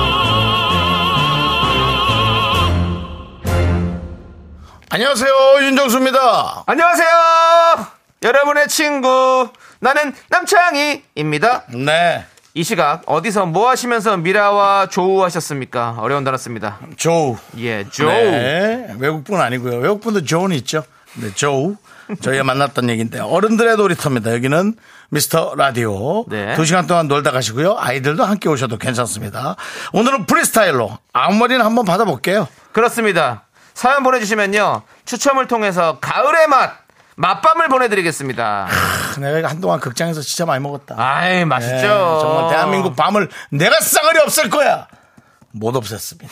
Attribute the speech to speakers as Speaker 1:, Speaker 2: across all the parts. Speaker 1: 안녕하세요 윤정수입니다.
Speaker 2: 안녕하세요. 여러분의 친구 나는 남창희입니다.
Speaker 1: 네,
Speaker 2: 이 시각 어디서 뭐 하시면서 미라와 조우하셨습니까? 어려운 단어입니다.
Speaker 1: 조우.
Speaker 2: 예, 조우.
Speaker 1: 네, 외국분 아니고요. 외국분도 조은 있죠. 네, 조우. 저희가 만났던 얘기인데 어른들의 놀이터입니다. 여기는 미스터 라디오.
Speaker 2: 네.
Speaker 1: 두 시간 동안 놀다 가시고요. 아이들도 함께 오셔도 괜찮습니다. 오늘은 프리스타일로 아무 말이나 한번 받아볼게요.
Speaker 2: 그렇습니다. 사연 보내주시면요. 추첨을 통해서 가을의 맛, 맛밤을 보내드리겠습니다.
Speaker 1: 크, 내가 이거 한동안 극장에서 진짜 많이 먹었다.
Speaker 2: 아이,
Speaker 1: 네,
Speaker 2: 맛있죠?
Speaker 1: 정말 대한민국 밤을 내가 싸가리 없앨 거야. 못 없앴습니다.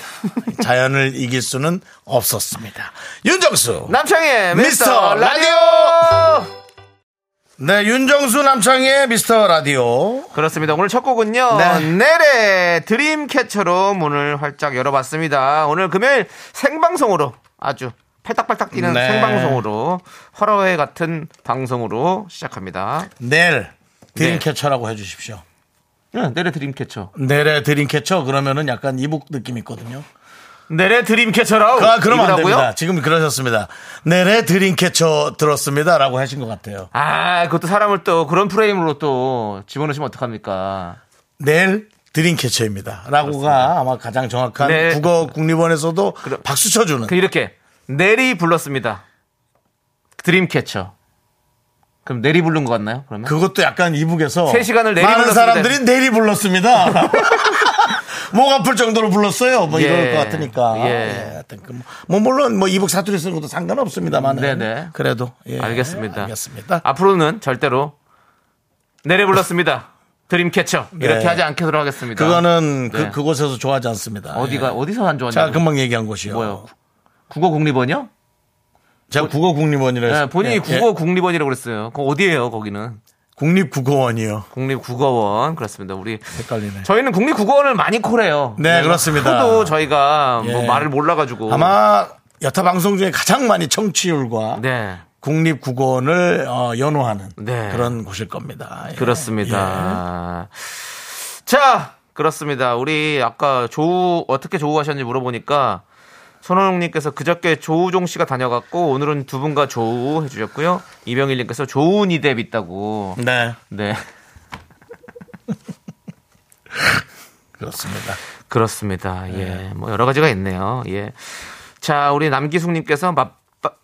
Speaker 1: 자연을 이길 수는 없었습니다. 윤정수.
Speaker 2: 남창희의
Speaker 1: 미스터
Speaker 2: 미스터 라디오!
Speaker 1: 네, 윤정수 남창희의 미스터 라디오.
Speaker 2: 그렇습니다. 오늘 첫 곡은요.
Speaker 1: 네.
Speaker 2: 넬의 드림캐쳐로 문을 활짝 열어봤습니다. 오늘 금요일 생방송으로 아주 팔딱팔딱 뛰는
Speaker 1: 네.
Speaker 2: 생방송으로 화로회 같은 방송으로 시작합니다.
Speaker 1: 넬 드림캐쳐라고 해주십시오.
Speaker 2: 넬의 드림캐쳐.
Speaker 1: 넬의 드림캐쳐 그러면은 약간 이북 느낌 있거든요.
Speaker 2: 넬의 드림캐쳐라고.
Speaker 1: 아, 그러면 안
Speaker 2: 이거라고요?
Speaker 1: 됩니다. 지금 그러셨습니다. 넬의 드림캐쳐 들었습니다라고 하신 것 같아요.
Speaker 2: 아, 그것도 사람을 또 그런 프레임으로 또 집어넣으시면 어떡합니까?
Speaker 1: 넬 드림캐쳐입니다. 라고가 아마 가장 정확한
Speaker 2: 네.
Speaker 1: 국어 국립원에서도
Speaker 2: 그럼-
Speaker 1: 박수 쳐주는.
Speaker 2: 그 이렇게 넬이 불렀습니다. 드림캐쳐. 그럼 넬이 부른 것 같나요? 그러면?
Speaker 1: 그것도 약간 이북에서
Speaker 2: 세 시간을 내리
Speaker 1: 많은
Speaker 2: 불렀습니다.
Speaker 1: 사람들이 내리 불렀습니다. 목 아플 정도로 불렀어요. 뭐
Speaker 2: 예.
Speaker 1: 이럴 것 같으니까.
Speaker 2: 예.
Speaker 1: 예, 하여튼 그 뭐, 뭐 물론 뭐 이북 사투리 쓰는 것도 상관없습니다만.
Speaker 2: 네네.
Speaker 1: 그래도 예,
Speaker 2: 알겠습니다. 아,
Speaker 1: 알겠습니다.
Speaker 2: 앞으로는 절대로 내려 불렀습니다. 드림캐쳐 이렇게
Speaker 1: 네.
Speaker 2: 하지 않도록 하겠습니다.
Speaker 1: 그거는
Speaker 2: 네.
Speaker 1: 그 그곳에서 좋아하지 않습니다.
Speaker 2: 어디가
Speaker 1: 예.
Speaker 2: 어디서 안 좋았냐?
Speaker 1: 제가 금방 얘기한 곳이요.
Speaker 2: 뭐요? 국어 국립원이요?
Speaker 1: 제가 국어 국립원이라
Speaker 2: 네,
Speaker 1: 해서
Speaker 2: 본인이
Speaker 1: 예,
Speaker 2: 국어
Speaker 1: 예.
Speaker 2: 국립원이라고 그랬어요. 그 어디예요? 거기는
Speaker 1: 국립국어원이요.
Speaker 2: 국립국어원 그렇습니다. 우리
Speaker 1: 헷갈리네.
Speaker 2: 저희는 국립국어원을 많이 콜해요.
Speaker 1: 네,
Speaker 2: 왜냐면
Speaker 1: 그렇습니다.
Speaker 2: 하도 저희가 뭐
Speaker 1: 예.
Speaker 2: 말을 몰라가지고
Speaker 1: 아마 여타 방송 중에 가장 많이 청취율과
Speaker 2: 네
Speaker 1: 국립국어원을 어, 연호하는
Speaker 2: 네.
Speaker 1: 그런 곳일 겁니다. 예.
Speaker 2: 그렇습니다. 예. 자, 그렇습니다. 우리 아까 조우 어떻게 조우하셨는지 물어보니까 손호영님께서 그저께 조우종 씨가 다녀갔고 오늘은 두 분과 조우 해주셨고요. 이병일님께서 조우니 뎁 있다고.
Speaker 1: 예. 네.
Speaker 2: 네,
Speaker 1: 그렇습니다.
Speaker 2: 그렇습니다. 예,
Speaker 1: 네.
Speaker 2: 뭐 여러 가지가 있네요. 예. 자, 우리 남기숙님께서 맛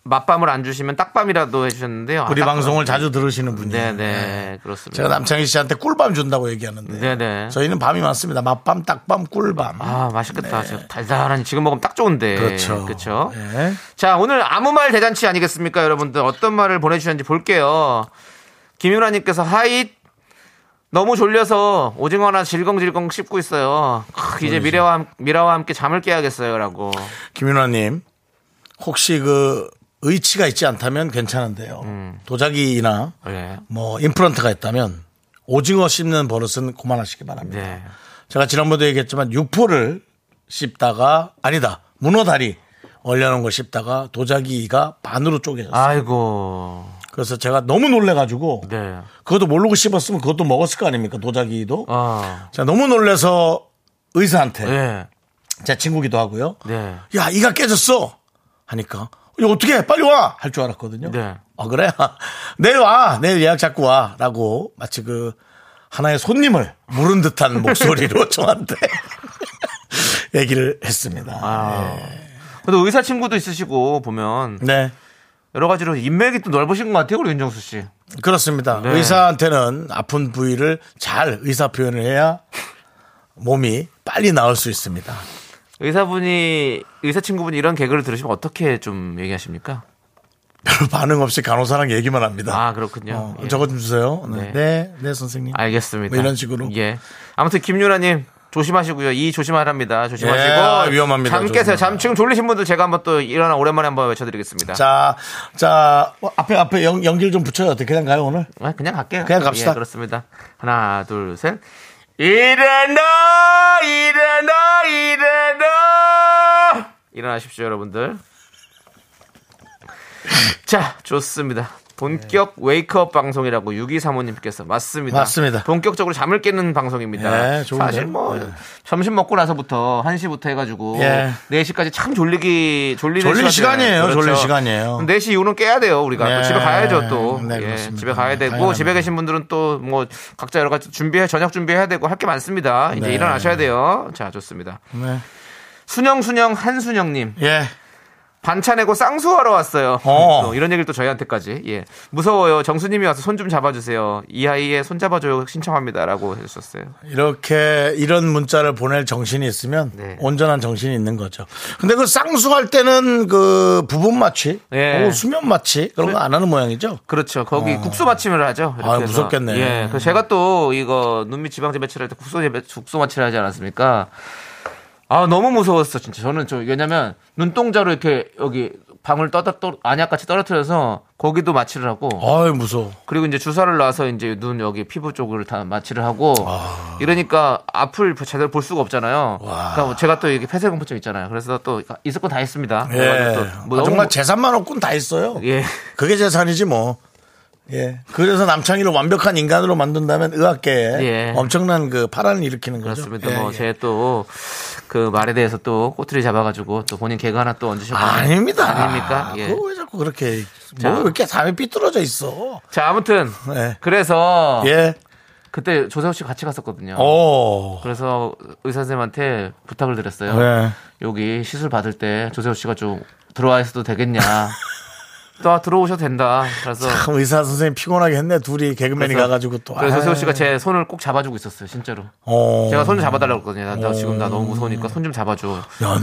Speaker 2: 맛밤을 안 주시면 딱밤이라도 해주셨는데요.
Speaker 1: 우리
Speaker 2: 아, 딱-
Speaker 1: 방송을 자주 들으시는 분이에요.
Speaker 2: 네, 네, 그렇습니다.
Speaker 1: 제가 남창희 씨한테 꿀밤 준다고 얘기하는데
Speaker 2: 네, 네.
Speaker 1: 저희는 밤이 많습니다. 맛밤, 딱밤, 꿀밤.
Speaker 2: 아, 맛있겠다. 저 달달한 지금 먹으면 딱 좋은데.
Speaker 1: 네. 그렇죠.
Speaker 2: 그렇죠.
Speaker 1: 예.
Speaker 2: 자, 오늘 아무 말 대잔치 아니겠습니까, 여러분들? 어떤 말을 보내주셨는지 볼게요. 김유라님께서 하이 너무 졸려서 오징어 하나 질겅질겅 씹고 있어요. 크, 이제 미래와, 함- 미라와 함께 잠을 깨야겠어요라고.
Speaker 1: 김윤아님 혹시 그 의치가 있지 않다면 괜찮은데요.
Speaker 2: 음.
Speaker 1: 도자기나
Speaker 2: 네.
Speaker 1: 뭐 임플란트가 있다면 오징어 씹는 버릇은 그만하시기 바랍니다.
Speaker 2: 네.
Speaker 1: 제가 지난번에도 얘기했지만 육포를 씹다가 아니다 문어 다리 얼려놓은 걸 씹다가 도자기가 반으로 쪼개졌어요.
Speaker 2: 아이고.
Speaker 1: 그래서 제가 너무 놀래가지고
Speaker 2: 아. 네.
Speaker 1: 그것도 모르고 씹었으면 그것도 먹었을 거 아닙니까 도자기도
Speaker 2: 아.
Speaker 1: 자 너무 놀래서 의사한테
Speaker 2: 네.
Speaker 1: 제 친구기도 하고요
Speaker 2: 네.
Speaker 1: 야 이가 깨졌어 하니까 이거 어떻게 빨리 와 할 줄 알았거든요
Speaker 2: 네.
Speaker 1: 어 그래 내일 와 내일 예약 잡고 와라고 마치 그 하나의 손님을 물은 듯한 목소리로 저한테 얘기를 했습니다
Speaker 2: 아. 근데 의사 친구도 있으시고 보면
Speaker 1: 네
Speaker 2: 여러 가지로 인맥이 또 넓으신 것 같아요, 우리 윤정수 씨.
Speaker 1: 그렇습니다.
Speaker 2: 네.
Speaker 1: 의사한테는 아픈 부위를 잘 의사 표현을 해야 몸이 빨리 나을 수 있습니다.
Speaker 2: 의사분이 의사 친구분이 이런 개그를 들으시면 어떻게 좀 얘기하십니까?
Speaker 1: 별로 반응 없이 간호사랑 얘기만 합니다.
Speaker 2: 아 그렇군요.
Speaker 1: 어,
Speaker 2: 예.
Speaker 1: 저거 좀 주세요. 네,
Speaker 2: 네.
Speaker 1: 네, 네, 선생님.
Speaker 2: 알겠습니다.
Speaker 1: 뭐 이런 식으로.
Speaker 2: 예. 아무튼 김유라님 조심하시고요. 이 조심하랍니다. 조심하시고
Speaker 1: 예, 위험합니다.
Speaker 2: 잠 깨세요.
Speaker 1: 조심하라.
Speaker 2: 잠 지금 졸리신 분들 제가 한번 또 일어나 오랜만에 한번 외쳐드리겠습니다.
Speaker 1: 자, 자, 어, 앞에, 앞에 연, 연기를 좀 붙여요. 어떻게 그냥 가요, 오늘?
Speaker 2: 아, 그냥 갈게요.
Speaker 1: 그냥 갑시다.
Speaker 2: 예, 그렇습니다. 하나, 둘, 셋. 일어나, 일어나, 일어나. 일어나십시오, 여러분들. 자, 좋습니다. 본격 웨이크업 방송이라고 6235님께서 맞습니다.
Speaker 1: 네. 맞습니다.
Speaker 2: 본격적으로 잠을 깨는 방송입니다.
Speaker 1: 예, 좋은데요?
Speaker 2: 사실 뭐
Speaker 1: 예.
Speaker 2: 점심 먹고 나서부터 1시부터 해가지고
Speaker 1: 예.
Speaker 2: 4시까지 참 졸리기 졸리는
Speaker 1: 졸릴
Speaker 2: 시간이에요. 그렇죠.
Speaker 1: 시간이에요. 졸릴 시간이에요.
Speaker 2: 4시 이후는 깨야 돼요. 우리가
Speaker 1: 예.
Speaker 2: 그러니까 또 집에 가야죠 또.
Speaker 1: 네,
Speaker 2: 예,
Speaker 1: 그렇습니다.
Speaker 2: 집에 가야 되고
Speaker 1: 당연합니다.
Speaker 2: 집에 계신 분들은 또 뭐 각자 여러 가지 준비해 저녁 준비해야 되고 할 게 많습니다. 이제
Speaker 1: 네.
Speaker 2: 일어나셔야 돼요. 자 좋습니다.
Speaker 1: 네.
Speaker 2: 순영 순영 한순영님
Speaker 1: 예.
Speaker 2: 반찬내고 쌍수하러 왔어요.
Speaker 1: 어.
Speaker 2: 또 이런 얘기를 또 저희한테까지. 예. 무서워요. 정수님이 와서 손 좀 잡아주세요. 이 아이의 손 잡아줘요 신청합니다라고 해주셨어요.
Speaker 1: 이렇게 이런 문자를 보낼 정신이 있으면
Speaker 2: 네.
Speaker 1: 온전한 정신이 있는 거죠. 근데 그 쌍수할 때는 그 부분 마취,
Speaker 2: 예.
Speaker 1: 어, 수면 마취 그런 거 안 하는 모양이죠.
Speaker 2: 그렇죠. 거기 국소 받침을 하죠. 이렇게
Speaker 1: 아. 아유,
Speaker 2: 해서.
Speaker 1: 무섭겠네.
Speaker 2: 예. 그 제가 또 이거 눈밑 지방제 배치를 할 때 국소 제 국소 마취를 하지 않았습니까? 아 너무 무서웠어 진짜. 저는 저 왜냐면 눈동자로 이렇게 여기 방울 떠다 떠 안약같이 떨어뜨려서 거기도 마취를 하고
Speaker 1: 아유 무서워.
Speaker 2: 그리고 이제 주사를 놔서 이제 눈 여기 피부 쪽을 다 마취를 하고
Speaker 1: 아.
Speaker 2: 이러니까 앞을 제대로 볼 수가 없잖아요. 그러니까 제가 또 이게 폐쇄공포증 있잖아요. 그래서 또 있을 건 다 했습니다.
Speaker 1: 예.
Speaker 2: 그래가지고 뭐
Speaker 1: 아,
Speaker 2: 너무
Speaker 1: 정말 재산만 없군 다 있어요.
Speaker 2: 예.
Speaker 1: 그게 재산이지 뭐. 예. 그래서 남창희를 완벽한 인간으로 만든다면 의학계에
Speaker 2: 예.
Speaker 1: 엄청난 그 파란을 일으키는 거죠.
Speaker 2: 그렇습니다.
Speaker 1: 예,
Speaker 2: 뭐,
Speaker 1: 예.
Speaker 2: 제 또 그 말에 대해서 또 꼬투리 잡아가지고 또 본인 개그 하나 또 얹으셨고.
Speaker 1: 아닙니다.
Speaker 2: 아닙니까? 예.
Speaker 1: 그거 왜 자꾸 그렇게
Speaker 2: 자.
Speaker 1: 뭐왜 이렇게 사람이 삐뚤어져 있어?
Speaker 2: 자, 아무튼.
Speaker 1: 네.
Speaker 2: 그래서
Speaker 1: 예. 어.
Speaker 2: 그때 조세호 씨 같이 갔었거든요. 어.
Speaker 1: 오.
Speaker 2: 그래서 의사 선생님한테 부탁을 드렸어요.
Speaker 1: 네.
Speaker 2: 여기 시술 받을 때 조세호 씨가 좀 들어와 있어도 되겠냐. 또 들어오셔도 된다. 그래서.
Speaker 1: 참 의사 선생님 피곤하게 했네. 둘이 개그맨이
Speaker 2: 그래서-
Speaker 1: 가가지고 또.
Speaker 2: 그래서 조세호
Speaker 1: 아이.
Speaker 2: 씨가 제 손을 꼭 잡아주고 있었어요, 진짜로.
Speaker 1: 어.
Speaker 2: 제가 손 좀 잡아달라고 했거든요. 나, 나 지금 나 너무 무서우니까 손 좀 잡아줘.
Speaker 1: 야,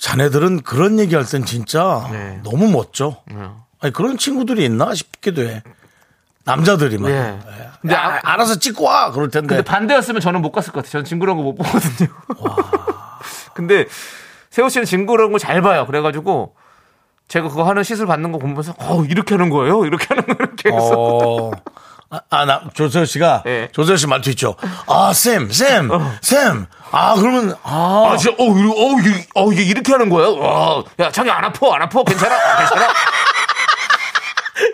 Speaker 1: 자네들은 그런 얘기할 땐 진짜
Speaker 2: 네.
Speaker 1: 너무 멋져.
Speaker 2: 네.
Speaker 1: 아니 그런 친구들이 있나 싶기도 해. 남자들이만.
Speaker 2: 예.
Speaker 1: 예.
Speaker 2: 근데
Speaker 1: 야,
Speaker 2: 아-
Speaker 1: 알아서 찍고 와 그럴 텐데.
Speaker 2: 근데 반대였으면 저는 못 갔을 것 같아요. 저는 징그러운 거 못 보거든요. 근데 세호 씨는 징그러운 거 잘 봐요. 그래가지고 제가 그거 하는 시술 받는 거 보면서 어 이렇게 하는 거예요. 이렇게 하는 거 이렇게 해서
Speaker 1: 어. 아, 아, 나, 조세호 씨가,
Speaker 2: 예. 어.
Speaker 1: 조세호 씨 말투 있죠. 아, 쌤, 쌤, 쌤. 아, 그러면, 아,
Speaker 2: 아 진짜 어, 이러- 어, 이게, 어 이게 이렇게 하는 거예요. 와, 야 자기 안 아파 안 아파 괜찮아 아, 괜찮아.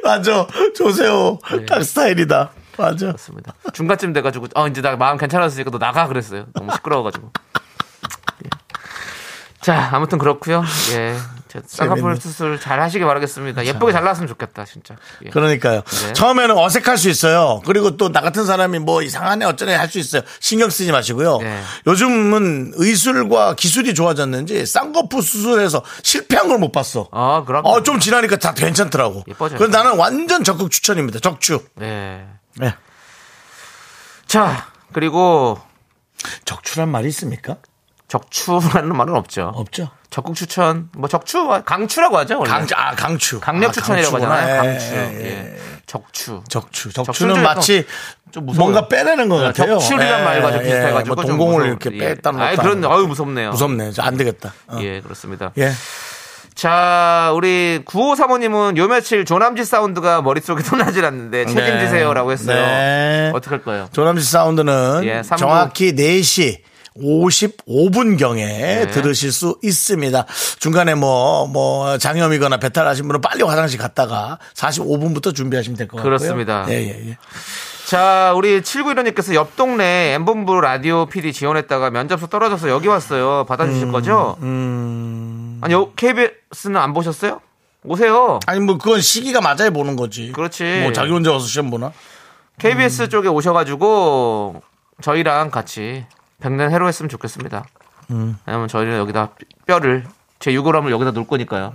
Speaker 1: 맞아. 조세호,
Speaker 2: 예.
Speaker 1: 딱 스타일이다. 맞아.
Speaker 2: 그렇습니다. 중간쯤 돼가지고 어 이제 나 마음 괜찮아졌으니까 너 나가 그랬어요. 너무 시끄러워가지고. 예. 자 아무튼 그렇고요. 예. 자, 쌍꺼풀
Speaker 1: 재밌네.
Speaker 2: 수술 잘 하시길 바라겠습니다. 예쁘게 잘 나왔으면 좋겠다 진짜. 예.
Speaker 1: 그러니까요.
Speaker 2: 네.
Speaker 1: 처음에는 어색할 수 있어요. 그리고 또 나 같은 사람이 뭐 이상하네 어쩌네 할 수 있어요. 신경 쓰지 마시고요.
Speaker 2: 네.
Speaker 1: 요즘은 의술과 기술이 좋아졌는지 쌍꺼풀 수술해서 실패한 걸 못 봤어.
Speaker 2: 아 그럼.
Speaker 1: 어, 좀 지나니까 다 괜찮더라고.
Speaker 2: 예뻐져요.
Speaker 1: 그래서 나는 완전 적극 추천입니다. 적추.
Speaker 2: 네.
Speaker 1: 네.
Speaker 2: 자, 그리고
Speaker 1: 적추란 말이 있습니까?
Speaker 2: 적추라는 말은 없죠.
Speaker 1: 없죠.
Speaker 2: 적극 추천, 뭐 적추, 강추라고 하죠. 원래.
Speaker 1: 강, 아, 강추.
Speaker 2: 네. 강력
Speaker 1: 아,
Speaker 2: 추천이라고
Speaker 1: 강추구나.
Speaker 2: 하잖아요.
Speaker 1: 예,
Speaker 2: 강추.
Speaker 1: 예, 예.
Speaker 2: 예. 적추.
Speaker 1: 적추.
Speaker 2: 적추는
Speaker 1: 적추는 마치
Speaker 2: 좀 무서워요.
Speaker 1: 뭔가 빼내는 것
Speaker 2: 네,
Speaker 1: 같아요.
Speaker 2: 적출이란
Speaker 1: 예,
Speaker 2: 말과 좀
Speaker 1: 예,
Speaker 2: 비슷해가지고
Speaker 1: 뭐
Speaker 2: 좀
Speaker 1: 동공을
Speaker 2: 무서운-
Speaker 1: 이렇게
Speaker 2: 예.
Speaker 1: 뺐다 놓다.
Speaker 2: 아이, 그런 아유 무섭네요.
Speaker 1: 무섭네. 저안 되겠다. 어.
Speaker 2: 예, 그렇습니다.
Speaker 1: 예.
Speaker 2: 자, 우리 9호 사모님은 요 며칠 조남지 사운드가 머릿속에 떠나질 않는데 책임지세요라고 했어요.
Speaker 1: 네.
Speaker 2: 어떻게 할 거예요?
Speaker 1: 조남지 사운드는
Speaker 2: 예, 삼부.
Speaker 1: 정확히 4시 55분경에
Speaker 2: 예.
Speaker 1: 들으실 수 있습니다. 중간에 뭐, 뭐, 장염이거나 배탈하신 분은 빨리 화장실 갔다가 45분부터 준비하시면 될 것 같고요.
Speaker 2: 그렇습니다.
Speaker 1: 예, 예, 예.
Speaker 2: 자, 우리 7915님께서 옆 동네 엠본부 라디오 PD 지원했다가 면접서 떨어져서 여기 왔어요.
Speaker 1: 음,
Speaker 2: 받아주실 거죠? 아니, 요 KBS는 안 보셨어요? 오세요.
Speaker 1: 아니, 뭐, 그건 시기가 맞아야 보는 거지.
Speaker 2: 그렇지.
Speaker 1: 뭐, 자기 음. 혼자 와서 시험 보나?
Speaker 2: KBS 쪽에 오셔가지고 저희랑 같이 백년 해로 했으면 좋겠습니다.
Speaker 1: 음.
Speaker 2: 왜냐면 저희는 여기다 뼈를 제 유골함을 여기다 놓을 거니까요.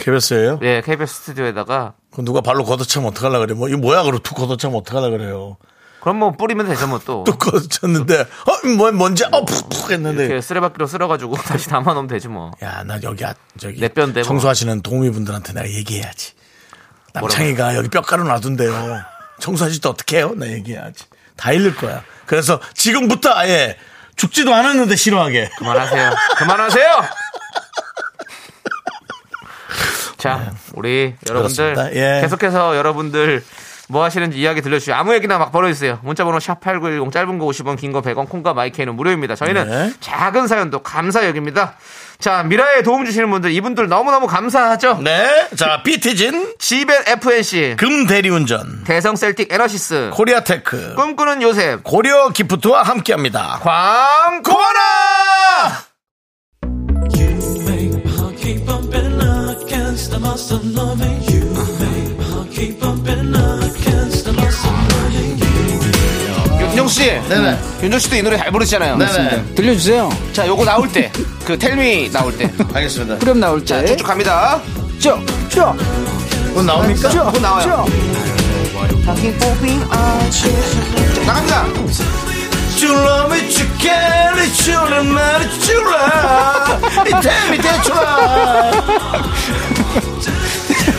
Speaker 1: KBS예요
Speaker 2: 예, KBS 스튜디오에다가
Speaker 1: 그 누가 발로 걷어차면 어떡하려 그래. 뭐, 이거 뭐야, 그러고 툭 걷어차면 어떡하려 그래요.
Speaker 2: 그럼 뭐 뿌리면 되죠, 뭐 또.
Speaker 1: 또 걷어쳤는데, 어, 뭐, 뭔지, 어, 푹푹 했는데.
Speaker 2: 이렇게 쓰레받기로 쓸어가지고 다시 담아놓으면 되지 뭐.
Speaker 1: 야, 나 여기 아- 저기
Speaker 2: 내 뼈인데 뭐.
Speaker 1: 청소하시는 동의분들한테 내가 얘기해야지. 남창이가 여기 뼈가루 놔둔대요. 청소하실 때 어떻게 해요? 나 얘기해야지. 다 잃을 거야. 그래서 지금부터 아예 죽지도 않았는데 싫어하게.
Speaker 2: 그만하세요. 그만하세요. 자, 우리
Speaker 1: 네.
Speaker 2: 여러분들
Speaker 1: 그렇습니다. 예.
Speaker 2: 계속해서 여러분들 뭐 하시는지 이야기 들려주시고 아무 얘기나 막 보내주세요. 문자번호 샵8910 짧은 거 50원 긴 거 100원 콩과 마이크는 무료입니다. 저희는
Speaker 1: 네.
Speaker 2: 작은 사연도 감사 여깁니다. 자, 미라에 도움 주시는 분들 이분들 너무너무 감사하죠.
Speaker 1: 네. 그 자, 비티진,
Speaker 2: 지벤 FNC
Speaker 1: 금대리운전,
Speaker 2: 대성 셀틱 에너시스
Speaker 1: 코리아테크,
Speaker 2: 꿈꾸는 요셉
Speaker 1: 고려 기프트와 함께 합니다. 아!
Speaker 2: 광고나 윤정씨 윤정씨도 이 노래 잘 부르시잖아요
Speaker 3: 들려주세요.
Speaker 2: 자 요거 나올 때그 텔미 나올 때
Speaker 1: 알겠습니다.
Speaker 3: 그럼 나올 때.
Speaker 2: 쭉쭉 갑니다
Speaker 3: 쭉, 쭉,
Speaker 1: 그건 나옵니까?
Speaker 3: 쭉,
Speaker 2: 곧 나와요.
Speaker 3: 쭉.
Speaker 2: 나갑니다
Speaker 1: You love me, you care, you love me, you love me. Tell me that you love.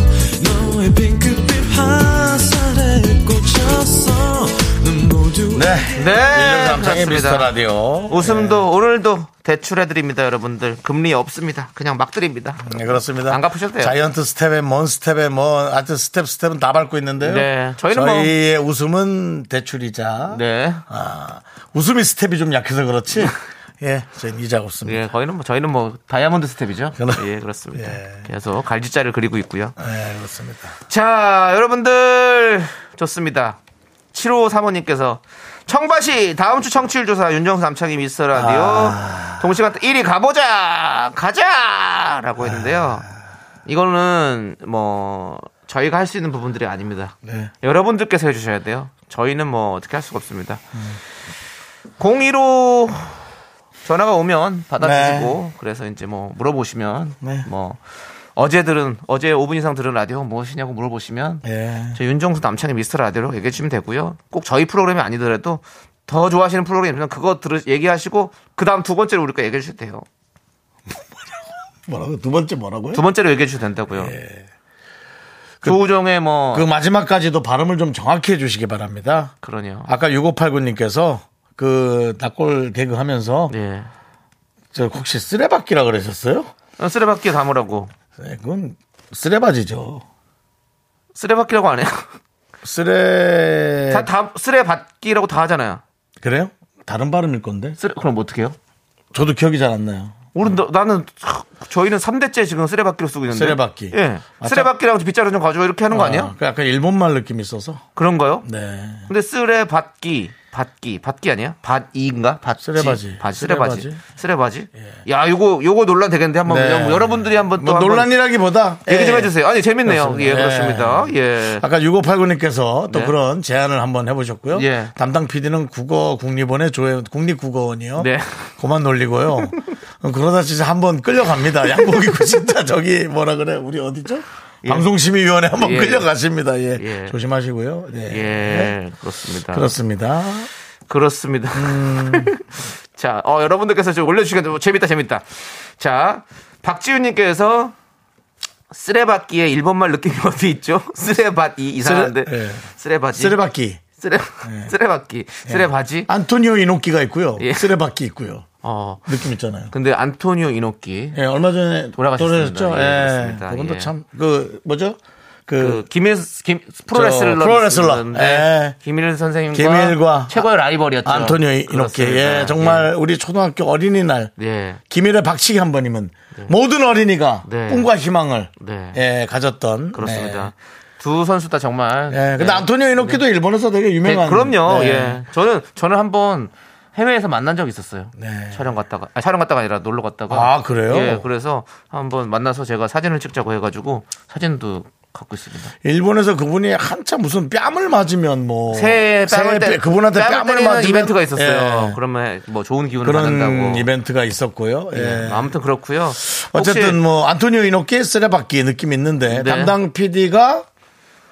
Speaker 4: 너의 핑크빛 화살에 꽂혔어 눈 모두
Speaker 1: 네.
Speaker 2: 네,
Speaker 1: 남창의
Speaker 2: 그렇습니다.
Speaker 1: 미스터 라디오. 네.
Speaker 2: 웃음도 오늘도 대출해드립니다, 여러분들. 금리 없습니다. 그냥 막 드립니다.
Speaker 1: 네, 그렇습니다.
Speaker 2: 안 갚으셔도 돼요.
Speaker 1: 자이언트 스텝에 뭔 스텝에 뭐 하여튼 스텝 스텝은 다 밟고 있는데요.
Speaker 2: 네, 저희는 뭐-
Speaker 1: 의 웃음은 대출이자.
Speaker 2: 네.
Speaker 1: 아, 웃음이 스텝이 좀 약해서 그렇지. 예, 저희는 이자가 없습니다.
Speaker 2: 예, 거기는 뭐, 저희는 뭐, 다이아몬드 스텝이죠.
Speaker 1: 그럼-
Speaker 2: 예, 그렇습니다.
Speaker 1: 예.
Speaker 2: 계속 갈지자를 그리고 있고요.
Speaker 1: 네, 그렇습니다.
Speaker 2: 자, 여러분들. 좋습니다. 7호 사모님께서 청바시 다음 주 청취율 조사 윤정수 남창희 미스터 라디오
Speaker 1: 아.
Speaker 2: 동시간대 1위 가보자 가자 라고 했는데요 이거는 뭐 저희가 할 수 있는 부분들이 아닙니다
Speaker 1: 네.
Speaker 2: 여러분들께서 해주셔야 돼요 저희는 뭐 어떻게 할 수가 없습니다
Speaker 1: 음.
Speaker 2: 01호 전화가 오면 받아주시고 그래서 이제 뭐 물어보시면
Speaker 1: 네.
Speaker 2: 뭐 어제 들은 어제 5분 이상 들은 라디오 무엇이냐고 물어보시면
Speaker 1: 예.
Speaker 2: 저 윤정수 남창의 미스터 라디오로 얘기해 주시면 되고요. 꼭 저희 프로그램이 아니더라도 더 좋아하시는 프로그램이면 그거 들으 얘기하시고 그 다음 두 번째로 우리가 얘기해 주셔도 돼요.
Speaker 1: 뭐라고 두 번째 뭐라고요?
Speaker 2: 두 번째로 얘기해 주셔도 된다고요. 조우종의 뭐
Speaker 1: 그 마지막까지도 발음을 좀 정확히 해주시기 바랍니다.
Speaker 2: 그, 러네요
Speaker 1: 아까 6589님께서 그 닭골 개그 하면서
Speaker 2: 예.
Speaker 1: 저 혹시 쓰레받기라 그러셨어요?
Speaker 2: 쓰레받기 담으라고
Speaker 1: 네, 그건 쓰레바지죠.
Speaker 2: 쓰레받기라고 안 해요.
Speaker 1: 쓰레
Speaker 2: 다, 다 쓰레받기라고 다 하잖아요.
Speaker 1: 그래요? 다른 발음일 건데
Speaker 2: 쓰레 그럼 어떻게 해요?
Speaker 1: 저도 기억이 잘 안 나요.
Speaker 2: 우리 너- 나는 저희는 3대째 지금 쓰레받기로 쓰고 있는데.
Speaker 1: 쓰레받기.
Speaker 2: 예.
Speaker 1: 아,
Speaker 2: 쓰레받기랑 빗자루 좀 가져와 이렇게 하는 거 어, 아니에요?
Speaker 1: 아, 그 약간 일본말 느낌이 있어서
Speaker 2: 그런가요?
Speaker 1: 네.
Speaker 2: 음. 근데 쓰레받기 받기 받기 아니야? 받이인가? 받지?
Speaker 1: 쓰레받이.
Speaker 2: 바지 쓰레바지
Speaker 1: 쓰레바지.
Speaker 2: 쓰레바지. 야 요거 요거 논란 되겠는데 한번
Speaker 1: 네.
Speaker 2: 그냥 뭐 여러분들이 한번 또
Speaker 1: 뭐
Speaker 2: 한번
Speaker 1: 논란이라기보다
Speaker 2: 얘기 좀
Speaker 1: 예.
Speaker 2: 해주세요. 아니 재밌네요.
Speaker 1: 그렇습니다.
Speaker 2: 예
Speaker 1: 예.
Speaker 2: 그렇습니다. 예.
Speaker 1: 아까 6589님께서 또
Speaker 2: 네.
Speaker 1: 그런 제안을 한번 해보셨고요.
Speaker 2: 예.
Speaker 1: 담당 PD는 국어 국립원의 조회 국립국어원이요.
Speaker 2: 네.
Speaker 1: 그만 놀리고요. 어, 그러다 진짜 한번 끌려갑니다. 양복 입고 진짜 저기 뭐라 그래 우리 어디죠? 방송심의위원회 한번
Speaker 2: 예.
Speaker 1: 끌려가십니다. 예.
Speaker 2: 예.
Speaker 1: 조심하시고요. 예.
Speaker 2: 예 그렇습니다. 음.
Speaker 1: 그렇습니다.
Speaker 2: 그렇습니다. 자, 어, 여러분들께서 지금 올려주시겠는데, 뭐 재밌다, 재밌다. 자, 박지훈님께서 쓰레받기에 일본말 느낌이 어디 있죠? 쓰레받이 이상한데.
Speaker 1: 쓰레- 예.
Speaker 2: 쓰레받이. 예.
Speaker 1: 쓰레받기.
Speaker 2: 쓰레, 쓰레받기. 쓰레바지.
Speaker 1: 안토니오 이노키가 있고요.
Speaker 2: 예.
Speaker 1: 쓰레받기 있고요.
Speaker 2: 어.
Speaker 1: 느낌 있잖아요.
Speaker 2: 근데 안토니오 이노키.
Speaker 1: 예, 얼마 전에
Speaker 2: 돌아가셨습니다.
Speaker 1: 돌아가셨죠.
Speaker 2: 예,
Speaker 1: 예.
Speaker 2: 그렇습니다.
Speaker 1: 그분도
Speaker 2: 예.
Speaker 1: 참, 그, 뭐죠?
Speaker 2: 그 김일 김
Speaker 1: 저,
Speaker 2: 프로레슬러
Speaker 1: 프로레슬러. 예.
Speaker 2: 김일 선생님과
Speaker 1: 김일과
Speaker 2: 최고의 라이벌이었죠.
Speaker 1: 안토니오 이렇게
Speaker 2: 그 그렇습니다.
Speaker 1: 예, 정말 우리 초등학교 어린이날
Speaker 2: 예. 예.
Speaker 1: 김일의 박치기 한 번이면 모든 어린이가
Speaker 2: 네.
Speaker 1: 꿈과 희망을
Speaker 2: 네.
Speaker 1: 예, 가졌던
Speaker 2: 그렇습니다. 두 선수 다 정말
Speaker 1: 네. 예, 근데
Speaker 2: 네.
Speaker 1: 안토니오 이노키도 일본에서 되게
Speaker 2: 네,
Speaker 1: 유명한
Speaker 2: 그럼요.
Speaker 1: 네.
Speaker 2: 예. 저는 저는 한번 해외에서 만난 적이 있었어요.
Speaker 1: 네.
Speaker 2: 촬영 갔다가 아, 촬영 갔다가 아니라 놀러 갔다가
Speaker 1: 아, 그래요?
Speaker 2: 예, 그래서 한번 만나서 제가 사진을 찍자고 해가지고 사진도 갖고 있습니다.
Speaker 1: 일본에서 그분이 한참 무슨 뺨을 맞으면 뭐
Speaker 2: 새해 뺨을
Speaker 1: 새해
Speaker 2: 때
Speaker 1: 뺨- 그분한테 뺨을,
Speaker 2: 때리는
Speaker 1: 맞으면
Speaker 2: 이벤트가 있었어요.
Speaker 1: 예.
Speaker 2: 그러면 뭐 좋은 기운을
Speaker 1: 그런
Speaker 2: 받는다고.
Speaker 1: 이벤트가 있었고요. 예.
Speaker 2: 예, 아무튼 그렇고요.
Speaker 1: 어쨌든
Speaker 2: 혹시
Speaker 1: 뭐 안토니오 이노키 쓰레받기 느낌 이 있는데
Speaker 2: 네.
Speaker 1: 담당 PD가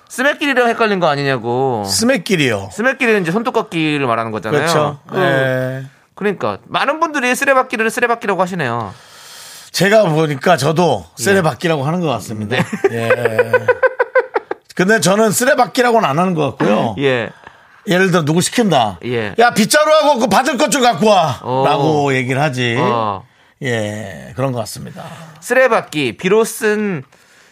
Speaker 2: 스매끼리랑 헷갈린 거 아니냐고.
Speaker 1: 스매끼리요.
Speaker 2: 스매끼리는 이제 손톱깎이를 말하는 거잖아요.
Speaker 1: 그렇죠.
Speaker 2: 그,
Speaker 1: 예.
Speaker 2: 러니까 많은 분들이 쓰레받기를 쓰레받기라고 하시네요.
Speaker 1: 제가 보니까 저도
Speaker 2: 예.
Speaker 1: 쓰레받기라고 하는 것 같습니다.
Speaker 2: 네.
Speaker 1: 예. 근데 저는 쓰레받기라고는 안 하는 것 같고요.
Speaker 2: 예.
Speaker 1: 예를 들어 누구 시킨다.
Speaker 2: 예.
Speaker 1: 야 빗자루하고 그 받을 것 좀 갖고
Speaker 2: 어.
Speaker 1: 와라고 얘기를 하지.
Speaker 2: 어.
Speaker 1: 예 그런 것 같습니다.
Speaker 2: 쓰레받기 비로 쓴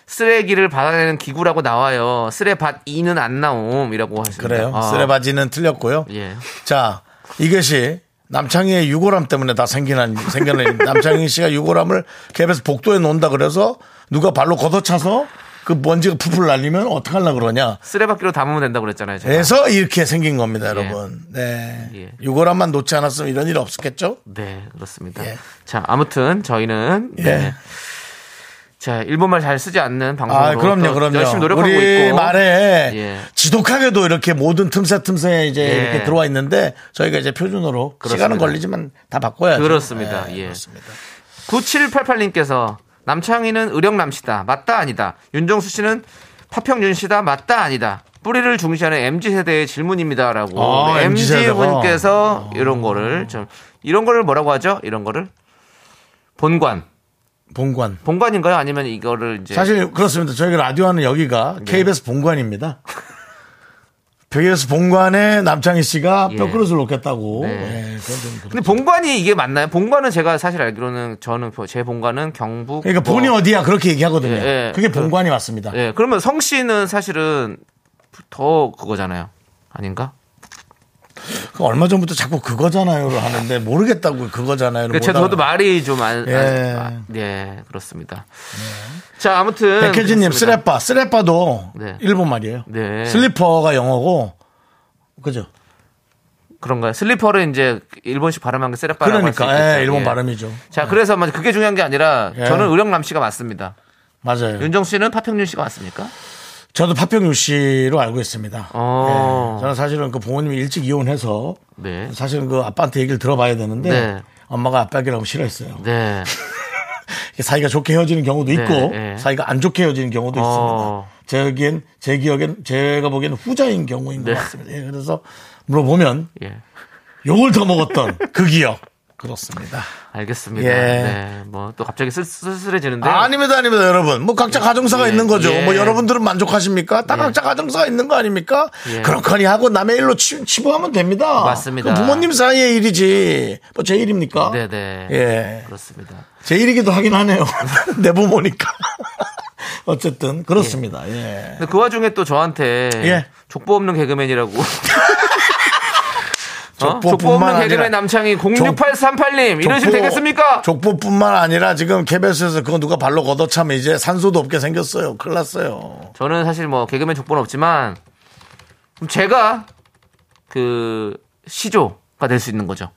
Speaker 2: 쓰레기를 받아내는 기구라고 나와요. 쓰레받이는 안 나옴이라고 하시네요.
Speaker 1: 그래요.
Speaker 2: 아.
Speaker 1: 쓰레받이는 틀렸고요.
Speaker 2: 예.
Speaker 1: 자 이것이 남창희의 유골함 때문에 다 생겨난 생겨난 일입니다. 남창희 씨가 유골함을 갭에서 복도에 놓는다 그래서 누가 발로 걷어차서 그 먼지가 풀풀 날리면 어떡하려 그러냐.
Speaker 2: 쓰레받기로 담으면 된다고 그랬잖아요. 제가.
Speaker 1: 그래서 이렇게 생긴 겁니다, 여러분. 네.
Speaker 2: 예.
Speaker 1: 유골함만 놓지 않았으면 이런 일 없었겠죠?
Speaker 2: 네, 그렇습니다.
Speaker 1: 예.
Speaker 2: 자, 아무튼 저희는
Speaker 1: 예.
Speaker 2: 네. 자, 일본말 잘 쓰지 않는 방송으로
Speaker 1: 아, 그럼요,
Speaker 2: 또
Speaker 1: 그럼요.
Speaker 2: 음, 열심히 노력하고
Speaker 1: 우리
Speaker 2: 있고
Speaker 1: 말에
Speaker 2: 예.
Speaker 1: 지독하게도 이렇게 모든 틈새 틈새에 이제
Speaker 2: 예.
Speaker 1: 이렇게 들어와 있는데 저희가 이제 표준으로 시간은 걸리지만 다 바꿔야죠. 네,
Speaker 2: 그렇습니다. 예.
Speaker 1: 그렇습니다.
Speaker 2: 9788님께서 남창희는 의령남시다. 맞다 아니다. 윤정수 씨는 파평윤시다. 맞다 아니다. 뿌리를 중시하는 MZ 세대의 질문입니다라고
Speaker 1: 아, MZ
Speaker 2: MZ
Speaker 1: 세대가. 아.
Speaker 2: 분께서 이런 거를 좀 이런 거를 뭐라고 하죠? 이런 거를 본관
Speaker 1: 본관.
Speaker 2: 본관인가요? 아니면 이거를 이제
Speaker 1: 사실 그렇습니다. 저희가 라디오 하는
Speaker 2: 네.
Speaker 1: 여기가 KBS 본관입니다. KBS 본관에 남창희 씨가
Speaker 2: 예.
Speaker 1: 뼈그릇을 놓겠다고.
Speaker 2: 네.
Speaker 1: 예, 그건 좀
Speaker 2: 근데 본관이 이게 맞나요? 본관은 제가 사실 알기로는 저는 그 제 본관은 경북.
Speaker 1: 그러니까 본이
Speaker 2: 뭐-
Speaker 1: 어디야 그렇게 얘기하거든요.
Speaker 2: 예, 예.
Speaker 1: 그게 본관이 맞습니다.
Speaker 2: 예, 그러면 성씨는 사실은 더 그거잖아요. 아닌가?
Speaker 1: 그 얼마 전부터 자꾸 그거잖아요를 하는데 모르겠다고 그거잖아요.
Speaker 2: 네, 그제 그러니까 저도 말이 좀 안. 안-
Speaker 1: 예. 네.
Speaker 2: 아, 예, 그렇습니다. 자, 아무튼.
Speaker 1: 백혜진님
Speaker 2: 그렇습니다.
Speaker 1: 쓰레빠 쓰레빠도
Speaker 2: 네.
Speaker 1: 일본 말이에요.
Speaker 2: 네.
Speaker 1: 슬리퍼가 영어고 그죠?
Speaker 2: 그런가요? 슬리퍼를 이제 일본식 발음한 게 쓰레빠라고 할수
Speaker 1: 그러니까
Speaker 2: 있겠죠.
Speaker 1: 예, 일본
Speaker 2: 예.
Speaker 1: 발음이죠.
Speaker 2: 자, 그래서 뭐 그게 중요한 게 아니라
Speaker 1: 예.
Speaker 2: 저는 의령남 씨가 맞습니다.
Speaker 1: 맞아요.
Speaker 2: 윤정 씨는 파평윤 씨가 맞습니까?
Speaker 1: 저도 파평유 씨로 알고 있습니다.
Speaker 2: 어.
Speaker 1: 예, 저는 사실은 그 부모님이 일찍 이혼해서
Speaker 2: 네.
Speaker 1: 사실은 그 아빠한테 얘기를 들어봐야 되는데
Speaker 2: 네.
Speaker 1: 엄마가 아빠에게라고 싫어했어요.
Speaker 2: 네.
Speaker 1: 이게 사이가 좋게 헤어지는 경우도 있고
Speaker 2: 네, 네.
Speaker 1: 사이가 안 좋게 헤어지는 경우도
Speaker 2: 어.
Speaker 1: 있습니다. 제기엔 제 기억엔 제가 보기에는 후자인 경우인 것
Speaker 2: 네.
Speaker 1: 같습니다. 예, 그래서 물어보면
Speaker 2: 예.
Speaker 1: 욕을 더 먹었던 그 기억 그렇습니다.
Speaker 2: 알겠습니다.
Speaker 1: 예.
Speaker 2: 네. 뭐 또 갑자기 쓸- 쓸쓸해지는데.
Speaker 1: 아, 닙니다 아닙니다, 여러분. 뭐 각자 가정사가
Speaker 2: 네. 예,
Speaker 1: 있는 거죠.
Speaker 2: 예.
Speaker 1: 뭐 여러분들은 만족하십니까? 다
Speaker 2: 예.
Speaker 1: 각자 가정사가 있는 거 아닙니까?
Speaker 2: 예.
Speaker 1: 그렇거니 하고 남의 일로 치, 치부하면 됩니다.
Speaker 2: 맞습니다.
Speaker 1: 그 부모님 사이의 일이지. 뭐 제 일입니까?
Speaker 2: 네네.
Speaker 1: 예.
Speaker 2: 그렇습니다.
Speaker 1: 제 일이기도 하긴 하네요. 내 부모니까. 어쨌든 그렇습니다. 예.
Speaker 2: 근데 그 와중에 또 저한테
Speaker 1: 예.
Speaker 2: 족보 없는 개그맨이라고. 어?
Speaker 1: 족보뿐만
Speaker 2: 족보 없는
Speaker 1: 아니라-
Speaker 2: 개그맨 남창이 068388님 이러시면 되겠습니까?
Speaker 1: 족보뿐만 아니라 지금 KBS에서 그거 누가 발로 걷어차면 이제 산소도 없게 생겼어요. 큰일 났어요.
Speaker 2: 저는 사실 뭐 개그맨 족보는 없지만 그럼 제가 그 시조가 될 수 있는 거죠.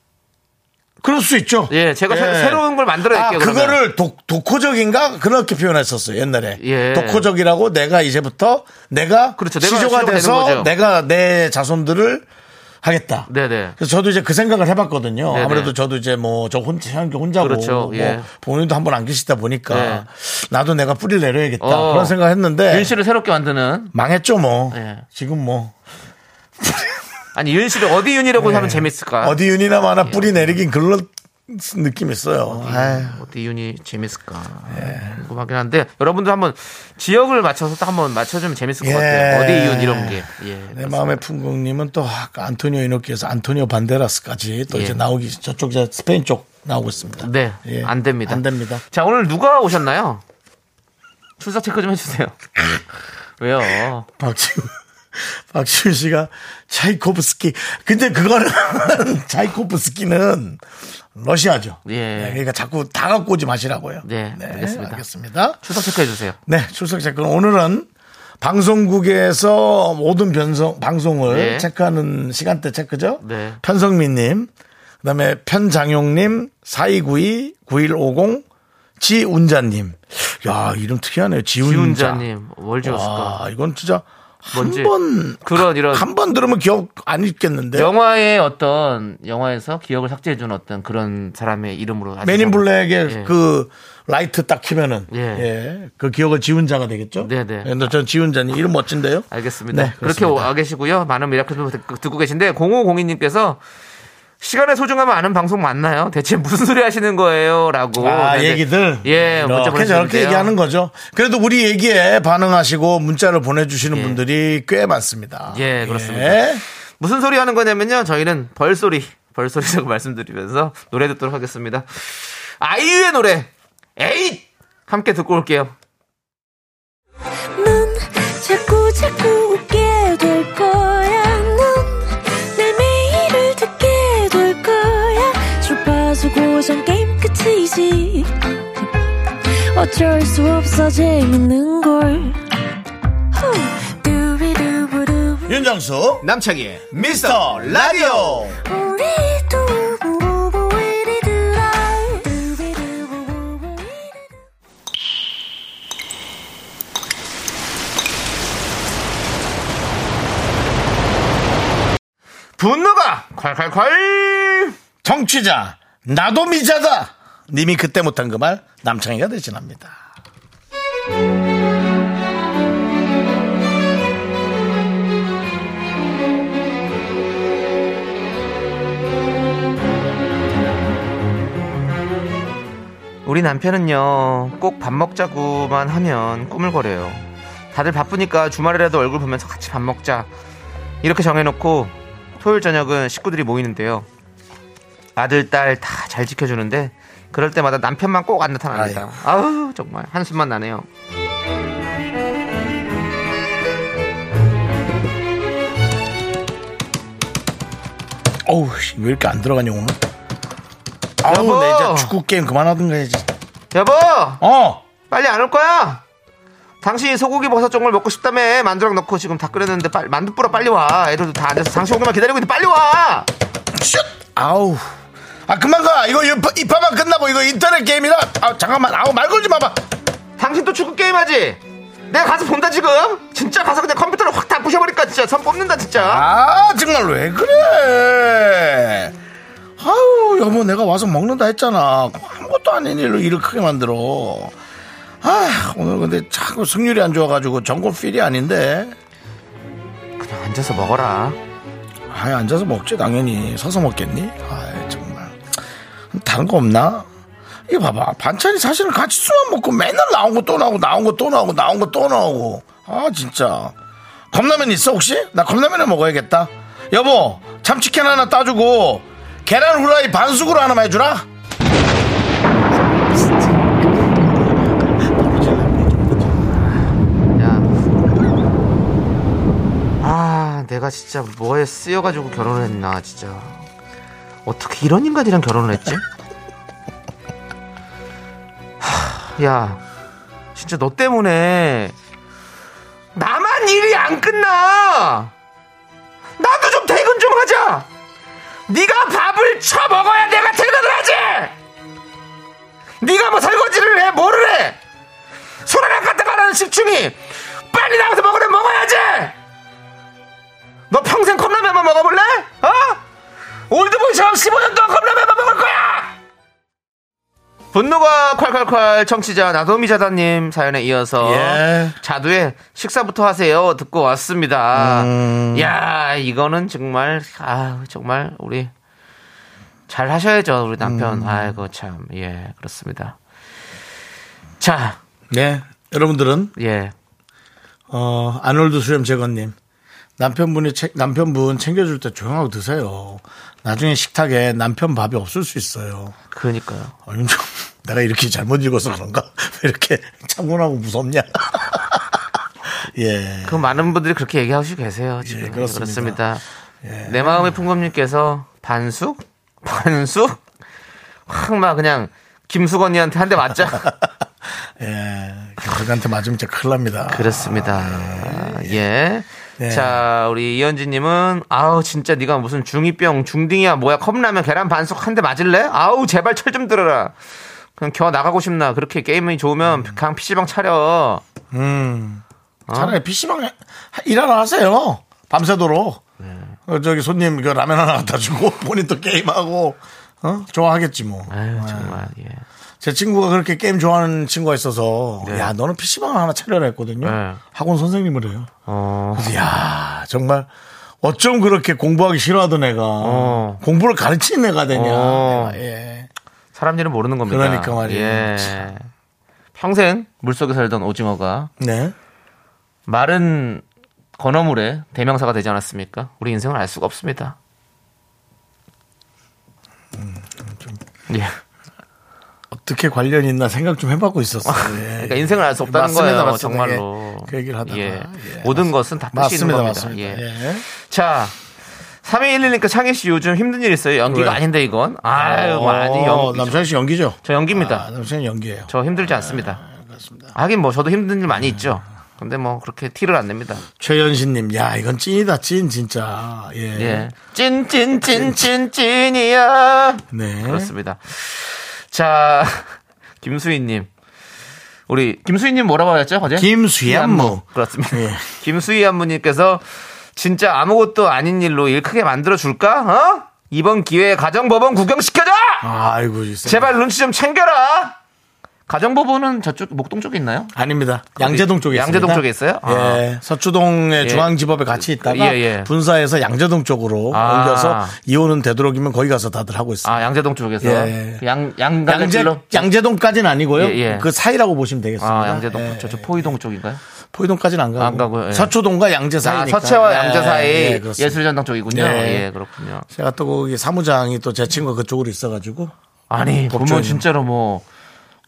Speaker 1: 그럴 수 있죠.
Speaker 2: 예, 제가 새- 새로운 걸 만들어낼게요,
Speaker 1: 아,
Speaker 2: 그러면.
Speaker 1: 그거를 독, 독호적인가 그렇게 표현했었어요 옛날에.
Speaker 2: 예.
Speaker 1: 독호적이라고 내가 이제부터 내가
Speaker 2: 그렇죠, 내가
Speaker 1: 시조가
Speaker 2: 시조가 되는
Speaker 1: 돼서
Speaker 2: 거죠.
Speaker 1: 내가 내 자손들을 하겠다.
Speaker 2: 네네.
Speaker 1: 그래서 저도 이제 그 생각을 해봤거든요.
Speaker 2: 네네.
Speaker 1: 아무래도 저도 이제 뭐 저 혼자 혼자고
Speaker 2: 그렇죠, 예.
Speaker 1: 뭐 본인도 한 번 안 계시다 보니까
Speaker 2: 네.
Speaker 1: 나도 내가 뿌리를 내려야겠다
Speaker 2: 어.
Speaker 1: 그런 생각했는데
Speaker 2: 윤 씨를 새롭게 만드는
Speaker 1: 망했죠 뭐.
Speaker 2: 예.
Speaker 1: 지금 뭐
Speaker 2: 아니 윤 씨를 어디 윤이라고 하면 재밌을까?
Speaker 1: 네. 어디 윤이나 마나 뿌리 내리긴 그런 느낌 있어요. 아유.
Speaker 2: 예. 뭐
Speaker 1: 예.
Speaker 2: 어디 윤이 재밌을까 궁금하긴 한데 여러분도 한번 지역을 맞춰서 딱 한번 맞춰주면 재밌을 것
Speaker 1: 예. 네,
Speaker 2: 같아요. 어디 윤 이런 게. 예,
Speaker 1: 내
Speaker 2: 그렇습니다.
Speaker 1: 마음의 풍경님은 또 아, 안토니오 이노키에서 안토니오 반데라스까지 또
Speaker 2: 예.
Speaker 1: 이제 나오기 저쪽 이제 스페인 쪽 나오고 있습니다.
Speaker 2: 네,
Speaker 1: 예.
Speaker 2: 안 됩니다.
Speaker 1: 안 됩니다.
Speaker 2: 자, 오늘 누가 오셨나요? 출석 체크 좀 해주세요. 왜요?
Speaker 1: 박지우 박지우 씨가 차이코프스키 근데 그거는 차이코프스키는 러시아죠.
Speaker 2: 예.
Speaker 1: 네, 그러니까 자꾸 다 갖고 오지 마시라고요.
Speaker 2: 네, 알겠습니다.
Speaker 1: 알겠습니다.
Speaker 2: 출석 체크 해주세요.
Speaker 1: 네, 출석 체크. 오늘은 방송국에서 모든 변성, 방송을
Speaker 2: 네.
Speaker 1: 체크하는 시간대 체크죠.
Speaker 2: 네.
Speaker 1: 편성민님, 그 다음에 편장용님, 4292, 9150, 지운자님. 야 이름 특이하네요. 음, 지훈자. 아,
Speaker 2: 지훈자님 뭘 지었을까?
Speaker 1: 와 이건 진짜
Speaker 2: 뭔지.
Speaker 1: 한번
Speaker 2: 그런 이런
Speaker 1: 한 번 들으면 기억 안 잊겠는데.
Speaker 2: 영화의 어떤 영화에서 기억을 삭제해준 어떤 그런 사람의 이름으로 아주
Speaker 1: 맨인 블랙의
Speaker 2: 예.
Speaker 1: 그 라이트 딱 키면은
Speaker 2: 예.
Speaker 1: 예. 그 기억을 지훈자가 되겠죠?
Speaker 2: 네네.
Speaker 1: 예, 근데 전 지훈자님 이름 멋진데요?
Speaker 2: 알겠습니다.
Speaker 1: 네,
Speaker 2: 그렇게
Speaker 1: 그렇습니다.
Speaker 2: 와 계시고요. 많은 미라클 분 듣- 듣고 계신데 0502님께서 시간의 소중함을 아는 방송 맞나요? 대체 무슨 소리 하시는 거예요?라고 네,
Speaker 1: 아, 얘기들.
Speaker 2: 예 문자
Speaker 1: 이렇게 저렇게
Speaker 2: 보내주는데요.
Speaker 1: 얘기하는 거죠. 그래도 우리 얘기에 반응하시고 문자를 보내주시는
Speaker 2: 예.
Speaker 1: 분들이 꽤 많습니다.
Speaker 2: 예, 그렇습니다.
Speaker 1: 예.
Speaker 2: 무슨 소리 하는 거냐면요. 저희는 벌소리 벌소리라고 말씀드리면서 노래 듣도록 하겠습니다. 아이유의 노래 에잇 함께 듣고 올게요.
Speaker 5: 넌 자꾸 자꾸 웃게 될 거야. 넌내 매일을 듣게 될 거야. 주파수 고정 게임 끝이지. 어쩔 수 없어 재밌는 걸. 후. 두비두부두.
Speaker 1: 윤정수 남창희 미스터 라디오
Speaker 5: 우리 두부부부 우리 두라. 두비두부부부 우리 두라.
Speaker 2: 분노가 콸콸콸
Speaker 1: 정취자 나도 미자다 님이 그때 못한 그 말 남창희가 대신합니다.
Speaker 2: 우리 남편은요 꼭 밥 먹자고만 하면 꿈을 거려요 다들 바쁘니까 주말이라도 얼굴 보면서 같이 밥 먹자 이렇게 정해놓고 토요일 저녁은 식구들이 모이는데요 아들 딸 다 잘 지켜주는데 그럴 때마다 남편만 꼭 안 나타납니다 아우 정말 한숨만 나네요
Speaker 1: 어우 씨, 왜 이렇게 안 들어가냐 오늘? 아우
Speaker 2: 여보!
Speaker 1: 내 이제 축구 게임 그만하던가 해야지.
Speaker 2: 여보
Speaker 1: 어
Speaker 2: 빨리 안 올 거야 당신이 소고기 버섯 종을 먹고 싶다며 만두랑 넣고 지금 다 끓였는데 빨리 만두 뿌러 빨리 와 애들도 다 앉아서 당신 오기만 기다리고 있는데 빨리 와
Speaker 1: 슛! 아우. 아 그만 가 이거 입- 입하만 끝나고 이거 인터넷 게임이라 아 잠깐만 아우 말 걸지 마봐
Speaker 2: 당신 또 축구 게임 하지? 내가 가서 본다 지금. 진짜 가서 그냥 컴퓨터를 확 다 부셔버릴까 진짜. 선 뽑는다 진짜.
Speaker 1: 아 정말 왜 그래 아우 여보 내가 와서 먹는다 했잖아 아무것도 아닌 일로 일을 크게 만들어 아 오늘 근데 자꾸 승률이 안 좋아가지고 전공 필이 아닌데
Speaker 2: 그냥 앉아서 먹어라.
Speaker 1: 아 앉아서 먹지 당연히 서서 먹겠니 아 정말 다른 거 없나 이거 봐봐 반찬이 사실은 같이 수만 먹고 맨날 나온 거 또 나오고 나온 거 또 나오고 나온 거 또 나오고 아 진짜 컵라면 있어 혹시 나 컵라면을 먹어야겠다 여보 참치캔 하나 따주고 계란 후라이 반숙으로 하나만 해주라
Speaker 2: 야. 아 내가 진짜 뭐에 쓰여가지고 결혼을 했나 진짜. 어떻게 이런 인간이랑 결혼을 했지? 하, 야 진짜 너 때문에 나만 일이 안 끝나. 나도 좀 퇴근 좀 하자. 네가 밥을 쳐 먹어야 내가 퇴근을 하지. 네가 뭐 설거지를 해, 뭐를 해? 손을 안 갖다가 라는 식충이 빨리 나와서 먹으면 먹어야지. 너 평생 컵라면만 먹어볼래? 어? 올드보이처럼 15년 동안 컵라면만 먹을 거야. 분노가 콸콸콸 청취자 나도미자다님 사연에 이어서
Speaker 1: 예.
Speaker 2: 자두의 식사부터 하세요 듣고 왔습니다. 야 이거는 정말 아 정말 우리 잘 하셔야죠 우리 남편. 아이고 참 예 그렇습니다. 자
Speaker 1: 네 여러분들은
Speaker 2: 예.
Speaker 1: 어, 아놀드 수염 제거님. 남편분이 책- 남편분 챙겨줄 때 조용하고 드세요. 나중에 식탁에 남편 밥이 없을 수 있어요.
Speaker 2: 그러니까요.
Speaker 1: 어, 윤정, 내가 이렇게 잘못 읽어서 그런가? 왜 이렇게 차분하고 무섭냐? 예.
Speaker 2: 그 많은 분들이 그렇게 얘기하시고 계세요. 지금.
Speaker 1: 그렇습니다. 예.
Speaker 2: 그렇습니다. 내 마음의 풍금님께서 반숙? 반숙? 확 막 그냥 김수건이한테 한 대 맞자.
Speaker 1: 예. 그한테 맞으면 진짜 큰일 납니다.
Speaker 2: 그렇습니다. 예.
Speaker 1: 아, 예.
Speaker 2: 자, 우리 이현진님은 아우 진짜 네가 무슨 중이병 중딩이야 뭐야 컵라면 계란 반숙 한 대 맞을래? 아우 제발 철 좀 들어라. 그냥 겨 나가고 싶나 그렇게 게임이 좋으면
Speaker 1: 음.
Speaker 2: 그냥 PC방 차려
Speaker 1: 차라리 PC방 에 일하러 하세요. 밤새도록.
Speaker 2: 네.
Speaker 1: 어, 저기 손님 그 라면 하나 갖다 주고 본인 또 게임하고 어? 좋아하겠지 뭐.
Speaker 2: 아유 정말 예.
Speaker 1: 제 친구가 그렇게 게임 좋아하는 친구가 있어서
Speaker 2: 네.
Speaker 1: 야 너는 PC방 하나 차려라 했거든요.
Speaker 2: 네.
Speaker 1: 학원 선생님을 해요.
Speaker 2: 어,
Speaker 1: 야 아, 정말 어쩜 그렇게 공부하기 싫어하던 애가
Speaker 2: 어.
Speaker 1: 공부를 가르치는 애가 되냐.
Speaker 2: 어.
Speaker 1: 내가, 예.
Speaker 2: 사람 일은 모르는 겁니다
Speaker 1: 그러니까 말이에요.
Speaker 2: 예. 평생 물속에 살던 오징어가
Speaker 1: 네.
Speaker 2: 말은 건어물의 대명사가 되지 않았습니까? 우리 인생을 알 수가 없습니다.
Speaker 1: 음,
Speaker 2: 예.
Speaker 1: 어떻게 관련이 있나 생각 좀 해봤고 있었어요. 예.
Speaker 2: 그러니까 인생을 알 수 없다는
Speaker 1: 맞습니다,
Speaker 2: 거예요.
Speaker 1: 맞습니다.
Speaker 2: 정말로.
Speaker 1: 예. 그 얘기를 하다가.
Speaker 2: 예.
Speaker 1: 예,
Speaker 2: 모든 것은 다 뜻이
Speaker 1: 맞습니다,
Speaker 2: 있는 겁니다.
Speaker 1: 맞습니다.
Speaker 2: 예.
Speaker 1: 예.
Speaker 2: 자. 3211니까 창희 씨 요즘 힘든 일 있어요? 연기가
Speaker 1: 왜?
Speaker 2: 아닌데 이건. 아유,
Speaker 1: 어,
Speaker 2: 많이 연기.
Speaker 1: 남창희 씨 연기죠?
Speaker 2: 저 연기입니다.
Speaker 1: 아, 남창희 연기예요.
Speaker 2: 저 힘들지 않습니다.
Speaker 1: 아,
Speaker 2: 하긴 뭐 저도 힘든 일 많이 있죠. 근데 뭐 그렇게 티를 안 냅니다.
Speaker 1: 최연신님, 야 이건 찐이다 찐 진짜. 예.
Speaker 2: 예. 찐, 찐, 찐, 찐, 찐이야.
Speaker 1: 네.
Speaker 2: 그렇습니다. 자, 김수희님. 우리, 김수희님 뭐라고 하셨죠, 어제?
Speaker 1: 김수희 안무.
Speaker 2: 그렇습니다.
Speaker 1: 예.
Speaker 2: 김수희 안무님께서 진짜 아무것도 아닌 일로 일 크게 만들어줄까? 어? 이번 기회에 가정법원 구경시켜줘!
Speaker 1: 아이고 네. 진짜.
Speaker 2: 제발 눈치 좀 챙겨라! 가정법원은 저쪽, 목동 쪽에 있나요?
Speaker 1: 아닙니다. 양재동 쪽에
Speaker 2: 그 양재동
Speaker 1: 있습니다.
Speaker 2: 쪽에 있어요? 아.
Speaker 1: 예, 서초동의
Speaker 2: 예.
Speaker 1: 중앙지법에 같이 있다가
Speaker 2: 예, 예.
Speaker 1: 분사해서 양재동 쪽으로
Speaker 2: 아.
Speaker 1: 옮겨서 이혼은 되도록이면 거기 가서 다들 하고 있어요.
Speaker 2: 아, 양재동 쪽에서.
Speaker 1: 예.
Speaker 2: 그 양, 양,
Speaker 1: 양재
Speaker 2: 양재로.
Speaker 1: 양재동까지는 아니고요.
Speaker 2: 예, 예.
Speaker 1: 그 사이라고 보시면 되겠습니다.
Speaker 2: 아, 양재동.
Speaker 1: 예.
Speaker 2: 저쪽 포이동 쪽인가요?
Speaker 1: 포이동까지는 안 가고.
Speaker 2: 안 가고요, 예.
Speaker 1: 서초동과 양재
Speaker 2: 아,
Speaker 1: 사이니까.
Speaker 2: 서체와
Speaker 1: 예,
Speaker 2: 양재 사이
Speaker 1: 예, 그렇습니다.
Speaker 2: 예술전당 쪽이군요.
Speaker 1: 네.
Speaker 2: 예, 그렇군요.
Speaker 1: 제가 또 거기 사무장이 또 제 친구가 그쪽으로 있어가지고
Speaker 2: 아니 보면
Speaker 1: 법조인.
Speaker 2: 진짜로 뭐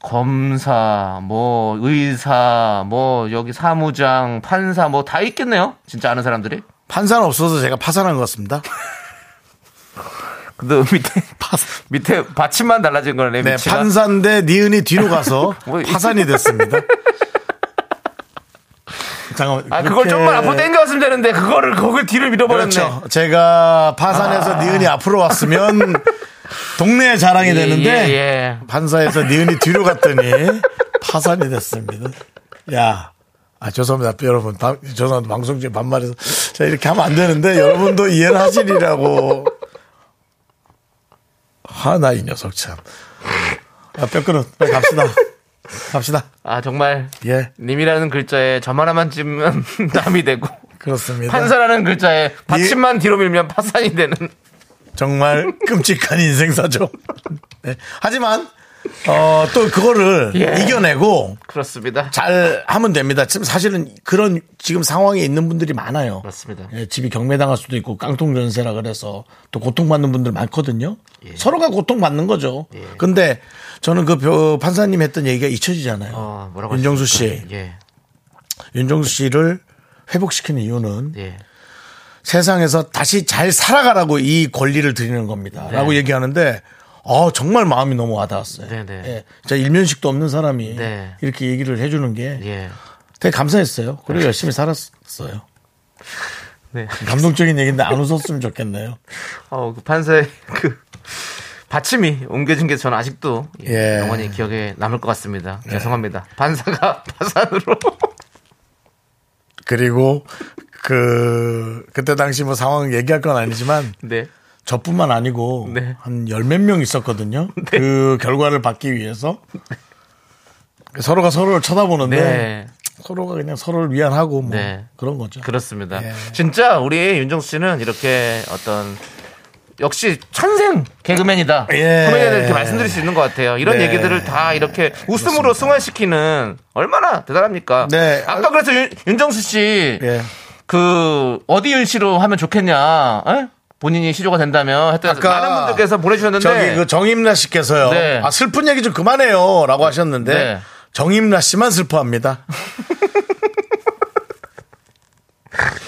Speaker 2: 검사, 뭐 의사, 뭐 여기 사무장, 판사 뭐 다 있겠네요. 진짜 아는 사람들이.
Speaker 1: 판사는 없어서 제가 파산한 것 같습니다.
Speaker 2: 근데 밑에 밑에 받침만 달라진 거네.
Speaker 1: 네,
Speaker 2: 위치가.
Speaker 1: 판사인데 니은이 뒤로 가서
Speaker 2: 뭐 이-
Speaker 1: 파산이 됐습니다. 잠깐만.
Speaker 2: 아 그걸
Speaker 1: 그렇게-
Speaker 2: 좀만 앞으로 당겨왔으면 되는데 그거를 거기 뒤로 밀어버렸네. 아.
Speaker 1: 그렇죠. 제가 파산해서 니은이 앞으로 왔으면 동네의 자랑이
Speaker 2: 예,
Speaker 1: 되는데
Speaker 2: 예, 예.
Speaker 1: 판사에서 니은이 뒤로 갔더니 파산이 됐습니다. 야. 아, 죄송합니다. 여러분. 방- 죄송합니다. 방송 중에 반말해서. 제가 이렇게 하면 안 되는데, 여러분도 이해를 하시리라고. 하나, 이 녀석 참. 아, 뼈끈은. 빨리 갑시다. 갑시다.
Speaker 2: 아 정말
Speaker 1: 예.
Speaker 2: 님이라는 글자에 점 하나만 찌면 남이 되고
Speaker 1: 그렇습니다.
Speaker 2: 판사라는 글자에 받침만 뒤로 밀면 파산이 되는.
Speaker 1: 정말 끔찍한 인생사죠. 네. 하지만 어, 또 그거를
Speaker 2: 예.
Speaker 1: 이겨내고
Speaker 2: 그렇습니다.
Speaker 1: 잘 하면 됩니다. 지금 사실은 그런 지금 상황에 있는 분들이 많아요.
Speaker 2: 맞습니다.
Speaker 1: 예, 집이 경매당할 수도 있고 깡통 전세라 그래서 또 고통받는 분들 많거든요.
Speaker 2: 예.
Speaker 1: 서로가 고통받는 거죠. 근데 저는 그 벼- 판사님 했던 얘기가 잊혀지잖아요.
Speaker 2: 어, 뭐라고
Speaker 1: 윤정수
Speaker 2: 하십니까?
Speaker 1: 씨,
Speaker 2: 예.
Speaker 1: 윤정수 씨를 회복시키는 이유는
Speaker 2: 예.
Speaker 1: 세상에서 다시 잘 살아가라고 이 권리를 드리는 겁니다. 라고 얘기하는데, 어, 정말 마음이 너무 와닿았어요.
Speaker 2: 네, 네.
Speaker 1: 예. 진짜 일면식도 없는 사람이
Speaker 2: 네.
Speaker 1: 이렇게 얘기를 해주는 게
Speaker 2: 예.
Speaker 1: 되게 감사했어요. 그리고 열심히 살았어요.
Speaker 2: 네.
Speaker 1: 감동적인 얘기인데 안 웃었으면 좋겠네요.
Speaker 2: 어, 그 판사의 그 받침이 옮겨진 게 저는 아직도 예,
Speaker 1: 예.
Speaker 2: 영원히 기억에 남을 것 같습니다. 죄송합니다. 판사가 파산으로.
Speaker 1: 그리고 그, 그때 당시 뭐 상황 얘기할 건 아니지만
Speaker 2: 네.
Speaker 1: 저뿐만 아니고
Speaker 2: 네.
Speaker 1: 한 열 몇 명 있었거든요. 그 결과를 받기 위해서 서로가 서로를 쳐다보는데
Speaker 2: 네.
Speaker 1: 서로가 그냥 서로를 위안하고 뭐
Speaker 2: 네.
Speaker 1: 그런 거죠.
Speaker 2: 그렇습니다.
Speaker 1: 예.
Speaker 2: 진짜 우리 윤정수 씨는 이렇게 어떤 역시 천생 개그맨이다.
Speaker 1: 예.
Speaker 2: 개그맨이다 이렇게 말씀드릴 수 있는 것 같아요. 이런
Speaker 1: 네.
Speaker 2: 얘기들을 다 이렇게 웃음으로 승화시키는 얼마나 대단합니까?
Speaker 1: 네.
Speaker 2: 아까 그래서 윤, 윤정수 씨
Speaker 1: 예.
Speaker 2: 그 어디 윤씨로 하면 좋겠냐? 에? 본인이 시조가 된다면 하여튼
Speaker 1: 아까
Speaker 2: 많은 분들께서 보내주셨는데
Speaker 1: 저기 그 정임라 씨께서요.
Speaker 2: 네.
Speaker 1: 아 슬픈 얘기 좀 그만해요라고 하셨는데
Speaker 2: 네.
Speaker 1: 정임라 씨만 슬퍼합니다.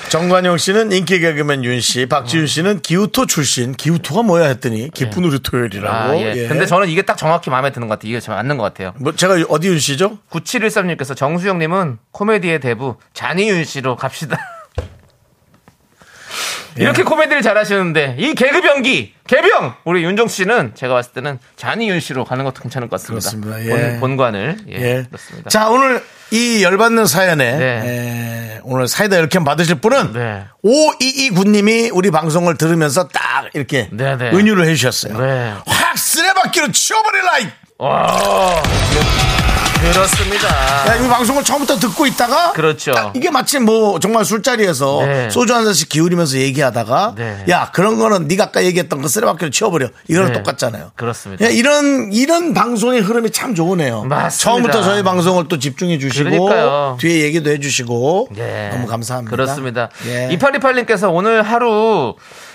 Speaker 1: 정관용 씨는 인기 개그맨 윤 씨,
Speaker 2: 어.
Speaker 1: 박지윤 씨는 기우토 출신. 기우토가 뭐야 했더니 기쁜 우리 토요일이라고.
Speaker 2: 예. 아, 예.
Speaker 1: 예.
Speaker 2: 근데 저는 이게 딱 정확히 마음에 드는 것 같아요. 이게 잘 맞는 것 같아요.
Speaker 1: 뭐 제가 어디 윤 씨죠?
Speaker 2: 9713님께서 정수영님은 코미디의 대부 잔이윤 씨로
Speaker 1: 예.
Speaker 2: 갑시다. 이렇게 코미디를 잘하시는데 이 개그 연기 개병 우리 윤종 씨는 제가 봤을 때는 잔이윤 씨로 가는 것도 괜찮을 것 같습니다.
Speaker 1: 그렇습니다. 예.
Speaker 2: 본- 본관을 예,
Speaker 1: 예.
Speaker 2: 그렇습니다.
Speaker 1: 자, 오늘 이 열받는 사연에
Speaker 2: 네.
Speaker 1: 에, 오늘 사이다 이렇게 받으실 분은
Speaker 2: 네.
Speaker 1: 5229님이 우리 방송을 들으면서 딱 이렇게
Speaker 2: 네, 네.
Speaker 1: 은유를 해주셨어요.
Speaker 2: 네.
Speaker 1: 확 쓰레받기로 치워버릴라! 이-
Speaker 2: 와, 그렇습니다.
Speaker 1: 야, 이 방송을 처음부터 듣고 있다가
Speaker 2: 그렇죠.
Speaker 1: 딱 이게 마침 뭐 정말 술자리에서
Speaker 2: 네.
Speaker 1: 소주 한 잔씩 기울이면서 얘기하다가
Speaker 2: 네.
Speaker 1: 야 그런 거는 네가 아까 얘기했던 거 쓰레받기로 치워버려 이거랑
Speaker 2: 네.
Speaker 1: 똑같잖아요.
Speaker 2: 그렇습니다.
Speaker 1: 야, 이런 이런 방송의 흐름이 참 좋으네요.
Speaker 2: 맞습니다.
Speaker 1: 처음부터 저희 방송을 또 집중해 주시고
Speaker 2: 그러니까요.
Speaker 1: 뒤에 얘기도 해주시고
Speaker 2: 예.
Speaker 1: 너무 감사합니다.
Speaker 2: 그렇습니다.
Speaker 1: 예.
Speaker 2: 2828님께서 오늘 하루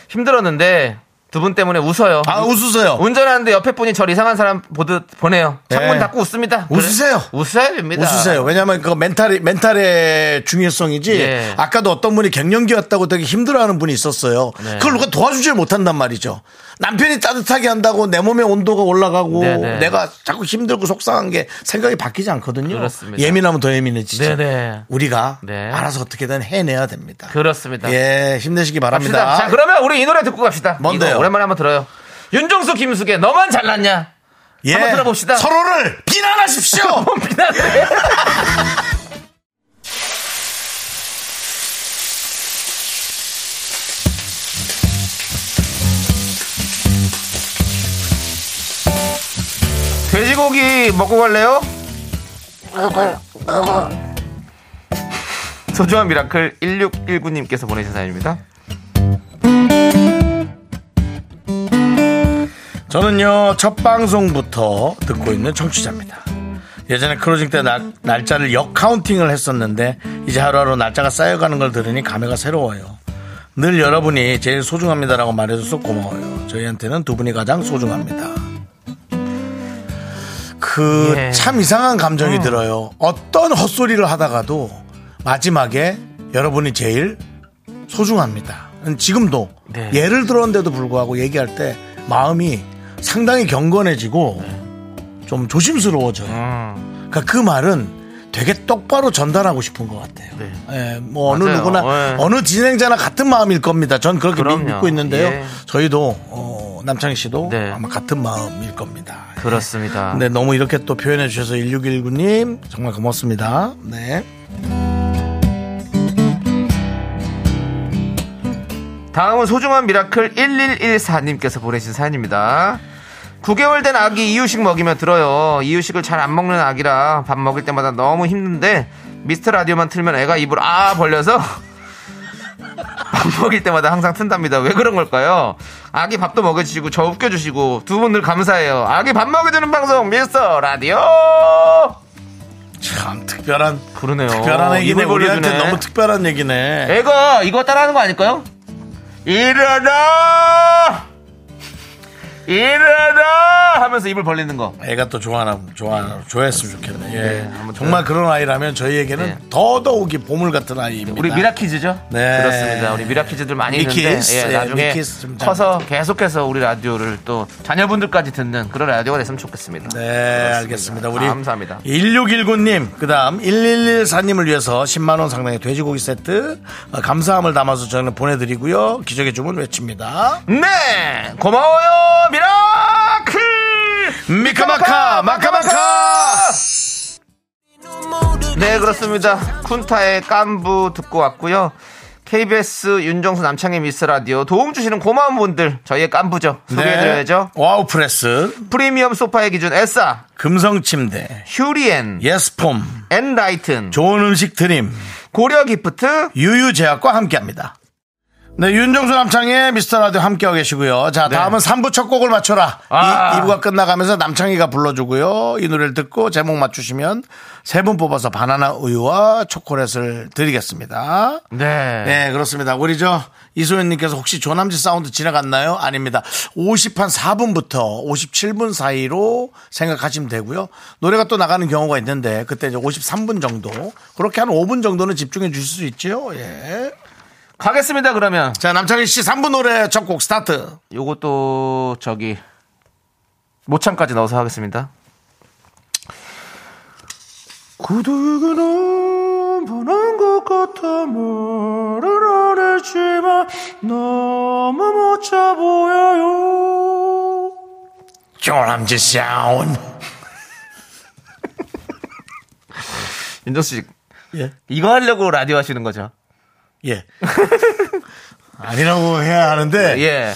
Speaker 2: 힘들었는데 두 분 때문에 웃어요.
Speaker 1: 아 웃으세요.
Speaker 2: 운전하는데 옆에 분이 저 이상한 사람 보듯 보내요. 창문
Speaker 1: 네.
Speaker 2: 닫고 웃습니다.
Speaker 1: 웃으세요.
Speaker 2: 그래, 웃어야 됩니다.
Speaker 1: 웃으세요. 왜냐하면 그 멘탈이 멘탈의 중요성이지.
Speaker 2: 예.
Speaker 1: 아까도 어떤 분이 갱년기였다고 되게 힘들어하는 분이 있었어요.
Speaker 2: 네.
Speaker 1: 그걸 누가 도와주질 못한단 말이죠. 남편이 따뜻하게 한다고 내 몸의 온도가 올라가고
Speaker 2: 네, 네.
Speaker 1: 내가 자꾸 힘들고 속상한 게 생각이 바뀌지 않거든요.
Speaker 2: 그렇습니다.
Speaker 1: 예민하면 더 예민해지죠.
Speaker 2: 네, 네.
Speaker 1: 우리가
Speaker 2: 네.
Speaker 1: 알아서 어떻게든 해내야 됩니다.
Speaker 2: 그렇습니다.
Speaker 1: 예, 힘내시기
Speaker 2: 갑시다.
Speaker 1: 바랍니다.
Speaker 2: 자, 그러면 우리 이 노래 듣고 갑시다.
Speaker 1: 뭔데요?
Speaker 2: 이거 오랜만에 한번 들어요. 윤종수, 김숙의 너만 잘났냐?
Speaker 1: 예,
Speaker 2: 한번 들어봅시다.
Speaker 1: 서로를 비난하십시오.
Speaker 2: 어, 비난해. 돼지고기 먹고 갈래요? 소중한 미라클 1619님께서 보내신 사연입니다.
Speaker 1: 저는요 첫 방송부터 듣고 있는 청취자입니다. 예전에 크로징 때 날, 날짜를 역 카운팅을 했었는데 이제 하루하루 날짜가 쌓여가는 걸 들으니 감회가 새로워요. 늘 여러분이 제일 소중합니다라고 말해줘서 고마워요. 저희한테는 두 분이 가장 소중합니다. 그
Speaker 2: 예.
Speaker 1: 참 이상한 감정이 들어요. 어떤 헛소리를 하다가도 마지막에 여러분이 제일 소중합니다. 지금도
Speaker 2: 네.
Speaker 1: 예를 들었는데도 불구하고 얘기할 때 마음이 상당히 경건해지고 좀 조심스러워져요.
Speaker 2: 음,
Speaker 1: 그러니까 그 말은 되게 똑바로 전달하고 싶은 것 같아요.
Speaker 2: 네.
Speaker 1: 예, 뭐 어느
Speaker 2: 맞아요.
Speaker 1: 누구나
Speaker 2: 예.
Speaker 1: 어느 진행자나 같은 마음일 겁니다. 전 그렇게
Speaker 2: 그럼요.
Speaker 1: 믿고 있는데요.
Speaker 2: 예.
Speaker 1: 저희도 어, 남창희 씨도
Speaker 2: 네.
Speaker 1: 아마 같은 마음일 겁니다. 예.
Speaker 2: 그렇습니다.
Speaker 1: 네, 너무 이렇게 또 표현해 주셔서 1619님 정말 고맙습니다. 네.
Speaker 2: 다음은 소중한 미라클 1114님께서 보내신 사연입니다. 9개월 된 아기 이유식 먹이며 들어요. 이유식을 잘 안 먹는 아기라 밥 먹을 때마다 너무 힘든데 미스터 라디오만 틀면 애가 입을 아 벌려서 밥 먹일 때마다 항상 튼답니다. 왜 그런 걸까요? 아기 밥도 먹여주시고 저 웃겨주시고 두 분들 감사해요. 아기 밥 먹여주는 방송 미스터 라디오.
Speaker 1: 참 특별한
Speaker 2: 그러네요.
Speaker 1: 특별한 얘기네.
Speaker 2: 입을
Speaker 1: 우리한테
Speaker 2: 벌려주네.
Speaker 1: 너무 특별한 얘기네.
Speaker 2: 애가 이거 따라하는 거 아닐까요? 일어나! 일어나! 하면서 입을 벌리는 거.
Speaker 1: 애가 또 좋아하나 좋아 좋아했으면 좋겠네. 예.
Speaker 2: 네, 아무튼.
Speaker 1: 정말 그런 아이라면 저희에게는
Speaker 2: 네.
Speaker 1: 더더욱이 보물 같은 아이입니다.
Speaker 2: 우리 미라키즈죠?
Speaker 1: 네.
Speaker 2: 그렇습니다. 우리 미라키즈들 많이
Speaker 1: 미키즈.
Speaker 2: 있는데 예,
Speaker 1: 예,
Speaker 2: 나중에
Speaker 1: 미키즈 좀
Speaker 2: 커서 계속해서 우리 라디오를 또 자녀분들까지 듣는 그런 라디오가 됐으면 좋겠습니다.
Speaker 1: 네, 알겠습니다. 우리
Speaker 2: 감사합니다.
Speaker 1: 1619님, 그다음 1114님을 위해서 10만 원 상당의 돼지고기 세트 어, 감사함을 담아서 저는 보내드리고요. 기적의 주문 외칩니다.
Speaker 2: 네! 고마워요! 미라클!
Speaker 1: 미카마카 마카마카.
Speaker 2: 네 그렇습니다 쿤타의 깐부 듣고 왔고요 KBS 윤정수 남창희 미스라디오 도움 주시는 고마운 분들 저희의 깐부죠 소개해드려야죠
Speaker 1: 네. 와우 프레스,
Speaker 2: 프리미엄 소파의 기준 에싸
Speaker 1: 금성 침대,
Speaker 2: 휴리엔
Speaker 1: 예스폼,
Speaker 2: 엔라이튼
Speaker 1: 좋은 음식 드림.
Speaker 2: 고려 기프트
Speaker 1: 유유제약과 함께합니다. 네, 윤정수 남창의 미스터 라디오 함께하고 계시고요. 자, 다음은 3부 첫 곡을 맞춰라.
Speaker 2: 아.
Speaker 1: 이, 2부가 끝나가면서 남창희가 불러주고요. 이 노래를 듣고 제목 맞추시면 세 분 뽑아서 바나나 우유와 초콜릿을 드리겠습니다.
Speaker 2: 네,
Speaker 1: 네, 그렇습니다. 우리 저 이소연님께서 혹시 조남지 사운드 지나갔나요? 아닙니다. 50한 4분부터 57분 사이로 생각하시면 되고요. 노래가 또 나가는 경우가 있는데 그때 이제 53분 정도 그렇게 한 5분 정도는 집중해 주실 수 있죠. 예.
Speaker 2: 가겠습니다 그러면
Speaker 1: 자, 남창희 씨 3분 노래 첫 곡 스타트.
Speaker 2: 요것도 저기 모창까지 넣어서 하겠습니다. 구두근은 보는 것 같아 말을 안 했지만 너무 멋져 보여요.
Speaker 1: 조남지 사운.
Speaker 2: 윤정수 씨,
Speaker 1: 예.
Speaker 2: 이거 하려고 라디오 하시는 거죠?
Speaker 1: 예. 아니라고 해야 하는데
Speaker 2: 예.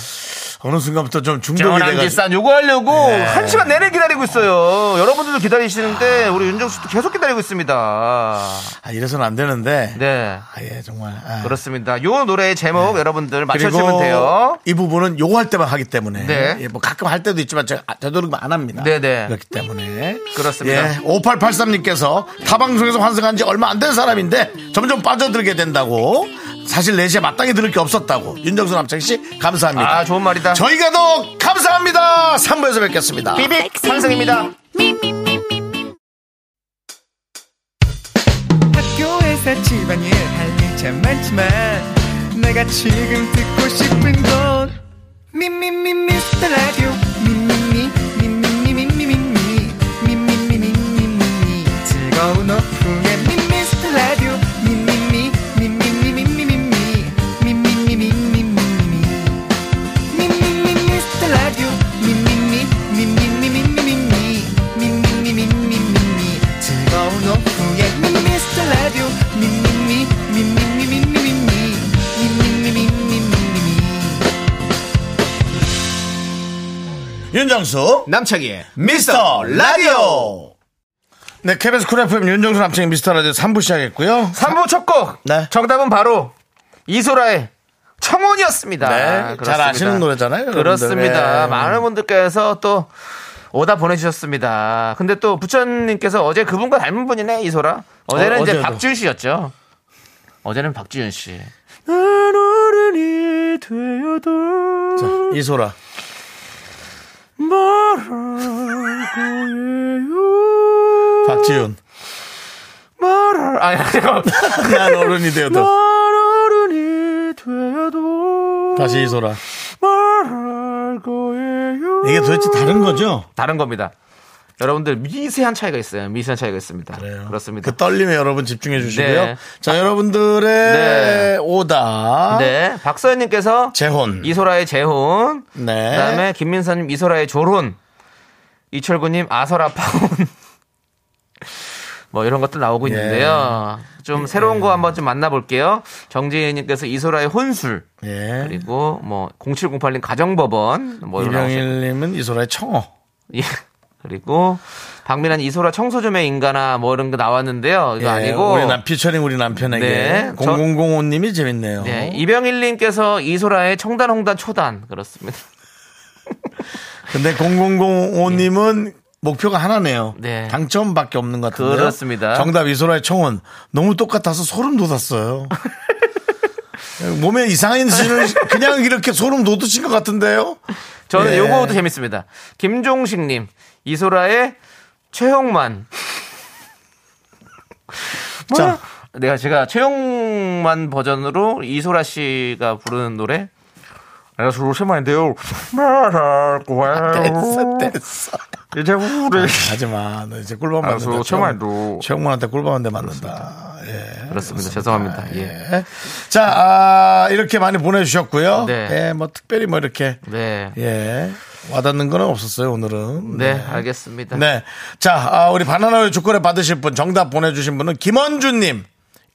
Speaker 1: 어느 순간부터 좀 중독이
Speaker 2: 정원한
Speaker 1: 돼가지고
Speaker 2: 기산 요거 하려고
Speaker 1: 네.
Speaker 2: 한 시간 내내 기다리고 있어요. 여러분들도 기다리시는데 우리 윤정수도 계속 기다리고 있습니다.
Speaker 1: 아, 이래서는 안 되는데.
Speaker 2: 네.
Speaker 1: 아, 예, 정말. 아.
Speaker 2: 그렇습니다. 요 노래의 제목 여러분들 맞춰주시면
Speaker 1: 네. 그리고
Speaker 2: 돼요.
Speaker 1: 이 부분은 요거 할 때만 하기 때문에
Speaker 2: 네.
Speaker 1: 예, 뭐 가끔 할 때도 있지만 제가 아, 되도록 안 합니다.
Speaker 2: 네네.
Speaker 1: 그렇기 때문에
Speaker 2: 그렇습니다.
Speaker 1: 예, 5883님께서 타방송에서 환승한 지 얼마 안 된 사람인데 점점 빠져들게 된다고 사실 4시에 마땅히 들을 게 없었다고 윤정수 남창 씨 감사합니다.
Speaker 2: 아, 좋은 말이다.
Speaker 1: 저희가 더 감사합니다. 3부에서 뵙겠습니다.
Speaker 2: 비빅 상승입니다.
Speaker 6: 학교에서 집안일 할 일 참 많지만 내가 지금 듣고 싶은 건 미미미 미스터 라디오 미미미 미미미 미미미 미미미 미미미 즐거운 오후에 미스터 라디오 미미미 미미미 미미미 미미미 미미미 미미미 미스터 라디오 미미미 미미미 미미미 미미미 미미미 즐거운 오후에 미스터 라디오 미미미 미미미 미미미 미미미 미미미
Speaker 1: 윤정수
Speaker 2: 남창희의
Speaker 1: 미스터 라디오. 네, KBS 쿨 FM 윤정수 남창 미스터 라디오 3부 시작했고요.
Speaker 2: 3부 첫 곡.
Speaker 1: 네.
Speaker 2: 정답은 바로 이소라의 청혼이었습니다.
Speaker 1: 네,
Speaker 2: 그렇습니다.
Speaker 1: 잘 아시는 노래잖아요, 여러분들.
Speaker 2: 그렇습니다.
Speaker 1: 예.
Speaker 2: 많은 분들께서 또 오다 보내주셨습니다. 근데 또 부처님께서 어제 그분과 닮은 분이네 이소라. 어제는
Speaker 1: 어,
Speaker 2: 이제
Speaker 1: 어제도.
Speaker 2: 박지윤 씨였죠. 어제는 박지윤 씨. 난 어른이 되어도
Speaker 1: 자, 이소라.
Speaker 2: 말할 거예요.
Speaker 1: 박지윤.
Speaker 2: 말할 아니 잠깐만.
Speaker 1: 난 어른이 되어도.
Speaker 2: 난 어른이 되어도
Speaker 1: 다시 이소라.
Speaker 2: 말할 거예요.
Speaker 1: 이게 도대체 다른 거죠?
Speaker 2: 다른 겁니다. 여러분들 미세한 차이가 있어요. 미세한 차이가 있습니다.
Speaker 1: 그래요.
Speaker 2: 렇습니다
Speaker 1: 그 떨림에 여러분 집중해 주시고요.
Speaker 2: 네.
Speaker 1: 자, 여러분들의
Speaker 2: 네.
Speaker 1: 오다.
Speaker 2: 네, 박서연님께서
Speaker 1: 재혼.
Speaker 2: 이소라의 재혼,
Speaker 1: 네.
Speaker 2: 그다음에 김민서님 이소라의 조론, 이철구님 아서라 파혼, 뭐 이런 것들 나오고
Speaker 1: 예.
Speaker 2: 있는데요. 좀 새로운 거 한번 좀 만나볼게요. 정재희님께서 이소라의 혼술,
Speaker 1: 예.
Speaker 2: 그리고 뭐 0708님 가정법원, 뭐 이런 나오셨-
Speaker 1: 이병일 님은 이소라의 청어.
Speaker 2: 예. 그리고 박민환 이소라 청소 좀의 인간아 뭐 이런 거 나왔는데요. 이거
Speaker 1: 예,
Speaker 2: 아니고
Speaker 1: 우리 남 피처링 우리 남편에게
Speaker 2: 네. 저-
Speaker 1: 0005 님이 재밌네요.
Speaker 2: 네, 이병일님께서 이소라의 청단 홍단 초단 그렇습니다.
Speaker 1: 근데 0005 님은 목표가 하나네요.
Speaker 2: 네.
Speaker 1: 당첨밖에 없는 것 같은데요.
Speaker 2: 그렇습니다.
Speaker 1: 정답 이소라의 청혼 너무 똑같아서 소름 돋았어요. 몸에 이상한 신을 그냥 이렇게 소름 돋으신 것 같은데요.
Speaker 2: 저는
Speaker 1: 예.
Speaker 2: 요거도 재밌습니다. 김종식님 이소라의 최용만.
Speaker 1: 자.
Speaker 2: 자, 내가 제가 최용만 버전으로 이소라 씨가 부르는 노래. 안녕하세요, 최만인데요. 말할 네, 거예요.
Speaker 1: 됐어.
Speaker 2: 이제 우리.
Speaker 1: 하지마. 너 이제 꿀밤
Speaker 2: 알았어,
Speaker 1: 맞는다.
Speaker 2: 최만도.
Speaker 1: 최영만한테 꿀밤한테 맞는다. 예.
Speaker 2: 그렇습니다. 죄송합니다. 예.
Speaker 1: 예. 자, 아, 이렇게 많이 보내주셨고요.
Speaker 2: 네.
Speaker 1: 예, 뭐 특별히 뭐 이렇게
Speaker 2: 네.
Speaker 1: 예 와닿는 건 없었어요 오늘은.
Speaker 2: 네, 알겠습니다.
Speaker 1: 네. 자, 아, 우리 바나나의 주권을 받으실 분, 정답 보내주신 분은 김원주님,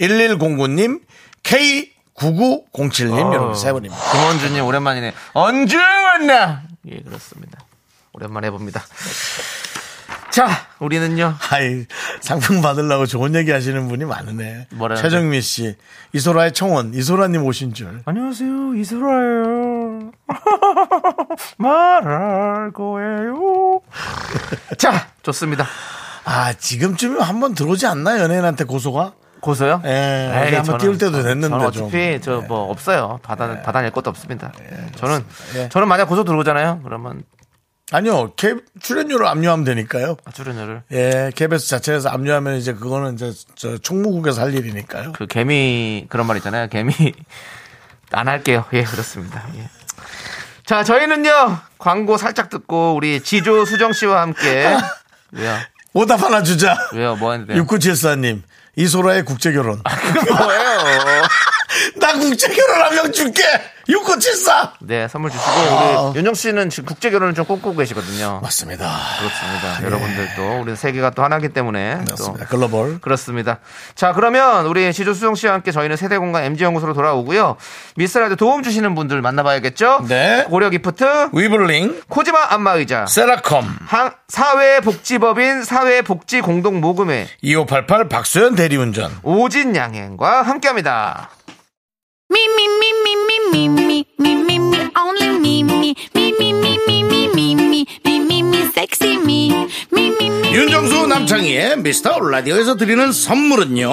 Speaker 1: 1109님, K9907님,
Speaker 2: 어.
Speaker 1: 여러분 세 분입니다.
Speaker 2: 김원준님 오랜만이네. 언제 왔나? 예, 그렇습니다. 오랜만에 해봅니다. 자, 우리는요.
Speaker 1: 아이, 상품 받으려고 좋은 얘기 하시는 분이 많으네.
Speaker 2: 뭐라는데?
Speaker 1: 최정미 씨, 이소라의 청원, 이소라님 오신 줄.
Speaker 2: 안녕하세요, 이소라예요. 말할 거예요. 자, 좋습니다.
Speaker 1: 아, 지금쯤이면 한 번 들어오지 않나, 연예인한테 고소가?
Speaker 2: 고소요?
Speaker 1: 예, 어디 한번 띄울 때도 됐는데
Speaker 2: 저는
Speaker 1: 좀. 예.
Speaker 2: 어차피 저 뭐 없어요. 받아 받아낼 것도 없습니다. 저는
Speaker 1: 예.
Speaker 2: 저는 만약 고소 들어오잖아요. 그러면
Speaker 1: 아니요, K- 출연료를 압류하면 되니까요.
Speaker 2: 출연료를
Speaker 1: 예, KBS 자체에서 압류하면 이제 그거는 이제 저 총무국에서 할 일이니까요.
Speaker 2: 그 개미 그런 말 있잖아요. 개미 안 할게요. 예, 그렇습니다. 예. 자, 저희는요 광고 살짝 듣고 우리 지조 수정 씨와 함께 왜요?
Speaker 1: 오답 하나 주자. 네.
Speaker 2: 왜요? 뭐 했는데?
Speaker 1: 아, 그 6974님, 이소라의 국제결혼.
Speaker 2: 뭐예요?
Speaker 1: 나 국제 결혼 한 명 줄게. 6974.
Speaker 2: 네, 선물 주시고 우리 윤정 씨는 지금 국제 결혼을 좀 꿈꾸고 계시거든요.
Speaker 1: 아. 맞습니다. 아, 예.
Speaker 2: 그렇습니다. 여러분들도 우리 세계가 또 하나기 때문에
Speaker 1: 맞습니다.
Speaker 2: 또
Speaker 1: 글로벌.
Speaker 2: 그렇습니다. 자, 그러면 우리 지조 수정 씨와 함께 저희는 세대공간 MG 연구소로 돌아오고요. 미스라드 도움 주시는 분들 만나봐야겠죠?
Speaker 1: 네.
Speaker 2: 고려 기프트,
Speaker 1: 위블링,
Speaker 2: 코지마 안마의자,
Speaker 1: 세라컴,
Speaker 2: 한- 사회복지법인 사회복지공동모금회
Speaker 1: 2588 박소연 대리운전.
Speaker 2: 오진 양행과 함께합니다.
Speaker 5: Me, me, me, me, me, me, me, me, me, me, only me, me, me, me, me, me, me, me, me, me, me, me, sexy me, me, me, me.
Speaker 1: 윤정수 남창희의 미스터 라디오에서 드리는 선물은요.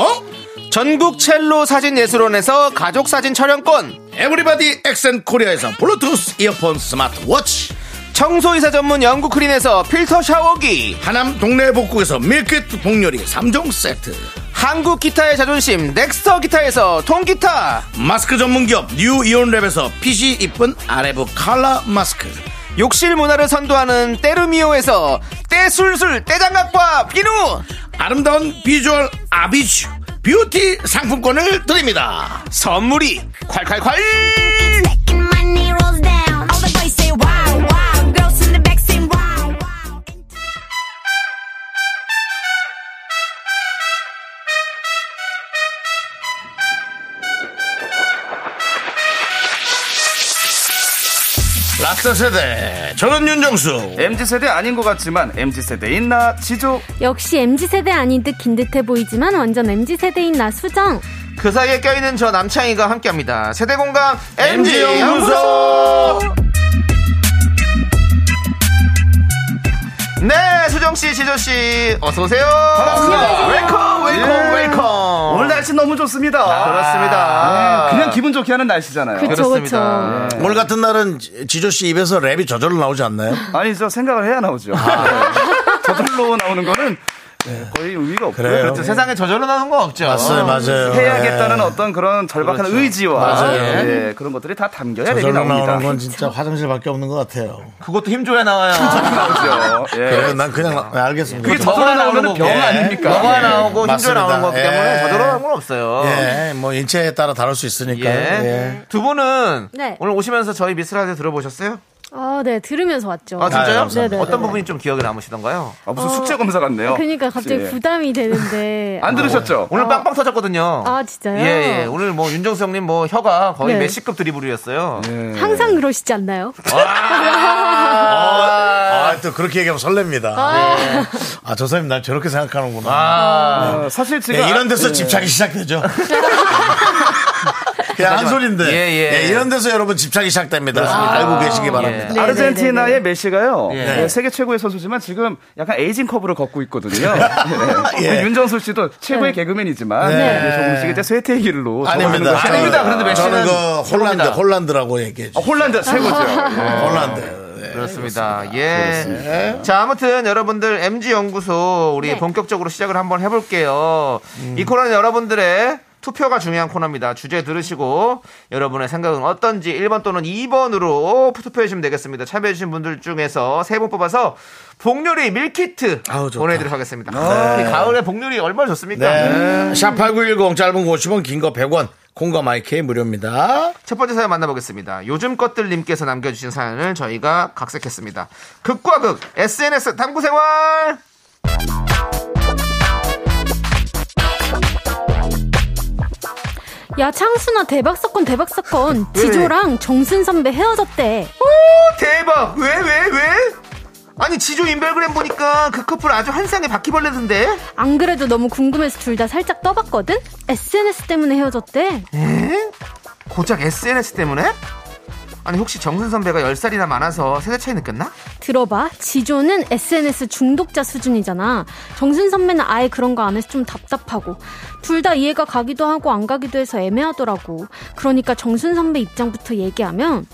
Speaker 2: 전국 첼로 사진 예술원에서 가족 사진 촬영권,
Speaker 1: 에브리바디 엑센 코리아에서 블루투스 이어폰 스마트워치.
Speaker 2: 청소이사 전문 영국 크린에서 필터 샤워기,
Speaker 1: 하남 동네 복국에서 밀키트 복요리 3종 세트.
Speaker 2: 한국 기타의 자존심 넥스터 기타에서 통기타,
Speaker 1: 마스크 전문기업 뉴 이온랩에서 핏이 이쁜 아레브 칼라 마스크.
Speaker 2: 욕실 문화를 선도하는 때르미오에서 때술술 때장갑과 비누,
Speaker 1: 아름다운 비주얼 아비쥬 뷰티 상품권을 드립니다.
Speaker 2: 선물이 콸콸콸!
Speaker 5: Second money rolls down. All the boys say wow, wow. Girls in the back say wow, wow.
Speaker 1: 라스트 세대 저는 윤정수
Speaker 7: MZ 세대 아닌 것 같지만 MZ 세대인 나 지조.
Speaker 8: 역시 MZ세대 아닌 듯 긴 듯해 보이지만 완전 MZ세대인 나 수정.
Speaker 2: 그 사이에 껴있는 저 남창희가 함께합니다. 세대공감
Speaker 1: MG
Speaker 2: MG
Speaker 1: 연구소.
Speaker 2: 연구소. 네, 수정 씨, 지조 씨, 어서 오세요. 반갑습니다. 웰컴, 웰컴,
Speaker 7: 예.
Speaker 2: 웰컴. 아,
Speaker 7: 오늘 날씨 너무 좋습니다.
Speaker 2: 그렇습니다.
Speaker 7: 네, 그냥 기분 좋게 하는 날씨잖아요. 그렇죠.
Speaker 8: 그쵸, 그쵸.
Speaker 2: 그렇습니다. 네.
Speaker 1: 오늘 같은 날은 지조 씨 입에서 랩이 저절로 나오지 않나요?
Speaker 7: 아니죠. 생각을 해야 나오죠. 네. 저절로 나오는 거는 네, 거의 의미가 없고요.
Speaker 1: 그래요.
Speaker 7: 그렇죠.
Speaker 2: 세상에 저절로 나는 거 없죠.
Speaker 1: 맞아요, 맞아요.
Speaker 7: 해야겠다는 어떤 그런 절박한
Speaker 2: 그렇죠.
Speaker 7: 의지와
Speaker 1: 맞아요.
Speaker 7: 예, 그런 것들이 다 담겨야
Speaker 1: 예.
Speaker 7: 랩이
Speaker 1: 저절로
Speaker 7: 나옵니다.
Speaker 1: 나오는 건 진짜 화장실밖에 없는 것 같아요.
Speaker 2: 그것도 힘줘야 나와요.
Speaker 7: 나오죠. 예.
Speaker 1: 그래요? 난 그냥 나- 네, 알겠습니다.
Speaker 7: 그게 저절로 나오면
Speaker 2: 거고.
Speaker 7: 병
Speaker 1: 예.
Speaker 7: 아닙니까?
Speaker 2: 뭐가
Speaker 7: 예.
Speaker 2: 나오고 힘줘야
Speaker 1: 맞습니다.
Speaker 2: 나오는 거기 때문에
Speaker 1: 예.
Speaker 2: 저절로 나오는 건 없어요.
Speaker 1: 예, 뭐 인체에 따라 다를 수 있으니까.
Speaker 2: 예.
Speaker 1: 예.
Speaker 2: 두 분은
Speaker 8: 네.
Speaker 2: 오늘 오시면서 저희 미스라디오 들어보셨어요?
Speaker 8: 아, 네, 들으면서 왔죠.
Speaker 2: 아,
Speaker 1: 아,
Speaker 2: 진짜요?
Speaker 8: 네,
Speaker 1: 감사합니다.
Speaker 2: 어떤 부분이 좀 기억에 남으시던가요?
Speaker 7: 아, 무슨 숙제 검사 같네요.
Speaker 8: 어. 그러니까 갑자기
Speaker 7: 예.
Speaker 8: 부담이 되는데.
Speaker 7: 안 들으셨죠?
Speaker 2: 오늘 빵빵 터졌거든요.
Speaker 8: 아, 진짜요?
Speaker 2: 예, 예. 오늘 뭐 윤정수 형님 뭐 혀가 거의
Speaker 8: 네.
Speaker 2: 메시급 드리블이었어요.
Speaker 1: 네.
Speaker 8: 아,
Speaker 2: 네.
Speaker 8: 항상 그러시지 않나요?
Speaker 1: 아, 또 그렇게 얘기하면 설렙니다. 아, 저 사람이 날 저렇게 생각하는구나.
Speaker 7: 아, 사실 지금
Speaker 1: 예, 이런
Speaker 7: 아-
Speaker 1: 데서 집착이 시작되죠. 그냥 한 소린데.
Speaker 2: 예, 예.
Speaker 1: 이런 데서 여러분 집착이 시작됩니다.
Speaker 2: 아.
Speaker 1: 알고 계시기 바랍니다.
Speaker 8: 네,
Speaker 7: 아르헨티나의
Speaker 8: 네,
Speaker 7: 메시가요
Speaker 2: 예.
Speaker 7: 예, 세계 최고의 선수지만 지금 약간 에이징 커브를 걷고 있거든요.
Speaker 1: 예.
Speaker 7: 우리 윤정수 씨도 최고의 개그맨이지만
Speaker 1: 네.
Speaker 7: 이제 조금씩 이제 쇠퇴의 길로
Speaker 1: 아닙니다.
Speaker 7: 접어드는 것처럼.
Speaker 2: 아닙니다. 그런데 메시는
Speaker 1: 저는 그 홀란드,
Speaker 2: 최고입니다. 아,
Speaker 1: 홀란드라고 얘기해
Speaker 7: 아,
Speaker 1: 주세요.
Speaker 7: 홀란드 최고죠. 예.
Speaker 1: 홀란드. 예.
Speaker 2: 네, 그렇습니다. 예. 자, 아무튼 여러분들 MG 연구소 우리
Speaker 8: 네.
Speaker 2: 본격적으로 시작을 한번 해볼게요. 이 코너는 여러분들의 투표가 중요한 코너입니다. 주제 들으시고 여러분의 생각은 어떤지 1번 또는 2번으로 투표해 주시면 되겠습니다. 참여해 주신 분들 중에서 세 분 뽑아서 복요리 밀키트
Speaker 1: 아우, 좋다.
Speaker 2: 보내드리도록 하겠습니다. 네. 우리 가을에 복요리 얼마나 좋습니까?
Speaker 1: 네. 샵8910 짧은 거 50원, 긴 거 100원. 콩과 마이크 무료입니다.
Speaker 2: 첫 번째 사연 만나보겠습니다. 요즘 것들님께서 남겨주신 사연을 저희가 각색했습니다. 극과 극 SNS 탐구 생활.
Speaker 8: 야, 창순아, 대박 사건, 대박 사건.
Speaker 2: 왜?
Speaker 8: 지조랑 정순 선배 헤어졌대.
Speaker 2: 대박! 왜, 왜, 왜? 아니, 지조 인별그램 보니까 그 커플 아주 한상의 바퀴벌레던데?
Speaker 8: 안 그래도 너무 궁금해서 둘 다 살짝 떠봤거든? SNS 때문에 헤어졌대.
Speaker 2: 에? 고작 SNS 때문에? 아니, 혹시 정순 선배가 10살이나 많아서 세대 차이 느꼈나?
Speaker 8: 들어봐. 지조는 SNS 중독자 수준이잖아. 정순 선배는 아예 그런 거 안 해서 좀 답답하고. 둘 다 이해가 가기도 하고 안 가기도 해서 애매하더라고. 그러니까 정순 선배 입장부터 얘기하면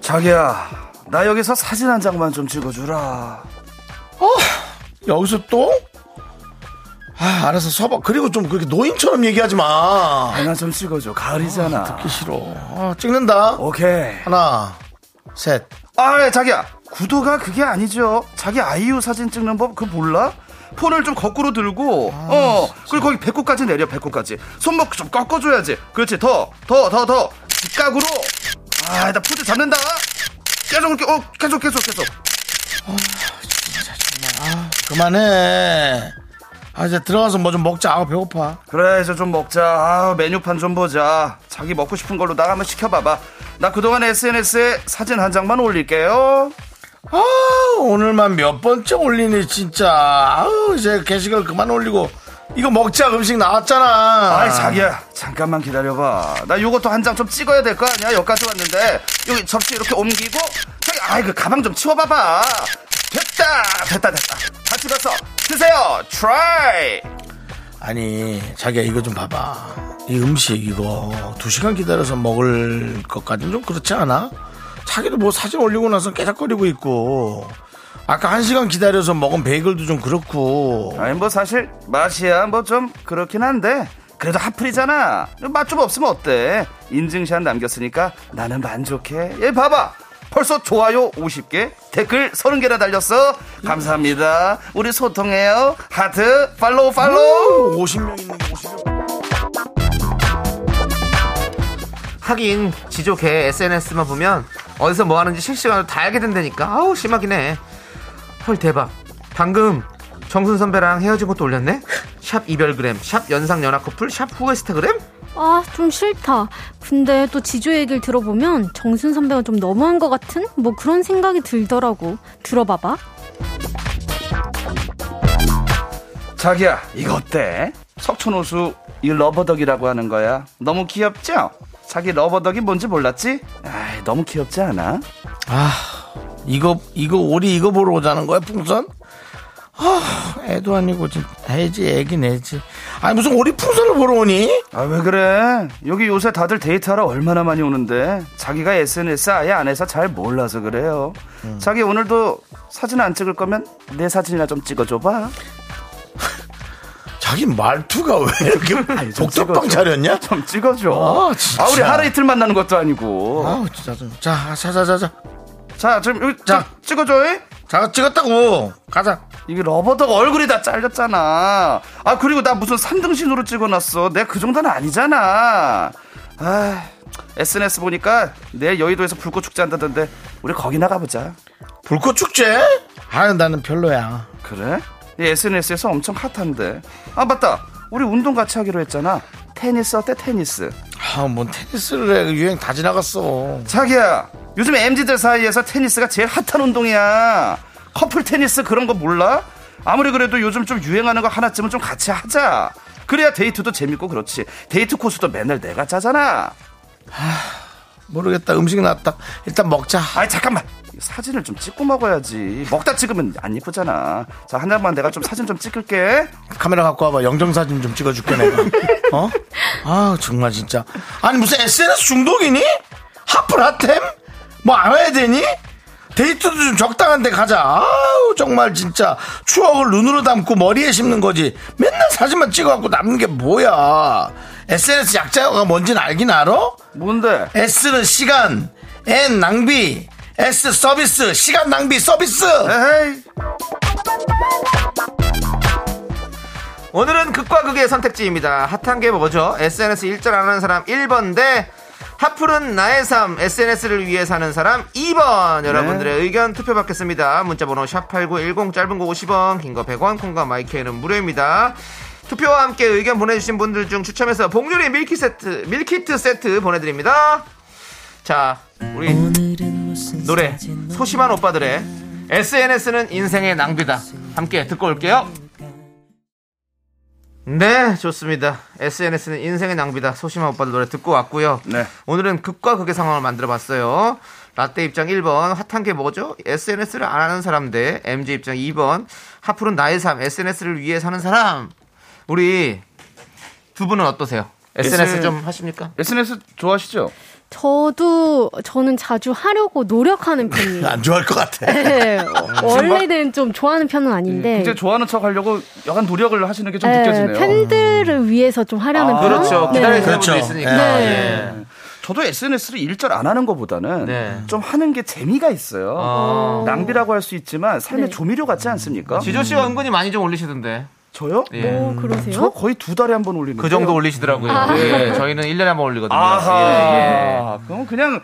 Speaker 7: 자기야, 나 여기서 사진 한 장만 좀 찍어주라.
Speaker 1: 여기서 또? 아, 알아서 서봐. 그리고 좀 그렇게 노인처럼 얘기하지 마.
Speaker 7: 하나 좀 찍어줘. 가을이잖아.
Speaker 1: 싫어. 아, 찍는다.
Speaker 7: 오케이.
Speaker 1: 하나, 셋.
Speaker 7: 아, 예, 자기야. 구도가 그게 아니죠. 자기 아이유 사진 찍는 법 그거 몰라? 폰을 좀 거꾸로 들고 어 그리고 거기 배꼽까지 내려 배꼽까지 손목 좀 꺾어줘야지 그렇지 더 더 더더 직각으로 아 나 포즈 잡는다 계속 이렇게 어 계속 계속 계속
Speaker 1: 그만해. 아, 이제 들어가서 뭐 좀 먹자. 아, 배고파.
Speaker 7: 그래 이제 좀 먹자 아 메뉴판 좀 보자 자기 먹고 싶은 걸로 나 한번 시켜봐봐 나 그동안 SNS에 사진 한 장만 올릴게요
Speaker 1: 아, 오늘만 몇 번째 올리니, 진짜. 아우, 이제 게시글 그만 올리고. 이거 먹자, 음식 나왔잖아.
Speaker 7: 아이 자기야 잠깐만 기다려봐 나 요것도 한 장 좀 찍어야 될 거 아니야 여기까지 왔는데 여기 접시 이렇게 옮기고 자기 아이 그 가방 좀 치워봐봐 됐다 됐다 됐다 다 찍었어 드세요 트라이
Speaker 1: 아니, 자기야, 이거 좀 봐봐. 이 음식, 이거. 두 시간 기다려서 먹을 것까지는 좀 그렇지 않아? 자기도 뭐 사진 올리고 나서 깨작거리고 있고. 아까 한 시간 기다려서 먹은 베이글도 좀 그렇고.
Speaker 7: 아니 뭐 사실 맛이야 뭐 좀 그렇긴 한데 그래도 핫플이잖아 맛 좀 없으면 어때 인증샷 남겼으니까 나는 만족해 얘 봐봐 벌써 좋아요 50개 댓글 30개나 달렸어 감사합니다 우리 소통해요 하트 팔로우 팔로우
Speaker 1: 50명 있는 거
Speaker 2: 하긴 지조개 SNS만 보면 어디서 뭐 하는지 실시간으로 다 알게 된다니까 아우 심하긴 해헐 대박 방금 정순 선배랑 헤어진 것도 올렸네 샵 이별그램 샵 연상연하 커플 샵 후에스타그램
Speaker 8: 아, 좀 싫다. 근데 또 지조 얘기를 들어보면 정순 선배가 좀 너무한 것 같은? 뭐 그런 생각이 들더라고. 들어봐봐.
Speaker 7: 자기야 이거 어때? 석촌호수 이 러버덕이라고 하는 거야 너무 귀엽죠? 자기 러버덕이 뭔지 몰랐지? 아 너무 귀엽지 않아?
Speaker 1: 이거 이거 우리 이거 보러 오자는 거야 풍선? 아 애도 아니고 지금 애지 애기 내지 아니 무슨 우리 풍선을 보러 오니?
Speaker 7: 아 왜 그래? 여기 요새 다들 데이트하러 얼마나 많이 오는데 자기가 SNS 아예 안 해서 잘 몰라서 그래요
Speaker 1: 음.
Speaker 7: 자기 오늘도 사진 안 찍을 거면 내 사진이나 좀 찍어줘봐
Speaker 1: 자기 말투가 왜 이렇게 복덕방 차렸냐?
Speaker 7: 좀 찍어줘
Speaker 1: 아, 진짜. 어?
Speaker 7: 우리 하루 이틀 만나는 것도 아니고
Speaker 1: 아우 진짜 좀자 자자자자
Speaker 7: 자 지금 여기
Speaker 1: 자.
Speaker 7: 자 찍어줘 잉?
Speaker 1: 자 찍었다고 가자
Speaker 7: 이게 러버덕 얼굴이 다 잘렸잖아. 아 그리고 나 무슨 삼등신으로 찍어놨어. 내가 그 정도는 아니잖아. 아 SNS 보니까 내일 여의도에서 불꽃 축제 한다던데 우리 거기 나가보자.
Speaker 1: 불꽃 축제? 아 나는 별로야
Speaker 7: 그래? SNS에서 엄청 핫한데. 아 맞다. 우리 운동 같이 하기로 했잖아. 테니스 어때 테니스?
Speaker 1: 아뭔 테니스를 해그 유행 다 지나갔어
Speaker 7: 자기야 요즘 MZ들 사이에서 테니스가 제일 핫한 운동이야. 커플 테니스 그런 거 몰라? 아무리 그래도 요즘 좀 유행하는 거 하나쯤은 좀 같이 하자. 그래야 데이트도 재밌고 그렇지. 데이트 코스도 맨날 내가 짜잖아.
Speaker 1: 모르겠다 음식 나왔다 일단 먹자
Speaker 7: 아이 잠깐만. 이거 사진을 좀 찍고 먹어야지. 먹다 찍으면 안 이쁘잖아. 자, 한 장만 내가 좀 사진 좀 찍을게.
Speaker 1: 카메라 갖고 와봐. 영정사진 좀 찍어줄게, 내가. 어? 아, 정말 진짜. 아니, 무슨 SNS 중독이니? 하프라템? 뭐, 안 해야 되니? 데이트도 좀 적당한 데 가자. 아우, 정말 진짜. 추억을 눈으로 담고 머리에 심는 거지. 맨날 사진만 찍어갖고 남는 게 뭐야. SNS 약자가 뭔진 알긴 알아?
Speaker 7: 뭔데?
Speaker 1: S는 시간, N 낭비, S 서비스, 시간 낭비, 서비스!
Speaker 7: 에헤이.
Speaker 2: 오늘은 극과 극의 선택지입니다. 핫한 게 뭐죠? SNS 일절 안 하는 사람 1번 대 하풀은 나의 삶 SNS를 위해 사는 사람 2번 여러분들의 의견 투표 받겠습니다. 문자번호 샵8910 짧은 거 50원 긴 거 100원 콩과 마이크에는 무료입니다. 투표와 함께 의견 보내주신 분들 중 추첨해서 복요리 밀키 세트, 밀키트 세트 보내드립니다. 자 우리 노래 소심한 오빠들의 SNS는 인생의 낭비다 함께 듣고 올게요. 네, 좋습니다. SNS는 인생의 낭비다. 소심한 오빠들 노래 듣고 왔고요.
Speaker 7: 네.
Speaker 2: 오늘은 극과 극의 상황을 만들어 봤어요. 라떼 입장 1번, 핫한 게 뭐죠? SNS를 안 하는 사람 대 MG 입장 2번, 하풀은 나의 삶, SNS를 위해 사는 사람. 우리 두 분은 어떠세요? SNS
Speaker 7: SNS
Speaker 2: 좀 하십니까?
Speaker 7: SNS 좋아하시죠?
Speaker 8: 저도 저는 자주 하려고 노력하는 편이에요.
Speaker 1: 안 좋아할 것 같아.
Speaker 8: 네, 원래는 좀 좋아하는 편은 아닌데.
Speaker 7: 이제 음, 좋아하는 척 하려고 약간 노력을 하시는 게 좀
Speaker 8: 네,
Speaker 7: 느껴지네요.
Speaker 8: 팬들을 위해서 좀 하려는 편.
Speaker 2: 그렇죠. 기다리는
Speaker 8: 네.
Speaker 2: 사람도
Speaker 1: 그렇죠.
Speaker 2: 있으니까.
Speaker 8: 네.
Speaker 2: 예.
Speaker 7: 저도 SNS를 일절 안 하는 것보다는
Speaker 2: 네.
Speaker 7: 좀 하는 게 재미가 있어요.
Speaker 2: 아.
Speaker 7: 낭비라고 할 수 있지만 삶의
Speaker 8: 네.
Speaker 7: 조미료 같지 않습니까?
Speaker 2: 지조 씨가 은근히 많이 좀 올리시던데.
Speaker 7: 저요? 뭐,
Speaker 2: 예.
Speaker 8: 오,
Speaker 7: 저
Speaker 8: 어, 그러세요?
Speaker 7: 거의 두 달에 한 번 올리는
Speaker 2: 그 정도 올리시더라고요. 예, 저희는 1년에 한 번 올리거든요. 예, 예.
Speaker 7: 아하. 그럼 그냥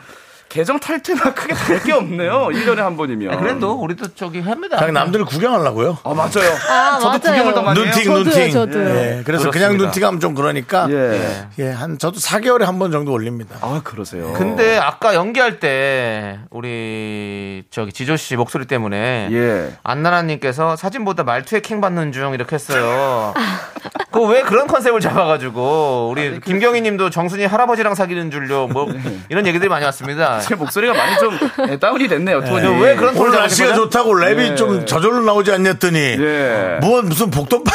Speaker 7: 계정 탈퇴나 크게 다를 게 없네요. 1년에 한 번이면.
Speaker 2: 아, 그래도 우리도 저기 합니다.
Speaker 1: 그냥 남들을 구경하려고요.
Speaker 7: 아, 맞아요.
Speaker 8: 아,
Speaker 7: 저도 구경을 더 많이 해요.
Speaker 1: 눈팅,
Speaker 8: 저도요,
Speaker 1: 눈팅.
Speaker 8: 저도요.
Speaker 1: 예, 그래서
Speaker 2: 그렇습니다.
Speaker 1: 그냥 눈팅하면 좀 그러니까. 예.
Speaker 7: 예.
Speaker 1: 한, 저도 4개월에 한 번 정도 올립니다.
Speaker 7: 아, 그러세요.
Speaker 2: 근데 아까 연기할 때 우리 저기 지조 씨 목소리 때문에
Speaker 7: 예.
Speaker 2: 안나라님께서 사진보다 말투에 킹 받는 중 이렇게 했어요. 그 왜 그런 컨셉을 잡아가지고 우리 김경희님도 정순이 할아버지랑 사귀는 줄요 뭐 이런 얘기들이 많이 왔습니다.
Speaker 7: 제 목소리가 많이 좀 예, 다운이 됐네요. 톤이.
Speaker 2: 왜 그런
Speaker 1: 오늘
Speaker 2: 톤을
Speaker 1: 날씨가
Speaker 2: 잡으신 거죠?
Speaker 1: 좋다고 랩이
Speaker 7: 예.
Speaker 1: 좀 저절로 나오지 않냐더니
Speaker 7: 예.
Speaker 1: 뭐 무슨 복도파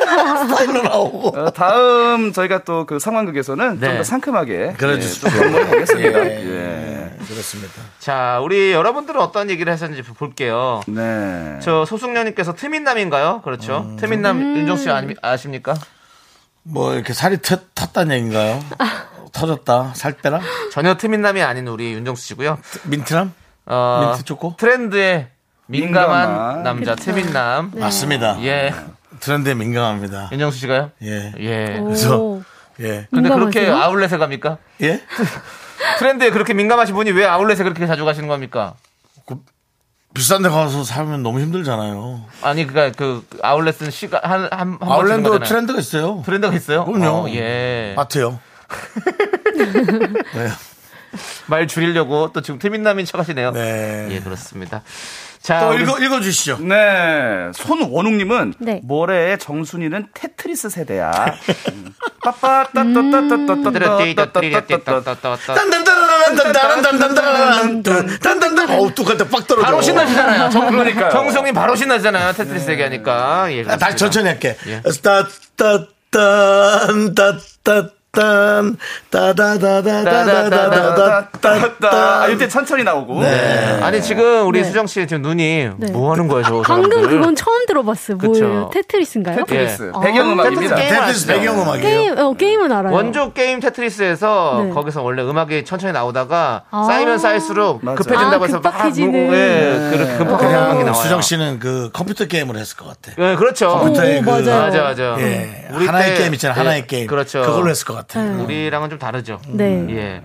Speaker 1: 스타일로 나오고
Speaker 7: 어, 다음 저희가 또 그 상황극에서는
Speaker 2: 네.
Speaker 7: 좀 더 상큼하게
Speaker 1: 그래 주십시오.
Speaker 7: 한번 보겠습니다.
Speaker 1: 예.
Speaker 7: 예.
Speaker 1: 그렇습니다.
Speaker 2: 자 우리 여러분들은 어떤 얘기를 하셨는지 볼게요.
Speaker 7: 네.
Speaker 2: 저 소숙녀님께서 트민남인가요? 그렇죠.
Speaker 1: 음.
Speaker 2: 트민남
Speaker 8: 음.
Speaker 2: 윤정 씨 아니- 아십니까?
Speaker 1: 뭐 이렇게 살이 트, 탔다는 얘기인가요? 터졌다 살 빼라
Speaker 2: 전혀 트민남이 아닌 우리 윤정수 씨고요.
Speaker 1: 민트남
Speaker 2: 어,
Speaker 1: 민트 초코?
Speaker 2: 트렌드에 민감한,
Speaker 7: 민감한.
Speaker 2: 남자 트민남.
Speaker 8: 네.
Speaker 1: 맞습니다.
Speaker 2: 예.
Speaker 1: 트렌드에 민감합니다.
Speaker 2: 윤정수 씨가요?
Speaker 1: 네. 예.
Speaker 2: 예.
Speaker 1: 그래서- 예.
Speaker 2: 근데 그렇게
Speaker 8: 민감하세요?
Speaker 2: 아울렛에 갑니까?
Speaker 1: 예?
Speaker 2: 트렌드에 그렇게 민감하신 분이 왜 아울렛에 그렇게 자주 가시는 겁니까?
Speaker 1: 비싼 데 가서 사면 너무 힘들잖아요.
Speaker 2: 아니 그니까 그 아울렛은 시가 한한
Speaker 1: 아울랜드 트렌드가 있어요.
Speaker 2: 트렌드가 있어요?
Speaker 1: 그럼요. 아.
Speaker 2: 어, 예.
Speaker 1: 마트요. 네.
Speaker 2: 말 줄이려고 또 지금 트민남인 척하시네요.
Speaker 1: 네.
Speaker 2: 예, 그렇습니다. 자,
Speaker 1: 또
Speaker 2: 우리-
Speaker 1: 읽어, 읽어주시죠.
Speaker 7: 네. 손원웅님은
Speaker 8: 네.
Speaker 7: 모래의 정순이는 테트리스 세대야. 음.
Speaker 1: 음.
Speaker 7: 빠빠따따따따따따따따따따따따
Speaker 1: 딴딴딴딴딴딴딴딴딴딴딴딴딴딴 어우 똑같다 빡 떨어져.
Speaker 2: 바로 신나시잖아요. 정,
Speaker 7: 그러니까요.
Speaker 2: 정성님 바로 신나시잖아요. 테트리스 얘기하니까. 예,
Speaker 1: 네. 아,
Speaker 2: 그렇습니다.
Speaker 1: 다시 천천히 할게.
Speaker 2: 예.
Speaker 1: 따따딴 따따딴 따다다다다다다다다다다. 네.
Speaker 7: 아, 이때 천천히 나오고.
Speaker 2: 아니 지금 우리
Speaker 8: 네.
Speaker 2: 수정 씨 지금 눈이
Speaker 8: 네.
Speaker 2: 뭐 하는 거예요, 저
Speaker 8: 방금
Speaker 2: 사람들?
Speaker 8: 그건 처음 들어봤어요.
Speaker 2: 그쵸.
Speaker 8: 뭐예요? 테트리스인가요?
Speaker 2: 예.
Speaker 7: 테트리스. 배경음악입니다.
Speaker 2: 테트리스
Speaker 1: 테트리스 배경음악이에요.
Speaker 8: 게임, 어, 게임은 알아요.
Speaker 2: 원조 게임 테트리스에서
Speaker 8: 네.
Speaker 2: 거기서 원래 음악이 천천히 나오다가
Speaker 8: 아.
Speaker 2: 쌓이면 쌓일수록
Speaker 7: 맞아요.
Speaker 2: 급해진다고
Speaker 8: 아,
Speaker 2: 해서
Speaker 8: 급박해지는. 네.
Speaker 2: 막, 예, 그렇게 급박한 음악이
Speaker 1: 그냥
Speaker 2: 나와요.
Speaker 1: 수정 씨는 그 컴퓨터 게임을 했을 것 같아.
Speaker 2: 예, 그렇죠.
Speaker 1: 컴퓨터의 그
Speaker 2: 맞아, 맞아.
Speaker 1: 예, 하나의
Speaker 2: 때-
Speaker 1: 게임 있잖아. 하나의
Speaker 2: 예,
Speaker 1: 게임.
Speaker 2: 그렇죠.
Speaker 1: 그걸로 했을 것 같아. 요
Speaker 2: 우리랑은 좀 다르죠.
Speaker 8: 네.
Speaker 2: 예.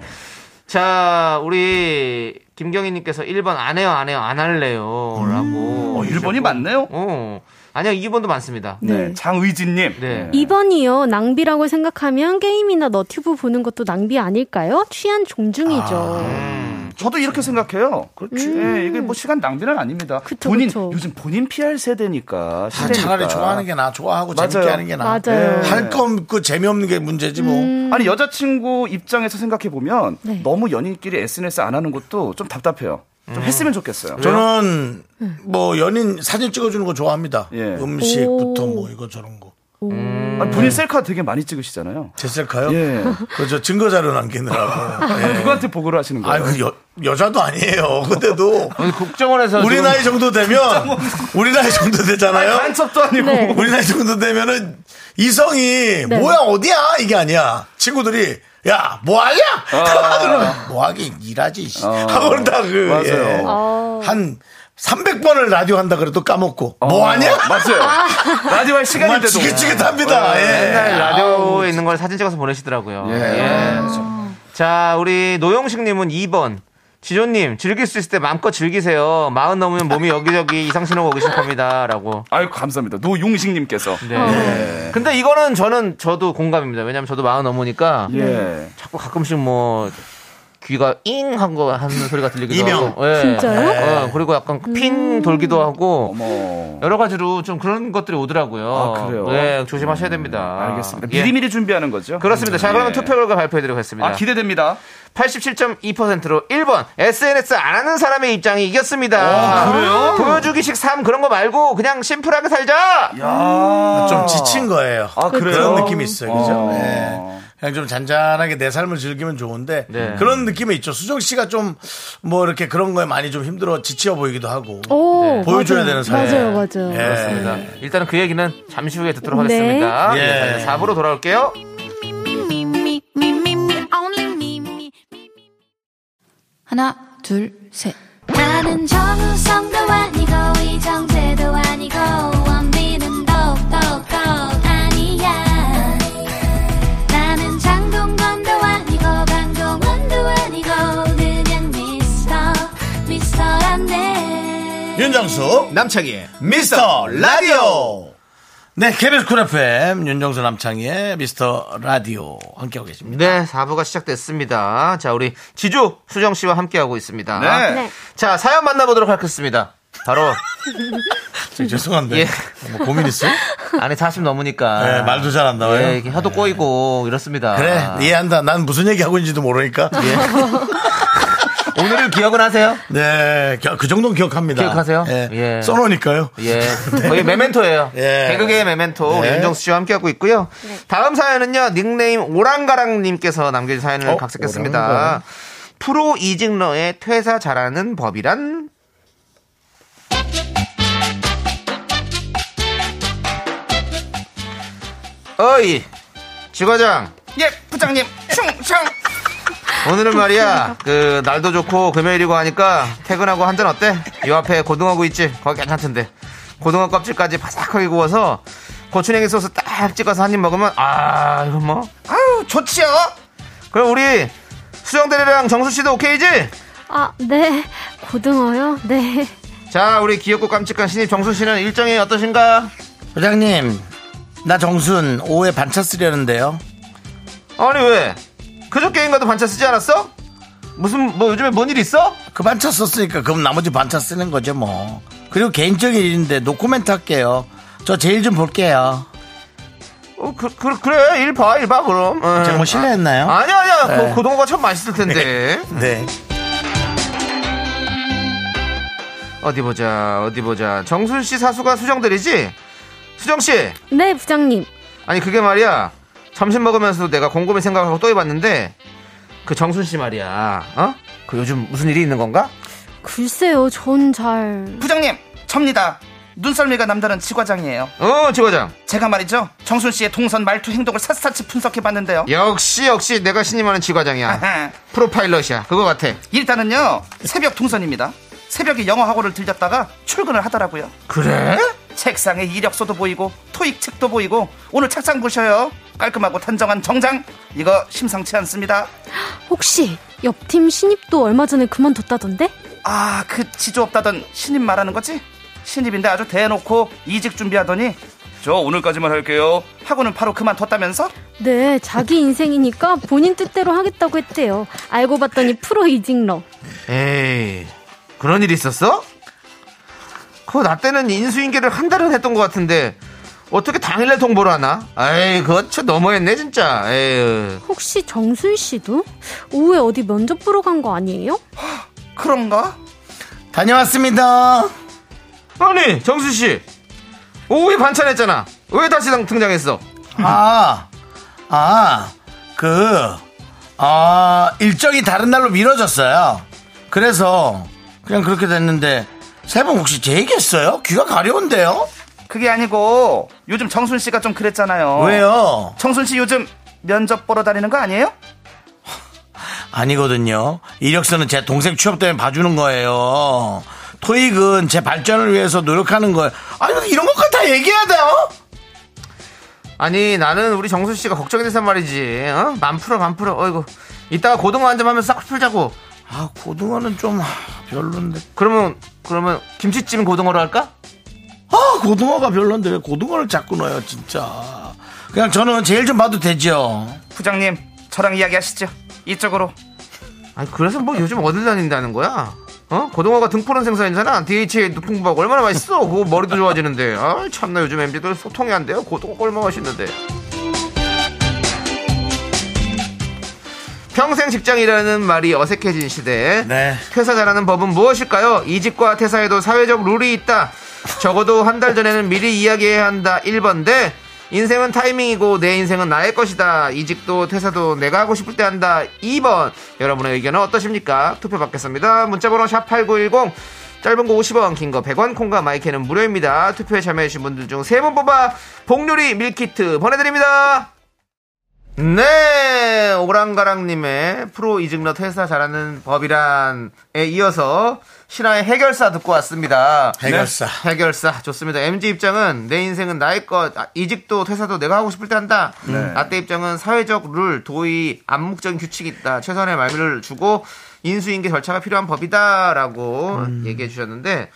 Speaker 2: 자, 우리 김경희님께서 1번 안 해요, 안 해요, 안 할래요. 라고.
Speaker 7: 어, 1번이 맞네요.
Speaker 2: 어. 아니요, 2번도 많습니다.
Speaker 7: 네. 장의진님.
Speaker 2: 네.
Speaker 8: 2번이요. 낭비라고 생각하면 게임이나 너튜브 보는 것도 낭비 아닐까요? 취한 종중이죠.
Speaker 1: 아,
Speaker 7: 음. 저도 이렇게 생각해요. 그렇지. 예, 이게 뭐 시간 낭비는 아닙니다.
Speaker 8: 그렇죠. 음. 그쵸,
Speaker 7: 본인
Speaker 8: 그쵸.
Speaker 7: 요즘 본인 PR 세대니까.
Speaker 1: 아,
Speaker 7: 시대니까.
Speaker 1: 차라리 좋아하는 게 나아. 좋아하고 재밌게
Speaker 7: 그러니까. 맞아요. 음.
Speaker 1: 하는 게 나아.
Speaker 8: 맞아요.
Speaker 7: 네.
Speaker 1: 할 건 그 재미없는 게 문제지 뭐.
Speaker 7: 아니 여자친구 입장에서 생각해 보면
Speaker 8: 음. 네.
Speaker 7: 너무 연인끼리 SNS 안 하는 것도 좀 답답해요.
Speaker 1: 음.
Speaker 7: 좀 했으면 좋겠어요.
Speaker 1: 저는 뭐 연인 사진 찍어주는 거 좋아합니다.
Speaker 7: 예.
Speaker 1: 음식부터
Speaker 8: 오.
Speaker 1: 뭐 이거 저런 거. 음.
Speaker 7: 아니, 본인 셀카 되게 많이 찍으시잖아요.
Speaker 1: 제
Speaker 8: 네.
Speaker 1: 셀카요?
Speaker 7: 예.
Speaker 1: 그저 증거자료 남기느라고. 예.
Speaker 7: 누구한테 보고를 하시는
Speaker 1: 아,
Speaker 7: 거예요?
Speaker 1: 그 여, 여자도 아니에요. 근데도
Speaker 2: 오늘 국정원에서
Speaker 1: 우리
Speaker 2: 지금
Speaker 1: 나이 정도 되면 우리 나이 정도 되잖아요.
Speaker 7: 간첩도 아니고.
Speaker 8: 네.
Speaker 1: 우리 나이 정도 되면은 이성이 뭐야 어디야 이게 아니야. 친구들이 야, 뭐 하냐? 그러면 뭐 하긴 일하지. 씨. 하고는 다 그. 예.
Speaker 7: 맞아요. 어.
Speaker 1: 한 300번을 라디오 한다 그래도 까먹고 뭐 하냐?
Speaker 7: 맞아요. 라디오 어. 뭐 할
Speaker 1: 정말
Speaker 7: 시간인데도.
Speaker 1: 지긋지긋합니다. 예.
Speaker 7: 아,
Speaker 2: 맨날 라디오에 있는 걸 사진 찍어서 보내시더라고요. 예. 자, 우리 노영식님은 2번. 지조님, 즐길 수 있을 때 마음껏 즐기세요. 마흔 넘으면 몸이 여기저기 이상신호가 오기 시작합니다. 라고.
Speaker 7: 아유 감사합니다. 노용식님께서.
Speaker 2: 네. 근데 이거는 저는 저도 공감입니다. 왜냐면 저도 마흔 넘으니까
Speaker 7: 예.
Speaker 2: 자꾸 가끔씩 뭐 귀가 잉 한 거 하는 소리가 들리기도
Speaker 1: 이명.
Speaker 2: 하고. 예.
Speaker 8: 진짜요? 음.
Speaker 2: 어, 그리고 약간 핀 돌기도 하고
Speaker 7: 어머.
Speaker 2: 여러 가지로 좀 그런 것들이 오더라고요.
Speaker 7: 아, 그래요? 음,
Speaker 2: 예, 조심하셔야 됩니다.
Speaker 7: 알겠습니다.
Speaker 2: 예.
Speaker 7: 미리미리 준비하는 거죠?
Speaker 2: 그렇습니다. 자, 그러면
Speaker 7: 예.
Speaker 2: 투표 결과 발표해드리겠습니다.
Speaker 7: 아 기대됩니다.
Speaker 2: 87.2%로 1번 SNS 안 하는 사람의 입장이 이겼습니다.
Speaker 7: 어, 그래요?
Speaker 2: 보여주기식 삶 그런 거 말고 그냥 심플하게 살자.
Speaker 7: 아,
Speaker 1: 좀 지친 거예요.
Speaker 7: 아, 그래요?
Speaker 1: 런 느낌이 있어요. 그죠?
Speaker 7: 어.
Speaker 1: 예. 그냥 좀 잔잔하게 내 삶을 즐기면 좋은데
Speaker 2: 네.
Speaker 1: 그런 느낌이 있죠. 수정 씨가 좀 뭐 이렇게 그런 거에 많이 좀 힘들어 지쳐 보이기도 하고.
Speaker 8: 오,
Speaker 1: 보여줘야
Speaker 8: 맞아요.
Speaker 1: 되는 사회.
Speaker 8: 맞아요, 맞아요.
Speaker 1: 예.
Speaker 2: 그렇습니다. 일단은 그 얘기는 잠시 후에 듣도록
Speaker 8: 네.
Speaker 2: 하겠습니다.
Speaker 1: 예.
Speaker 2: 예. 4부로 돌아올게요.
Speaker 5: me, me, me, me, me, only me, me, me.
Speaker 9: 하나, 둘, 셋.
Speaker 5: 나는 정우성도 아니고 이정재도 아니고 원빈은 더욱더 아니야 나는 장동건도 아니고 강동원도 아니고 그냥 미스터 미스터란데
Speaker 1: 윤정수
Speaker 10: 남창희의
Speaker 1: 미스터 라디오 네 KBS 쿨 FM 윤정수 남창희의 미스터 라디오 함께하고 계십니다
Speaker 2: 네, 4부가 시작됐습니다. 자, 우리 지주 수정 씨와 함께하고 있습니다.
Speaker 7: 네.
Speaker 8: 네.
Speaker 2: 자, 사연 만나보도록 하겠습니다. 바로
Speaker 1: 저기 죄송한데
Speaker 2: 예.
Speaker 1: 뭐 고민 있어?
Speaker 2: 아니 40 넘으니까
Speaker 1: 네, 말도 잘안 나와요. 네.
Speaker 2: 예, 이게 혀도 꼬이고 이렇습니다.
Speaker 1: 그래 예. 이해한다 난 무슨 얘기하고 있는지도 모르니까
Speaker 2: 예. 오늘을 기억은 하세요?
Speaker 1: 네, 겨- 그 정도는 기억합니다.
Speaker 2: 기억하세요?
Speaker 1: 예.
Speaker 2: 예.
Speaker 1: 써놓으니까요.
Speaker 2: 예. 거의 메멘토예요.
Speaker 1: 예.
Speaker 2: 개그계의 메멘토. 우리
Speaker 1: 네.
Speaker 2: 윤정수 씨와 함께하고 있고요. 다음 사연은요. 닉네임 오랑가랑님께서 남겨준 사연을
Speaker 1: 어?
Speaker 2: 각색했습니다.
Speaker 1: 오랑가랑.
Speaker 2: 프로 이직러의 퇴사 잘하는 법이란? 어이, 지과장.
Speaker 7: 예, 부장님. 충성.
Speaker 2: 오늘은 말이야 그 날도 좋고 금요일이고 하니까 퇴근하고 한 잔 어때? 요 앞에 고등어 구이집 거기 괜찮던데 고등어 껍질까지 바삭하게 구워서 고추냉이 소스 딱 찍어서 한 입 먹으면 아 이건 뭐
Speaker 7: 아유, 좋지요.
Speaker 2: 그럼 우리 수정대리랑 정수씨도 오케이지?
Speaker 8: 아, 네. 고등어요? 네.
Speaker 2: 자 우리 귀엽고 깜찍한 신입 정수씨는 일정이 어떠신가?
Speaker 1: 부장님, 나 정순 오후에 반차 쓰려는데요.
Speaker 2: 아니 왜? 그저께인가도 반차 쓰지 않았어? 무슨 뭐 요즘에 뭔 일 있어?
Speaker 1: 그 반차 썼으니까 그럼 나머지 반차 쓰는 거죠 뭐. 그리고 개인적인 일인데 노코멘트 할게요. 저 제일 좀 볼게요.
Speaker 2: 어, 그, 그, 그래 일 봐 일 봐 그럼 어.
Speaker 1: 제가 뭐 실례했나요?
Speaker 2: 아니야 아니야
Speaker 1: 네.
Speaker 2: 그 고등어가 참 맛있을 텐데
Speaker 1: 네.
Speaker 2: 어디 보자 어디 보자 정순 씨 사수가 수정들이지 수정 씨
Speaker 8: 네, 부장님.
Speaker 2: 아니 그게 말이야 점심 먹으면서도 내가 곰곰이 생각하고 또 해봤는데 그 정순 씨 말이야 어그 요즘 무슨 일이 있는 건가
Speaker 8: 글쎄요, 전 잘.
Speaker 7: 부장님, 접니다. 눈썰미가 남다른 지과장이에요.
Speaker 2: 어 지과장
Speaker 7: 제가 말이죠. 정순 씨의 동선 말투 행동을 샅샅이 분석해 봤는데요.
Speaker 2: 역시 역시 내가 신임하는 지과장이야
Speaker 7: 아하.
Speaker 2: 프로파일럿이야 그거 같아
Speaker 7: 일단은요 새벽 동선입니다. 새벽에 영어 학원을 들렸다가 출근을 하더라고요.
Speaker 2: 그래
Speaker 7: 책상에 이력서도 보이고 토익 책도 보이고 오늘 책상 보셔요. 깔끔하고 단정한 정장 이거 심상치 않습니다.
Speaker 8: 혹시 옆팀 신입도 얼마 전에 그만뒀다던데?
Speaker 7: 아 그 지조 없다던 신입 말하는 거지? 신입인데 아주 대놓고 이직 준비하더니 저 오늘까지만 할게요. 학원은 바로 그만뒀다면서?
Speaker 8: 네, 자기 인생이니까 본인 뜻대로 하겠다고 했대요. 알고 봤더니 프로 이직러.
Speaker 2: 에이 그런 일이 있었어 그거 나 때는 인수인계를 한 달은 했던 것 같은데 어떻게 당일날 통보를 하나 에이 그거 참 너무했네 진짜 에이
Speaker 8: 혹시 정순 씨도 오후에 어디 면접 보러 간 거 아니에요?
Speaker 7: 그런가?
Speaker 1: 다녀왔습니다.
Speaker 2: 아니 정수 씨 오후에 반찬했잖아 왜 다시 당- 등장했어?
Speaker 1: 아, 아, 그, 아, 일정이 다른 날로 미뤄졌어요. 그래서 그냥 그렇게 됐는데 세 분 혹시 제 얘기했어요? 귀가 가려운데요?
Speaker 7: 그게 아니고 요즘 정순 씨가 좀 그랬잖아요.
Speaker 1: 왜요?
Speaker 7: 정순 씨 요즘 면접 보러 다니는 거 아니에요?
Speaker 1: 아니거든요. 이력서는 제 동생 취업 때문에 봐주는 거예요. 토익은 제 발전을 위해서 노력하는 거예요. 아니 근데 이런 것까지 다 얘기해야 돼요?
Speaker 2: 아니 나는 우리 정수 씨가 걱정이 돼서 말이지 어? 만 풀어 만 풀어 어이구 이따가 고등어 한 점 하면서 싹 풀자고
Speaker 1: 아 고등어는 좀 하, 별론데.
Speaker 2: 그러면 그러면 김치찜 고등어로 할까?
Speaker 1: 아 고등어가 별론데 왜 고등어를 자꾸 넣어요 진짜. 그냥 저는 제일 좀 봐도 되죠.
Speaker 7: 부장님 저랑 이야기하시죠 이쪽으로
Speaker 2: 아니 그래서 뭐 요즘 어딜 다닌다는 거야? 어? 고등어가 등푸른 생선이잖아 DHA 풍부하고 얼마나 맛있어 그거 머리도 좋아지는데 아 참나 요즘 MZ들 소통이 안 돼요 고등어가 얼마나 맛있는데 평생 직장이라는 말이 어색해진 시대에
Speaker 1: 네.
Speaker 2: 퇴사 잘하는 법은 무엇일까요? 이직과 퇴사에도 사회적 룰이 있다. 적어도 한 달 전에는 미리 이야기해야 한다. 1번 대 인생은 타이밍이고 내 인생은 나의 것이다. 이직도 퇴사도 내가 하고 싶을 때 한다. 2번 여러분의 의견은 어떠십니까? 투표 받겠습니다. 문자번호 샵8910 짧은 거 50원, 긴 거 100원, 콩과 마이크는 무료입니다. 투표에 참여해주신 분들 중 3분 뽑아 복요리 밀키트 보내드립니다. 네, 오랑가랑님의 프로 이직넛 회사 잘하는 법이란에 이어서 신화의 해결사 듣고 왔습니다.
Speaker 1: 해결사.
Speaker 2: 네, 해결사. 좋습니다. MG 입장은 내 인생은 나의 것, 아, 이직도 퇴사도 내가 하고 싶을 때 한다.
Speaker 1: 네.
Speaker 2: 라떼 입장은 사회적 룰, 도의, 암묵적인 규칙이 있다. 최선의 말미를 주고 인수인계 절차가 필요한 법이다. 라고
Speaker 1: 음.
Speaker 2: 얘기해 주셨는데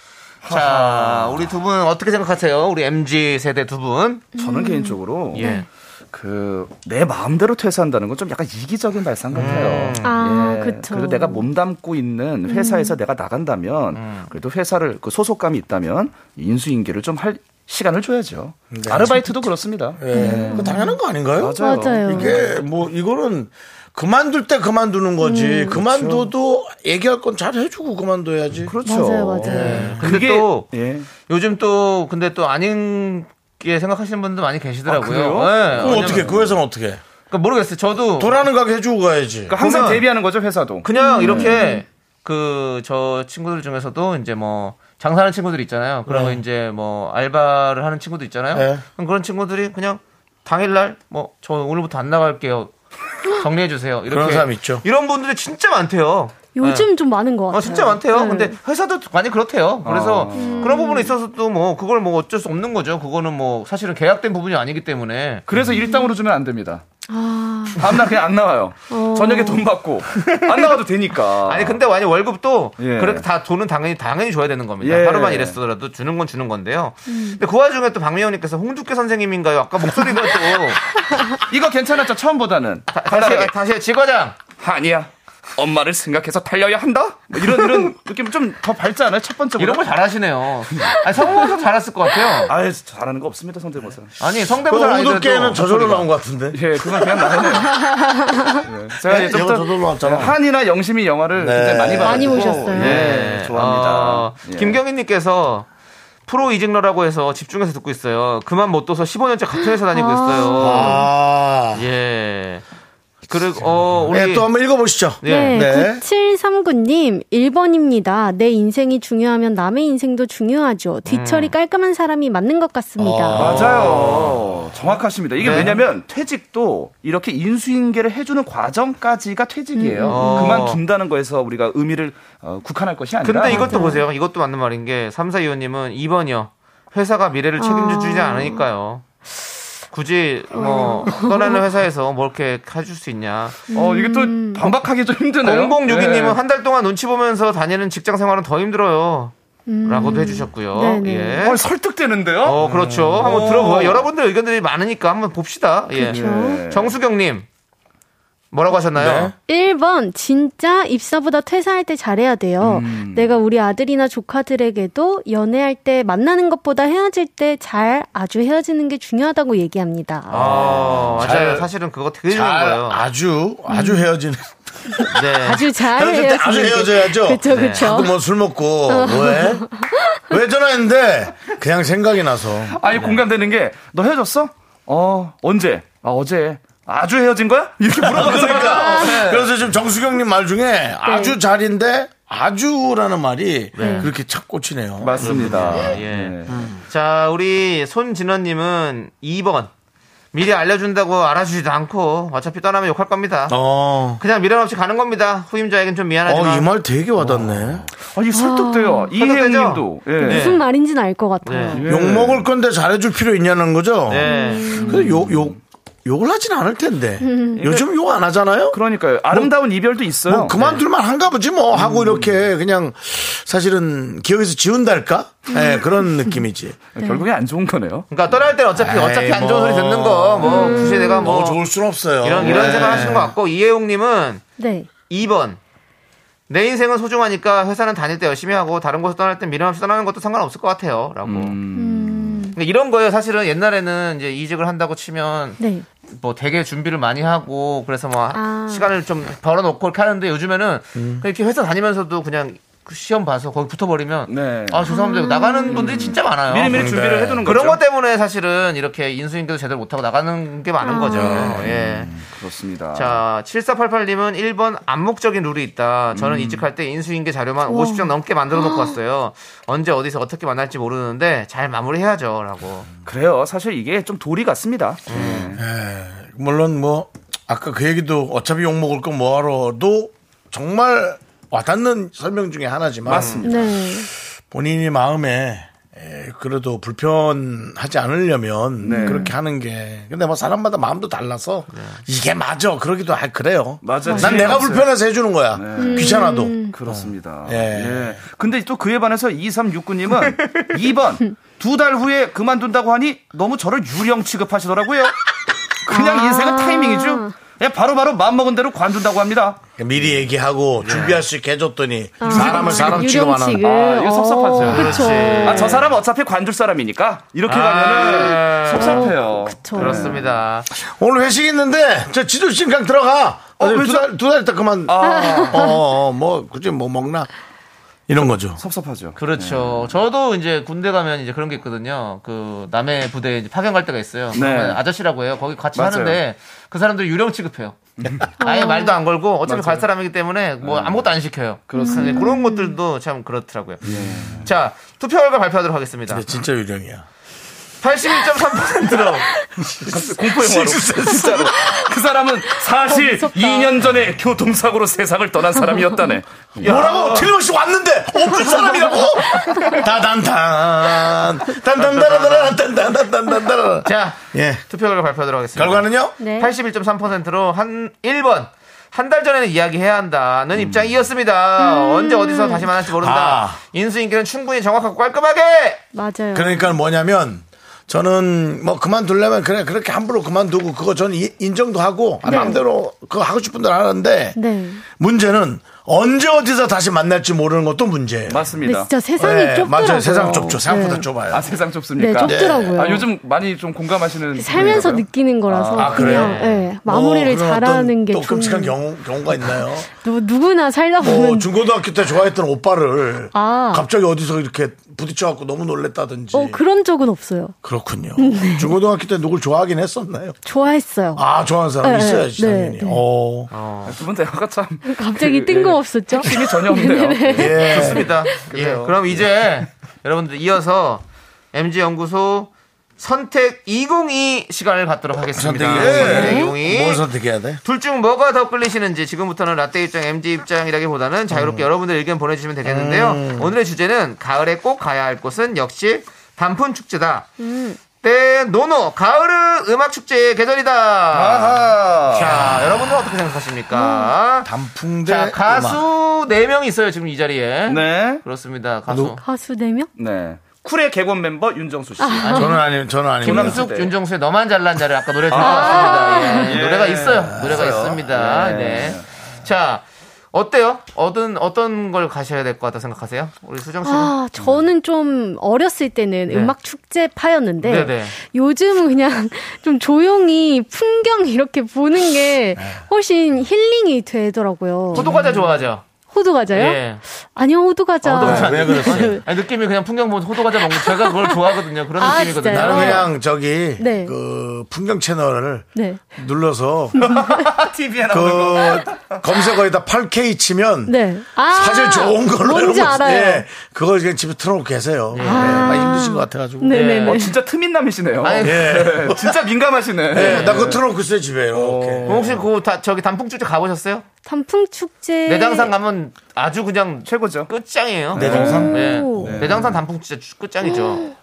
Speaker 2: 자, 우리 두 분 어떻게 생각하세요? 우리 MG 세대 두 분.
Speaker 7: 저는 개인적으로
Speaker 2: 예.
Speaker 7: 그 내 마음대로 퇴사한다는 건 좀 약간 이기적인 발상 같아요. 네.
Speaker 8: 아, 그쵸. 음.
Speaker 7: 그래도 내가 몸담고 있는 회사에서 내가 나간다면 그래도 회사를 그 소속감이 있다면 인수인계를 좀 할 시간을 줘야죠. 네. 아르바이트도 그렇습니다.
Speaker 1: 예. 그거 당연한 거 아닌가요?
Speaker 7: 맞아요.
Speaker 8: 맞아요.
Speaker 1: 이게 뭐 이거는 그만둘 때 그만두는 거지. 그만둬도 얘기할 건 잘 해주고 그만둬야지.
Speaker 7: 그렇죠.
Speaker 8: 맞아요, 맞아요.
Speaker 2: 근데 또
Speaker 7: 예.
Speaker 2: 요즘 또 근데 또 아닌 게 생각하시는 분도 많이 계시더라고요.
Speaker 7: 아, 그래요?
Speaker 2: 예,
Speaker 1: 그럼
Speaker 2: 왜냐면-
Speaker 1: 어떻게 그 회사는 어떻게?
Speaker 2: 그러니까 모르겠어요. 저도
Speaker 1: 도라는 가게 해주고 가야지.
Speaker 7: 그러니까 항상
Speaker 2: 보면-
Speaker 7: 대비하는 거죠 회사도.
Speaker 2: 그냥
Speaker 1: 음.
Speaker 2: 이렇게 그 저 친구들 중에서도 이제 뭐 장사하는 친구들 있잖아요. 그러고 이제 뭐 알바를 하는 친구들 있잖아요.
Speaker 1: 네.
Speaker 2: 그럼 그런 친구들이 그냥 당일날 뭐 저 오늘부터 안 나갈게요. 정리해 주세요. 이렇게
Speaker 1: 그런 사람 있죠.
Speaker 2: 이런 분들이 진짜 많대요.
Speaker 8: 요즘 좀 많은 것 같아요.
Speaker 2: 아, 진짜 많대요.
Speaker 8: 네. 음.
Speaker 2: 근데 회사도 많이 그렇대요. 그래서
Speaker 1: 아.
Speaker 2: 그런 부분에 있어서도 뭐 그걸 뭐 어쩔 수 없는 거죠. 그거는 뭐 사실은 계약된 부분이 아니기 때문에
Speaker 7: 그래서 일당으로 주면 안 됩니다.
Speaker 8: 아,
Speaker 7: 다음날 그냥 안 나와요.
Speaker 8: 어.
Speaker 7: 저녁에 돈 받고 안 나와도 되니까.
Speaker 2: 아니 근데 만약 월급도
Speaker 7: 예.
Speaker 2: 그렇게 다 돈은 당연히 당연히 줘야 되는 겁니다.
Speaker 7: 예.
Speaker 2: 하루만 일했더라도 주는 건 주는 건데요.
Speaker 8: 음.
Speaker 2: 근데 그 와중에 또 박미영님께서 홍두깨 선생님인가요? 아까 목소리가 또
Speaker 7: 이거 괜찮았죠 처음보다는.
Speaker 2: 다- 다시 다시 지과장.
Speaker 7: 아니야. 엄마를 생각해서 달려야 한다? 뭐 이런 이런 느낌 좀 더 밝지 않아요? 첫 번째
Speaker 2: 이런 걸 잘하시네요. 아니, 성대모사 잘했을 것 같아요.
Speaker 7: 아유 잘하는 거 없습니다 성대모사.
Speaker 2: 아니
Speaker 1: 그
Speaker 2: 성대모사
Speaker 1: 홍두깨는 저절로 나온 것 같은데.
Speaker 7: 예, 그건 그냥 나가네요. 예, 제가
Speaker 1: 예,
Speaker 7: 이제 좀
Speaker 1: 이거
Speaker 7: 더
Speaker 1: 저절로 나왔잖아.
Speaker 7: 한이나 영심이 영화를
Speaker 1: 네.
Speaker 7: 굉장히 많이 봐요.
Speaker 8: 많이 보셨어요.
Speaker 7: 예, 좋아합니다. 예.
Speaker 2: 네, 어, 김경희님께서 프로 이직러라고 해서 집중해서 듣고 있어요. 그만 못 둬서 15년째 같은 회사 다니고
Speaker 8: 아.
Speaker 2: 있어요.
Speaker 1: 아.
Speaker 2: 예. 그리고 어 우리
Speaker 1: 네, 또 한번 읽어보시죠.
Speaker 2: 예.
Speaker 8: 네,
Speaker 1: 네.
Speaker 8: 9739님, 1번입니다. 내 인생이 중요하면 남의 인생도 중요하죠. 뒤처리
Speaker 1: 음.
Speaker 8: 깔끔한 사람이 맞는 것 같습니다.
Speaker 1: 아.
Speaker 7: 아. 맞아요. 정확하십니다. 이게
Speaker 2: 네.
Speaker 7: 왜냐면 퇴직도 이렇게 인수인계를 해주는 과정까지가 퇴직이에요.
Speaker 2: 음.
Speaker 7: 그만둔다는 거에서 우리가 의미를 어, 국한할 것이 아니라.
Speaker 2: 근데 이것도 보세요. 이것도 맞는 말인 게 3사위원님은 2번이요. 회사가 미래를
Speaker 8: 아.
Speaker 2: 책임져주지 않으니까요. 굳이 뭐
Speaker 8: 음.
Speaker 2: 떠나는 회사에서 뭘 이렇게 해줄 수 있냐.
Speaker 7: 어, 이게 또 반박하기 좀 힘드네요.
Speaker 2: 0062님은
Speaker 7: 네.
Speaker 2: 한 달 동안 눈치 보면서 다니는 직장 생활은 더 힘들어요. 라고도 해주셨고요.
Speaker 8: 음. 네네.
Speaker 2: 예.
Speaker 7: 어, 설득되는데요?
Speaker 2: 어, 그렇죠. 한번
Speaker 7: 오.
Speaker 2: 들어보요. 여러분들 의견들이 많으니까 한번 봅시다. 예.
Speaker 7: 그렇죠.
Speaker 2: 정수경님 뭐라고 하셨나요?
Speaker 1: 네.
Speaker 8: 1번, 진짜 입사보다 퇴사할 때 잘해야 돼요.
Speaker 1: 음.
Speaker 8: 내가 우리 아들이나 조카들에게도 연애할 때 만나는 것보다 헤어질 때 잘 아주 헤어지는 게 중요하다고 얘기합니다.
Speaker 2: 아, 맞아요.
Speaker 1: 잘-
Speaker 2: 사실은 그거 되게 좋은
Speaker 1: 잘,
Speaker 2: 거예요.
Speaker 1: 아주, 아주 헤어지는.
Speaker 2: 네.
Speaker 8: 아주 잘
Speaker 1: 헤어질 때 아주 헤어져야죠.
Speaker 8: 그쵸,
Speaker 2: 네.
Speaker 8: 그쵸.
Speaker 1: 뭐 술 먹고, 왜? 왜 전화했는데? 그냥 생각이 나서.
Speaker 7: 아니 공감되는 게 너 헤어졌어? 어 언제? 아 어제. 아주 헤어진 거야? 이렇게 물어보는 거야.
Speaker 1: 그러니까
Speaker 2: 아, 네.
Speaker 1: 그래서 지금 정수경님 말 중에 아주 잘인데, 아주라는 말이
Speaker 2: 네.
Speaker 1: 그렇게 착 꽂히네요.
Speaker 7: 맞습니다.
Speaker 1: 네.
Speaker 2: 예.
Speaker 7: 예.
Speaker 2: 자, 우리 손진원님은 2번. 미리 알려준다고 알아주지도 않고 어차피 떠나면 욕할 겁니다.
Speaker 1: 어.
Speaker 2: 그냥 미련 없이 가는 겁니다. 후임자에겐 좀
Speaker 1: 어,
Speaker 2: 미안하지만.
Speaker 1: 이 말 되게 와닿네.
Speaker 7: 아니 설득돼요. 이혜영님도. 예.
Speaker 1: 네.
Speaker 8: 무슨 말인지는 알 것 같아요.
Speaker 2: 네.
Speaker 7: 예.
Speaker 1: 욕먹을 건데 잘해줄 필요 있냐는 거죠?
Speaker 2: 네.
Speaker 1: 근데 욕, 욕, 욕을 하진 않을 텐데.
Speaker 2: 음. 그러니까
Speaker 1: 요즘 욕 안 하잖아요?
Speaker 2: 그렇죠.
Speaker 7: 그러니까요. 아름다운 이별도 있어요.
Speaker 2: 네.
Speaker 1: 뭐 그만둘만 한가 보지 뭐
Speaker 2: 음.
Speaker 1: 하고 이렇게 그냥 사실은 기억에서 지운달까? 예, 그런 느낌이지.
Speaker 7: 네, 결국에 안 좋은 거네요.
Speaker 2: 그러니까 떠날 때는 어차피 어차피
Speaker 1: 에이,
Speaker 2: 안 좋은
Speaker 1: 뭐.
Speaker 2: 소리 듣는 거 뭐
Speaker 7: 음.
Speaker 2: 굳이 내가 뭐
Speaker 1: 너무 좋을 순 없어요.
Speaker 2: 이런 이런
Speaker 1: 예.
Speaker 2: 생각 하시는 것 같고 이혜용님은
Speaker 8: 네.
Speaker 2: 2번. 내 인생은 소중하니까 회사는 다닐 때 열심히 하고 다른 곳에 떠날 때 미련 없이 떠나는 것도 상관없을 것 같아요. 라고.
Speaker 1: 음.
Speaker 7: 음.
Speaker 8: 음.
Speaker 2: 근데 이런 거예요. 사실은 옛날에는 이제 이직을 한다고 치면
Speaker 8: 네.
Speaker 2: 뭐 되게 준비를 많이 하고 그래서 뭐
Speaker 8: 아.
Speaker 2: 시간을 좀 벌어놓고 이렇게 하는데 요즘에는
Speaker 7: 음.
Speaker 2: 그냥 이렇게 회사 다니면서도 그냥 그 시험 봐서 거기 붙어버리면
Speaker 7: 네. 음.
Speaker 2: 아 죄송합니다 나가는 분들이 진짜 많아요.
Speaker 7: 미리미리 준비를
Speaker 1: 네.
Speaker 7: 해두는 거죠.
Speaker 2: 그런 것 때문에 사실은 이렇게 인수인계도 제대로 못하고 나가는 게 많은 거죠.
Speaker 7: 네.
Speaker 2: 예.
Speaker 7: 음. 그렇습니다.
Speaker 2: 자, 7488님은 1번 암묵적인 룰이 있다.
Speaker 7: 음.
Speaker 2: 저는 이직할 때 인수인계 자료만 50장 넘게 만들어
Speaker 8: 아.
Speaker 2: 놓고 왔어요. 언제 어디서 어떻게 만날지 모르는데 잘 마무리해야죠. 라고.
Speaker 7: 그래요. 사실 이게 좀 도리 같습니다.
Speaker 1: 물론 뭐 아까 그 얘기도 어차피 욕먹을 거 뭐하러도 정말 와닿는 설명 중에 하나지만 음.
Speaker 8: 네.
Speaker 1: 본인이 마음에 에, 그래도 불편하지 않으려면
Speaker 7: 네.
Speaker 1: 그렇게 하는 게 근데 뭐 사람마다 마음도 달라서 이게 맞아 그러기도 할 그래요
Speaker 7: 맞아요.
Speaker 1: 난 내가
Speaker 7: 맞아요. 네.
Speaker 1: 불편해서 해주는 거야 귀찮아도
Speaker 7: 그렇습니다.
Speaker 1: 예.
Speaker 7: 예. 근데 또 그에 반해서 2369님은 2번 두 달 후에 그만둔다고 하니 너무 저를 유령 취급하시더라고요. 그냥 인생은 타이밍이죠. 그냥 바로바로 마음먹은 대로 관둔다고 합니다.
Speaker 1: 그러니까 미리 얘기하고
Speaker 7: 네.
Speaker 1: 준비할 수 있게 해줬더니 사람을 사람 취급
Speaker 8: 유령
Speaker 1: 안 하는
Speaker 8: 지금.
Speaker 7: 아, 이거 섭섭하죠.
Speaker 8: 그렇죠.
Speaker 7: 아, 저 사람 어차피 관둘 사람이니까 이렇게
Speaker 1: 아.
Speaker 7: 가면은 섭섭해요.
Speaker 2: 아. 그렇습니다.
Speaker 1: 오늘 회식 있는데 저 지조신강 들어가 어, 두달 두 달 있다 그만
Speaker 7: 아,
Speaker 1: 어뭐 굳이 뭐 먹나 이런 거죠
Speaker 7: 섭섭하죠.
Speaker 2: 그렇죠. 저도 이제 군대 가면 이제 그런 게 있거든요. 그 남해 부대에 이제 파견 갈 때가 있어요. 그러면 아저씨라고 해요. 거기 같이
Speaker 7: 맞아요.
Speaker 2: 하는데 그 사람들 유령 취급해요. 아예 말도 안 걸고 어차피 갈 사람이기 때문에 뭐 아무것도 안 시켜요. 음. 그렇습니다. 그런 것들도 참 그렇더라고요. 자, 투표 결과 발표하도록 하겠습니다.
Speaker 1: 근데 진짜 유령이야
Speaker 2: 81.3%로
Speaker 7: 공포 영화로. 진짜로. 그 사람은 사실 2년 전에 교통사고로 세상을 떠난 사람이었다네.
Speaker 1: 뭐라고 틀림없이 왔는데 없는 사람이라고 다단단 단단단단단단단단단단
Speaker 2: 자,
Speaker 1: 예
Speaker 2: 투표 결과 발표하도록 하겠습니다.
Speaker 1: 결과는요
Speaker 8: 네.
Speaker 2: 81.3%로 한 1번 한 달 전에는 이야기해야 한다는 입장이었습니다. 언제 어디서 다시 만날지 모른다.
Speaker 1: 아.
Speaker 2: 인수인계는 충분히 정확하고 깔끔하게.
Speaker 8: 맞아요.
Speaker 1: 그러니까 뭐냐면 저는 뭐 그만두려면 그래 그렇게 함부로 그만두고 그거 저는 이- 인정도 하고 아, 마음대로 그거 하고 싶은 대로 하는데
Speaker 8: 네.
Speaker 1: 문제는 언제 어디서 다시 만날지 모르는 것도 문제예요.
Speaker 8: 근데
Speaker 7: 맞습니다.
Speaker 8: 진짜 세상이
Speaker 1: 예,
Speaker 8: 좁더라고요.
Speaker 1: 맞아요. 세상 좁죠. 생각보다 좁아요.
Speaker 7: 아, 세상 좁습니까?
Speaker 8: 네, 좁더라고요.
Speaker 7: 아, 요즘 많이 좀 공감하시는.
Speaker 8: 살면서
Speaker 7: 분이라고요?
Speaker 8: 느끼는 거라서
Speaker 1: 아, 그래요?
Speaker 8: 그냥 예, 마무리를
Speaker 1: 어, 그럼 어떤
Speaker 8: 잘하는 게
Speaker 1: 또 끔찍한
Speaker 8: 좋은- 아,
Speaker 1: 경우, 경우가 있나요?
Speaker 8: 누, 누구나 살다
Speaker 1: 뭐
Speaker 8: 보면
Speaker 1: 중고등학교 때 좋아했던 오빠를
Speaker 8: 아.
Speaker 1: 갑자기 어디서 이렇게 부딪혀갖고 너무 놀랬다든지
Speaker 8: 어, 그런 네. 적은 없어요.
Speaker 1: 그렇군요. 중고등학교 때 누굴 좋아하긴 했었나요?
Speaker 8: 좋아했어요.
Speaker 1: 아 좋아하는 사람
Speaker 8: 네,
Speaker 1: 있어야지
Speaker 8: 네,
Speaker 1: 당연히.
Speaker 8: 네.
Speaker 1: 어.
Speaker 7: 두분 대화가 참.
Speaker 8: 갑자기
Speaker 7: 그,
Speaker 8: 뜬금없었죠?
Speaker 7: 힘이 전혀 없네요.
Speaker 1: 예.
Speaker 2: 좋습니다. 예, 그럼 이제 여러분들 이어서 MG 연구소 선택 202 시간을 갖도록
Speaker 1: 선택
Speaker 2: 하겠습니다.
Speaker 1: 202.
Speaker 2: 선택 202.
Speaker 1: 뭘 선택해야 돼?
Speaker 2: 둘 중 뭐가 더 끌리시는지 지금부터는 라떼 입장, MG 입장이라기보다는 자유롭게 여러분들 의견 보내주시면 되겠는데요. 오늘의 주제는 가을에 꼭 가야 할 곳은 역시 단풍 축제다. 때 노노 가을은 음악 축제의 계절이다. 자, 여러분들 은 어떻게 생각하십니까?
Speaker 1: 음. 단풍대
Speaker 2: 자, 가수 네 4명이 있어요, 지금 이 자리에.
Speaker 7: 네.
Speaker 2: 그렇습니다. 가수.
Speaker 8: 가수 4명?
Speaker 7: 네. 쿨의 개원 멤버 윤정수 씨.
Speaker 1: 음악. 저는 아니 저는 아닙니다.
Speaker 2: 김숙, 윤정수의 너만 잘난 자를 아까 노래 들어봤습니다. 예, 노래가 있어요. 노래가 있습니다. 네. 자, 어때요? 어떤 어떤 걸 가셔야 될 것 같다 생각하세요? 우리 수정 씨는?
Speaker 8: 아, 저는 좀 어렸을 때는 음악 축제 파였는데
Speaker 2: 네네.
Speaker 8: 요즘은 그냥 좀 조용히 풍경 이렇게 보는 게 훨씬 힐링이 되더라고요.
Speaker 2: 호두과자 좋아하죠?
Speaker 8: 호두 과자요?
Speaker 2: 예.
Speaker 8: 아니요, 호두 과자.
Speaker 2: 과자.
Speaker 1: 네. 왜 그랬어요?
Speaker 2: 예. 아니, 느낌이 그냥 풍경 보면서 호두과자 먹는 제가 그걸 좋아하거든요. 그런
Speaker 8: 아,
Speaker 2: 느낌이거든요. 네.
Speaker 8: 진짜요?
Speaker 1: 나는 그냥 저기
Speaker 8: 네.
Speaker 1: 그 풍경 채널을
Speaker 8: 네.
Speaker 1: 눌러서
Speaker 7: TV에
Speaker 1: 그 검색어에다 8K 치면
Speaker 8: 네. 아,
Speaker 1: 사실 좋은 걸로
Speaker 8: 뭔지
Speaker 1: 여러분,
Speaker 8: 알아요.
Speaker 1: 예, 그걸 그냥 집에 틀어놓고 계세요. 예, 많이 힘드신 것 같아가지고.
Speaker 8: 네네네.
Speaker 7: 어, 진짜 트민남이시네요.
Speaker 2: 예. 아니,
Speaker 1: 뭐.
Speaker 7: 네, 진짜 민감하시네.
Speaker 1: 예, 나 그거 틀어놓고 있어요, 집에. 이렇게.
Speaker 2: 혹시 그 다, 저기 단풍축제 가보셨어요?
Speaker 8: 단풍 축제.
Speaker 2: 내장산 가면 아주 그냥
Speaker 7: 최고죠.
Speaker 2: 끝장이에요.
Speaker 1: 내장산?
Speaker 2: 네.
Speaker 8: 오.
Speaker 2: 내장산 단풍축제 끝장이죠.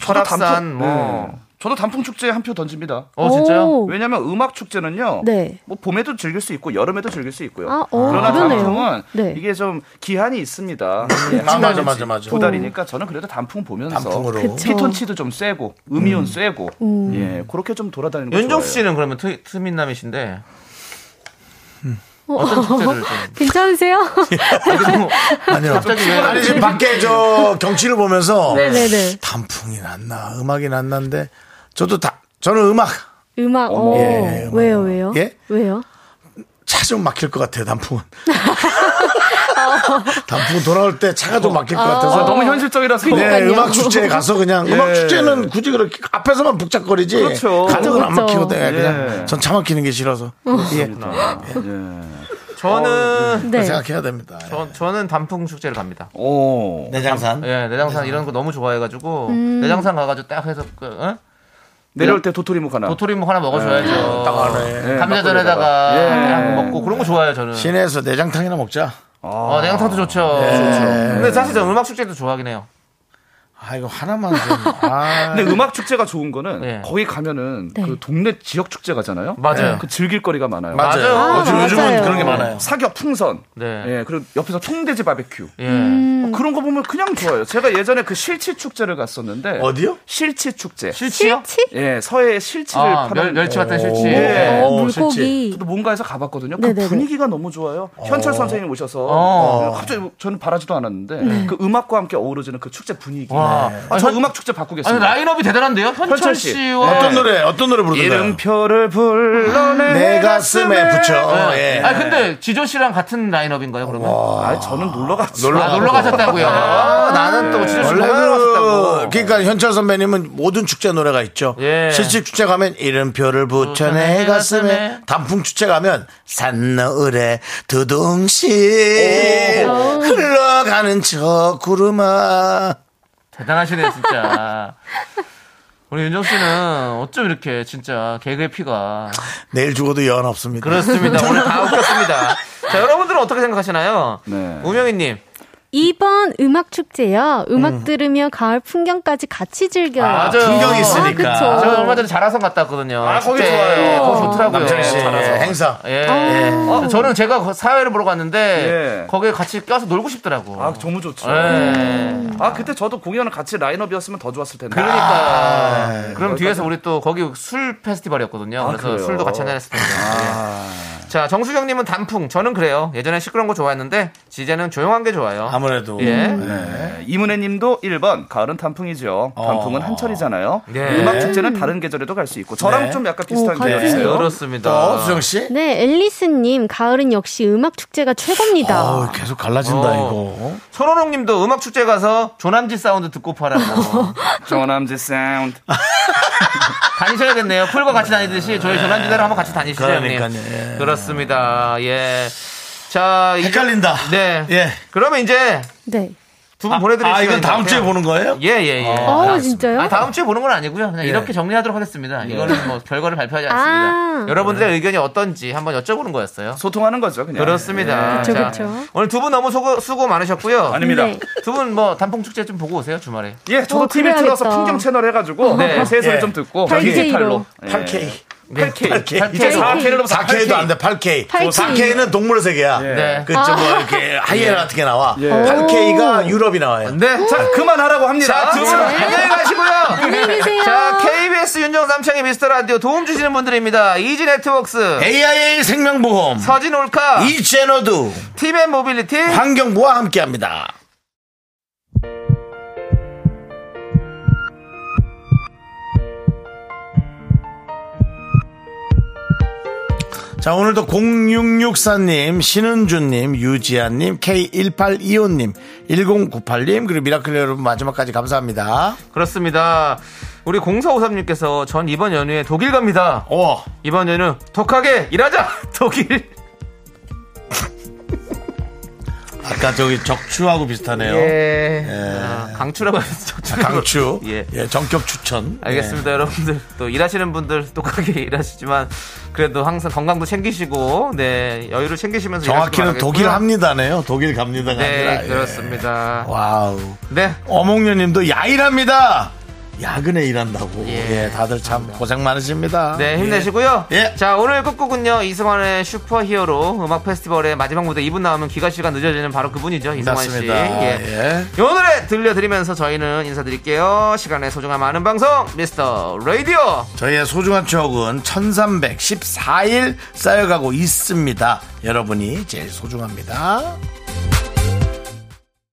Speaker 2: 철학산 뭐.
Speaker 7: 네. 저도 단풍 축제에 한 표 던집니다.
Speaker 2: 어 진짜요?
Speaker 8: 오.
Speaker 7: 왜냐면 음악 축제는요.
Speaker 8: 네.
Speaker 7: 뭐 봄에도 즐길 수 있고 여름에도 즐길 수 있고요.
Speaker 8: 아, 어,
Speaker 7: 그러나
Speaker 8: 그러네요.
Speaker 7: 단풍은
Speaker 8: 네.
Speaker 7: 이게 좀 기한이 있습니다. 예,
Speaker 1: 아, 맞아, 맞아, 맞아.
Speaker 7: 두 달이니까 저는 그래도 단풍 보면서
Speaker 1: 단풍으로.
Speaker 8: 그쵸.
Speaker 2: 그렇죠.
Speaker 7: 피톤치도 좀 쐬고 음이온 쐬고 예 그렇게 좀 돌아다니는 거
Speaker 2: 윤정수
Speaker 7: 좋아해요.
Speaker 2: 씨는 그러면 트, 트민남이신데 어떤 축제를 좀뭐
Speaker 8: 괜찮으세요?
Speaker 1: 아니요.
Speaker 2: 갑자기 왜
Speaker 1: 아니, 지금 밖에 저 경치를 보면서
Speaker 8: 네네네.
Speaker 1: 단풍이 났나, 음악이 났는데 저도 다, 저는 음악
Speaker 8: 음악, 어.
Speaker 1: 예, 음악.
Speaker 8: 왜요, 왜요?
Speaker 1: 예?
Speaker 8: 왜요?
Speaker 1: 차 좀 막힐 것 같아요, 단풍은. 단풍 돌아올 때 차가 좀 막힐 것 같아서.
Speaker 7: 아, 너무 현실적이라서
Speaker 1: 네,
Speaker 8: 그러니까요.
Speaker 1: 음악 축제에 가서 그냥 음악 축제는 굳이 그렇게 앞에서만 북적거리지.
Speaker 7: 예. 그렇죠.
Speaker 1: 가득은 안
Speaker 8: 그렇죠.
Speaker 1: 막히거든. 요
Speaker 7: 예. 네.
Speaker 1: 그냥 전 차 막히는 게 싫어서. 예.
Speaker 2: 저는
Speaker 8: 네.
Speaker 1: 생각해야 됩니다. 예.
Speaker 2: 저, 저는 단풍 축제를 갑니다.
Speaker 7: 오 어.
Speaker 1: 내장산.
Speaker 2: 네. 예, 내장산 이런 거 너무 좋아해가지고 내장산 가가지고 딱 해서 그, 어?
Speaker 7: 내려올 때 도토리묵 하나.
Speaker 2: 도토리묵 하나 먹어줘야죠.
Speaker 1: 딱하네.
Speaker 2: 감자전에다가
Speaker 7: 예.
Speaker 2: 계란 먹고 그런 거 좋아요 저는.
Speaker 1: 시내에서 내장탕이나 먹자.
Speaker 2: 어, 내장탕도 좋죠. 근데 사실 저는 음악 축제도 좋아하긴 해요.
Speaker 1: 아 이거 하나만 좀. 아.
Speaker 7: 근데 음악 축제가 좋은 거는
Speaker 2: 예.
Speaker 7: 거기 가면은
Speaker 8: 네.
Speaker 7: 그 동네 지역 축제 가잖아요.
Speaker 2: 맞아요.
Speaker 7: 그 즐길 거리가 많아요.
Speaker 1: 맞아요.
Speaker 2: 맞아요.
Speaker 1: 요즘,
Speaker 8: 아,
Speaker 1: 요즘은
Speaker 8: 맞아요.
Speaker 1: 그런 게 많아요.
Speaker 7: 사격 풍선.
Speaker 2: 네.
Speaker 7: 예. 그리고 옆에서 통돼지 바베큐.
Speaker 2: 예.
Speaker 7: 어, 그런 거 보면 그냥 좋아요. 제가 예전에 그 실치 축제를 갔었는데
Speaker 1: 어디요?
Speaker 7: 실치 축제.
Speaker 2: 실치요?
Speaker 8: 치?
Speaker 7: 예, 서해의 실치를
Speaker 2: 아,
Speaker 7: 파는
Speaker 2: 멸, 멸치 같은 실치.
Speaker 7: 예.
Speaker 8: 어,
Speaker 1: 어,
Speaker 8: 물고기.
Speaker 7: 저도 뭔가에서 가봤거든요.
Speaker 8: 네네네.
Speaker 7: 그 분위기가 너무 좋아요. 현철 선생님 오셔서
Speaker 2: 어.
Speaker 7: 갑자기 저는 바라지도 않았는데
Speaker 8: 네.
Speaker 7: 그 음악과 함께 어우러지는 그 축제 분위기.
Speaker 2: 와.
Speaker 7: 아, 저
Speaker 2: 아니,
Speaker 7: 음악 축제
Speaker 2: 아니
Speaker 7: 바꾸겠습니다.
Speaker 2: 라인업이 대단한데요? 현철
Speaker 7: 현철 씨.
Speaker 2: 씨와
Speaker 1: 어떤 노래 어떤 노래 부르던가요?
Speaker 7: 이름표를 불러내 네.
Speaker 1: 내 가슴에 붙여. 예.
Speaker 2: 아 근데 지조 씨랑 같은 라인업인가요 그러면?
Speaker 7: 아, 저는 놀러 갔죠.
Speaker 2: 아, 놀러 가셨다고요? 아, 나는 또 지조 씨
Speaker 1: 원래
Speaker 2: 놀러
Speaker 1: 그
Speaker 2: 갔었다고.
Speaker 1: 그러니까 현철 선배님은 모든 축제 노래가 있죠.
Speaker 2: 예. 음,
Speaker 1: 실직 축제 가면 이름표를 붙여 내 가슴에 단풍 축제 가면 산너울에 두둥실 흘러가는 저 구름아
Speaker 2: 대단하시네 진짜. 우리 윤정 씨는 어쩜 이렇게 진짜 개그의 피가
Speaker 1: 내일 죽어도 여한 없습니다.
Speaker 2: 그렇습니다. 오늘 다 웃겼습니다. 자 여러분들은 어떻게 생각하시나요?
Speaker 7: 네.
Speaker 2: 우명희님.
Speaker 8: 2번 음악 축제요. 음악 들으며 가을 풍경까지 같이 즐겨요.
Speaker 2: 아, 맞아요. 풍경이
Speaker 1: 있으니까.
Speaker 8: 아,
Speaker 2: 제가
Speaker 8: 그쵸.
Speaker 2: 얼마 전에 자라성 갔다 왔거든요.
Speaker 7: 아, 거기
Speaker 2: 축제.
Speaker 7: 좋아요.
Speaker 2: 거기 좋더라고요.
Speaker 1: 남창희 씨
Speaker 2: 자라성.
Speaker 1: 네, 행사.
Speaker 2: 예. 어, 저는 제가 거- 사회를 보러 갔는데
Speaker 7: 예.
Speaker 2: 거기에 같이 껴서 놀고 싶더라고.
Speaker 7: 아, 너무
Speaker 1: 그렇죠.
Speaker 7: 좋죠.
Speaker 1: 음.
Speaker 2: 예.
Speaker 7: 아, 그때 저도 공연을 같이 라인업이었으면 더 좋았을 텐데.
Speaker 2: 그러니까 그럼
Speaker 7: 거기까지-
Speaker 2: 뒤에서 우리 또 거기 술 페스티벌이었거든요.
Speaker 1: 아,
Speaker 2: 그래서
Speaker 7: 그래요?
Speaker 2: 술도 같이 한잔 했을 텐데. 예. 자 정수경님은 단풍. 저는 그래요. 예전에 시끄러운 거 좋아했는데 이제는 조용한 게 좋아요.
Speaker 1: 아무래도
Speaker 2: 예.
Speaker 7: 네. 이문혜 님도 1번, 가을은 단풍이죠. 단풍은 한철이잖아요.
Speaker 2: 어. 네.
Speaker 7: 음악 축제는 다른 계절에도 갈 수 있고, 저랑
Speaker 1: 네.
Speaker 7: 좀 약간 비슷한
Speaker 8: 오, 같은
Speaker 7: 계열이에요.
Speaker 1: 또
Speaker 2: 그렇습니다.
Speaker 1: 어, 수정 씨.
Speaker 8: 네, 앨리스님, 가을은 역시 음악 축제가 최고입니다.
Speaker 1: 어, 계속 갈라진다
Speaker 2: 어.
Speaker 1: 이거.
Speaker 2: 손호롱님도 음악 축제 가서 조남지 사운드 듣고 파라고.
Speaker 7: 조남지 사운드.
Speaker 2: 다니셔야겠네요. 풀과 같이 다니듯이 저희 조남지대로 한번 같이 다니시죠, 형님.
Speaker 1: 그러니까요, 예.
Speaker 2: 그렇습니다. 예. 자, 이제-
Speaker 1: 헷갈린다.
Speaker 2: 네.
Speaker 1: 예.
Speaker 2: 그러면 이제
Speaker 8: 네.
Speaker 2: 두 분 보내드릴
Speaker 1: 아 이건
Speaker 2: 시간이
Speaker 1: 다음 주에 보는
Speaker 2: 남았고요.
Speaker 1: 거예요?
Speaker 2: 예, 예, 예.
Speaker 8: 어, 진짜요? 예.
Speaker 2: 아, 다음 주에 보는 건 아니고요. 그냥 이렇게 정리하도록 하겠습니다. 이거는 뭐 결과를 발표하지 않습니다.
Speaker 8: 아.
Speaker 2: 여러분들의 의견이 어떤지 한번 여쭤보는 거였어요.
Speaker 7: 소통하는 거죠, 그냥. 네.
Speaker 2: 그렇습니다.
Speaker 8: 네. 그쵸,
Speaker 2: 자,
Speaker 8: 그쵸.
Speaker 2: 오늘 두 분 너무 수고, 수고 많으셨고요.
Speaker 7: 아닙니다.
Speaker 8: 네.
Speaker 2: 두 분 뭐 단풍 축제 좀 보고 오세요 주말에.
Speaker 7: 예, 저도
Speaker 8: 어,
Speaker 7: TV 틀어서
Speaker 8: 그래야겠다. 어.
Speaker 7: 풍경 채널 해가지고 그
Speaker 2: 네.
Speaker 7: 세수를
Speaker 1: 예.
Speaker 7: 좀 듣고
Speaker 8: 8K 로.
Speaker 7: 예.
Speaker 1: 8K.
Speaker 8: 네. 아,
Speaker 7: 8K.
Speaker 1: 8K.
Speaker 7: 이제 4K를 넘어서
Speaker 1: 4K도 아, 안 돼. 8K.
Speaker 8: 8K.
Speaker 1: 4K는 동물의 세계야.
Speaker 2: 네.
Speaker 1: 그저 뭐 이렇게 하이에나 같은 게 나와. 8K가 유럽이 나와요.
Speaker 2: 네. 자,
Speaker 7: 자, 그만하라고 합니다.
Speaker 2: 자, 두 분 안녕히 가시고요.
Speaker 8: 아, 안녕히 계세요.
Speaker 2: 자, KBS 윤정 삼창의 미스터 라디오 도움 주시는 분들입니다. 이지 네트웍스,
Speaker 1: AIA 생명보험
Speaker 2: 서진 올카,
Speaker 1: 이제너두
Speaker 2: 팀앤 모빌리티,
Speaker 1: 환경부와 함께합니다. 자, 오늘도 0664님, 신은주님, 유지아님, K1825님, 1098님, 그리고 미라클 여러분 마지막까지 감사합니다.
Speaker 2: 그렇습니다. 우리 0453님께서 전 이번 연휴에 독일 갑니다.
Speaker 1: 오,
Speaker 2: 이번 연휴 독하게 일하자! 독일!
Speaker 1: 아까 저기 적추하고 비슷하네요.
Speaker 2: 예. 아, 강추라고 하면서
Speaker 1: 자, 강추.
Speaker 2: 예.
Speaker 1: 예. 정격 추천. 네.
Speaker 2: 알겠습니다, 여러분들. 또 일하시는 분들 똑같이 일하시지만 그래도 항상 건강도 챙기시고 네 여유를
Speaker 1: 예.
Speaker 2: 챙기시면서
Speaker 1: 정확히는
Speaker 2: 일하시기
Speaker 1: 독일
Speaker 2: 바라겠고요.
Speaker 1: 합니다네요. 독일 갑니다가 아니라.
Speaker 2: 네
Speaker 1: 예.
Speaker 2: 그렇습니다.
Speaker 1: 와우.
Speaker 2: 네
Speaker 1: 어몽녀님도 야일합니다. 야근에 일한다고.
Speaker 2: 예.
Speaker 1: 예, 다들 참 고생 많으십니다.
Speaker 2: 네, 힘내시고요.
Speaker 1: 아, 예. 예.
Speaker 2: 자, 오늘 끝곡은요. 이승환의 슈퍼 히어로 음악 페스티벌의 마지막 무대 이분 나오면 기가 시간 늦어지는 바로 그분이죠. 이승환 씨.
Speaker 1: 맞습니다.
Speaker 2: 예.
Speaker 1: 예.
Speaker 2: 이 노래 들려드리면서 저희는 인사드릴게요. 시간의 소중함 많은 방송 미스터 라디오.
Speaker 1: 저희의 소중한 추억은 1314일 쌓여가고 있습니다. 여러분이 제일 소중합니다.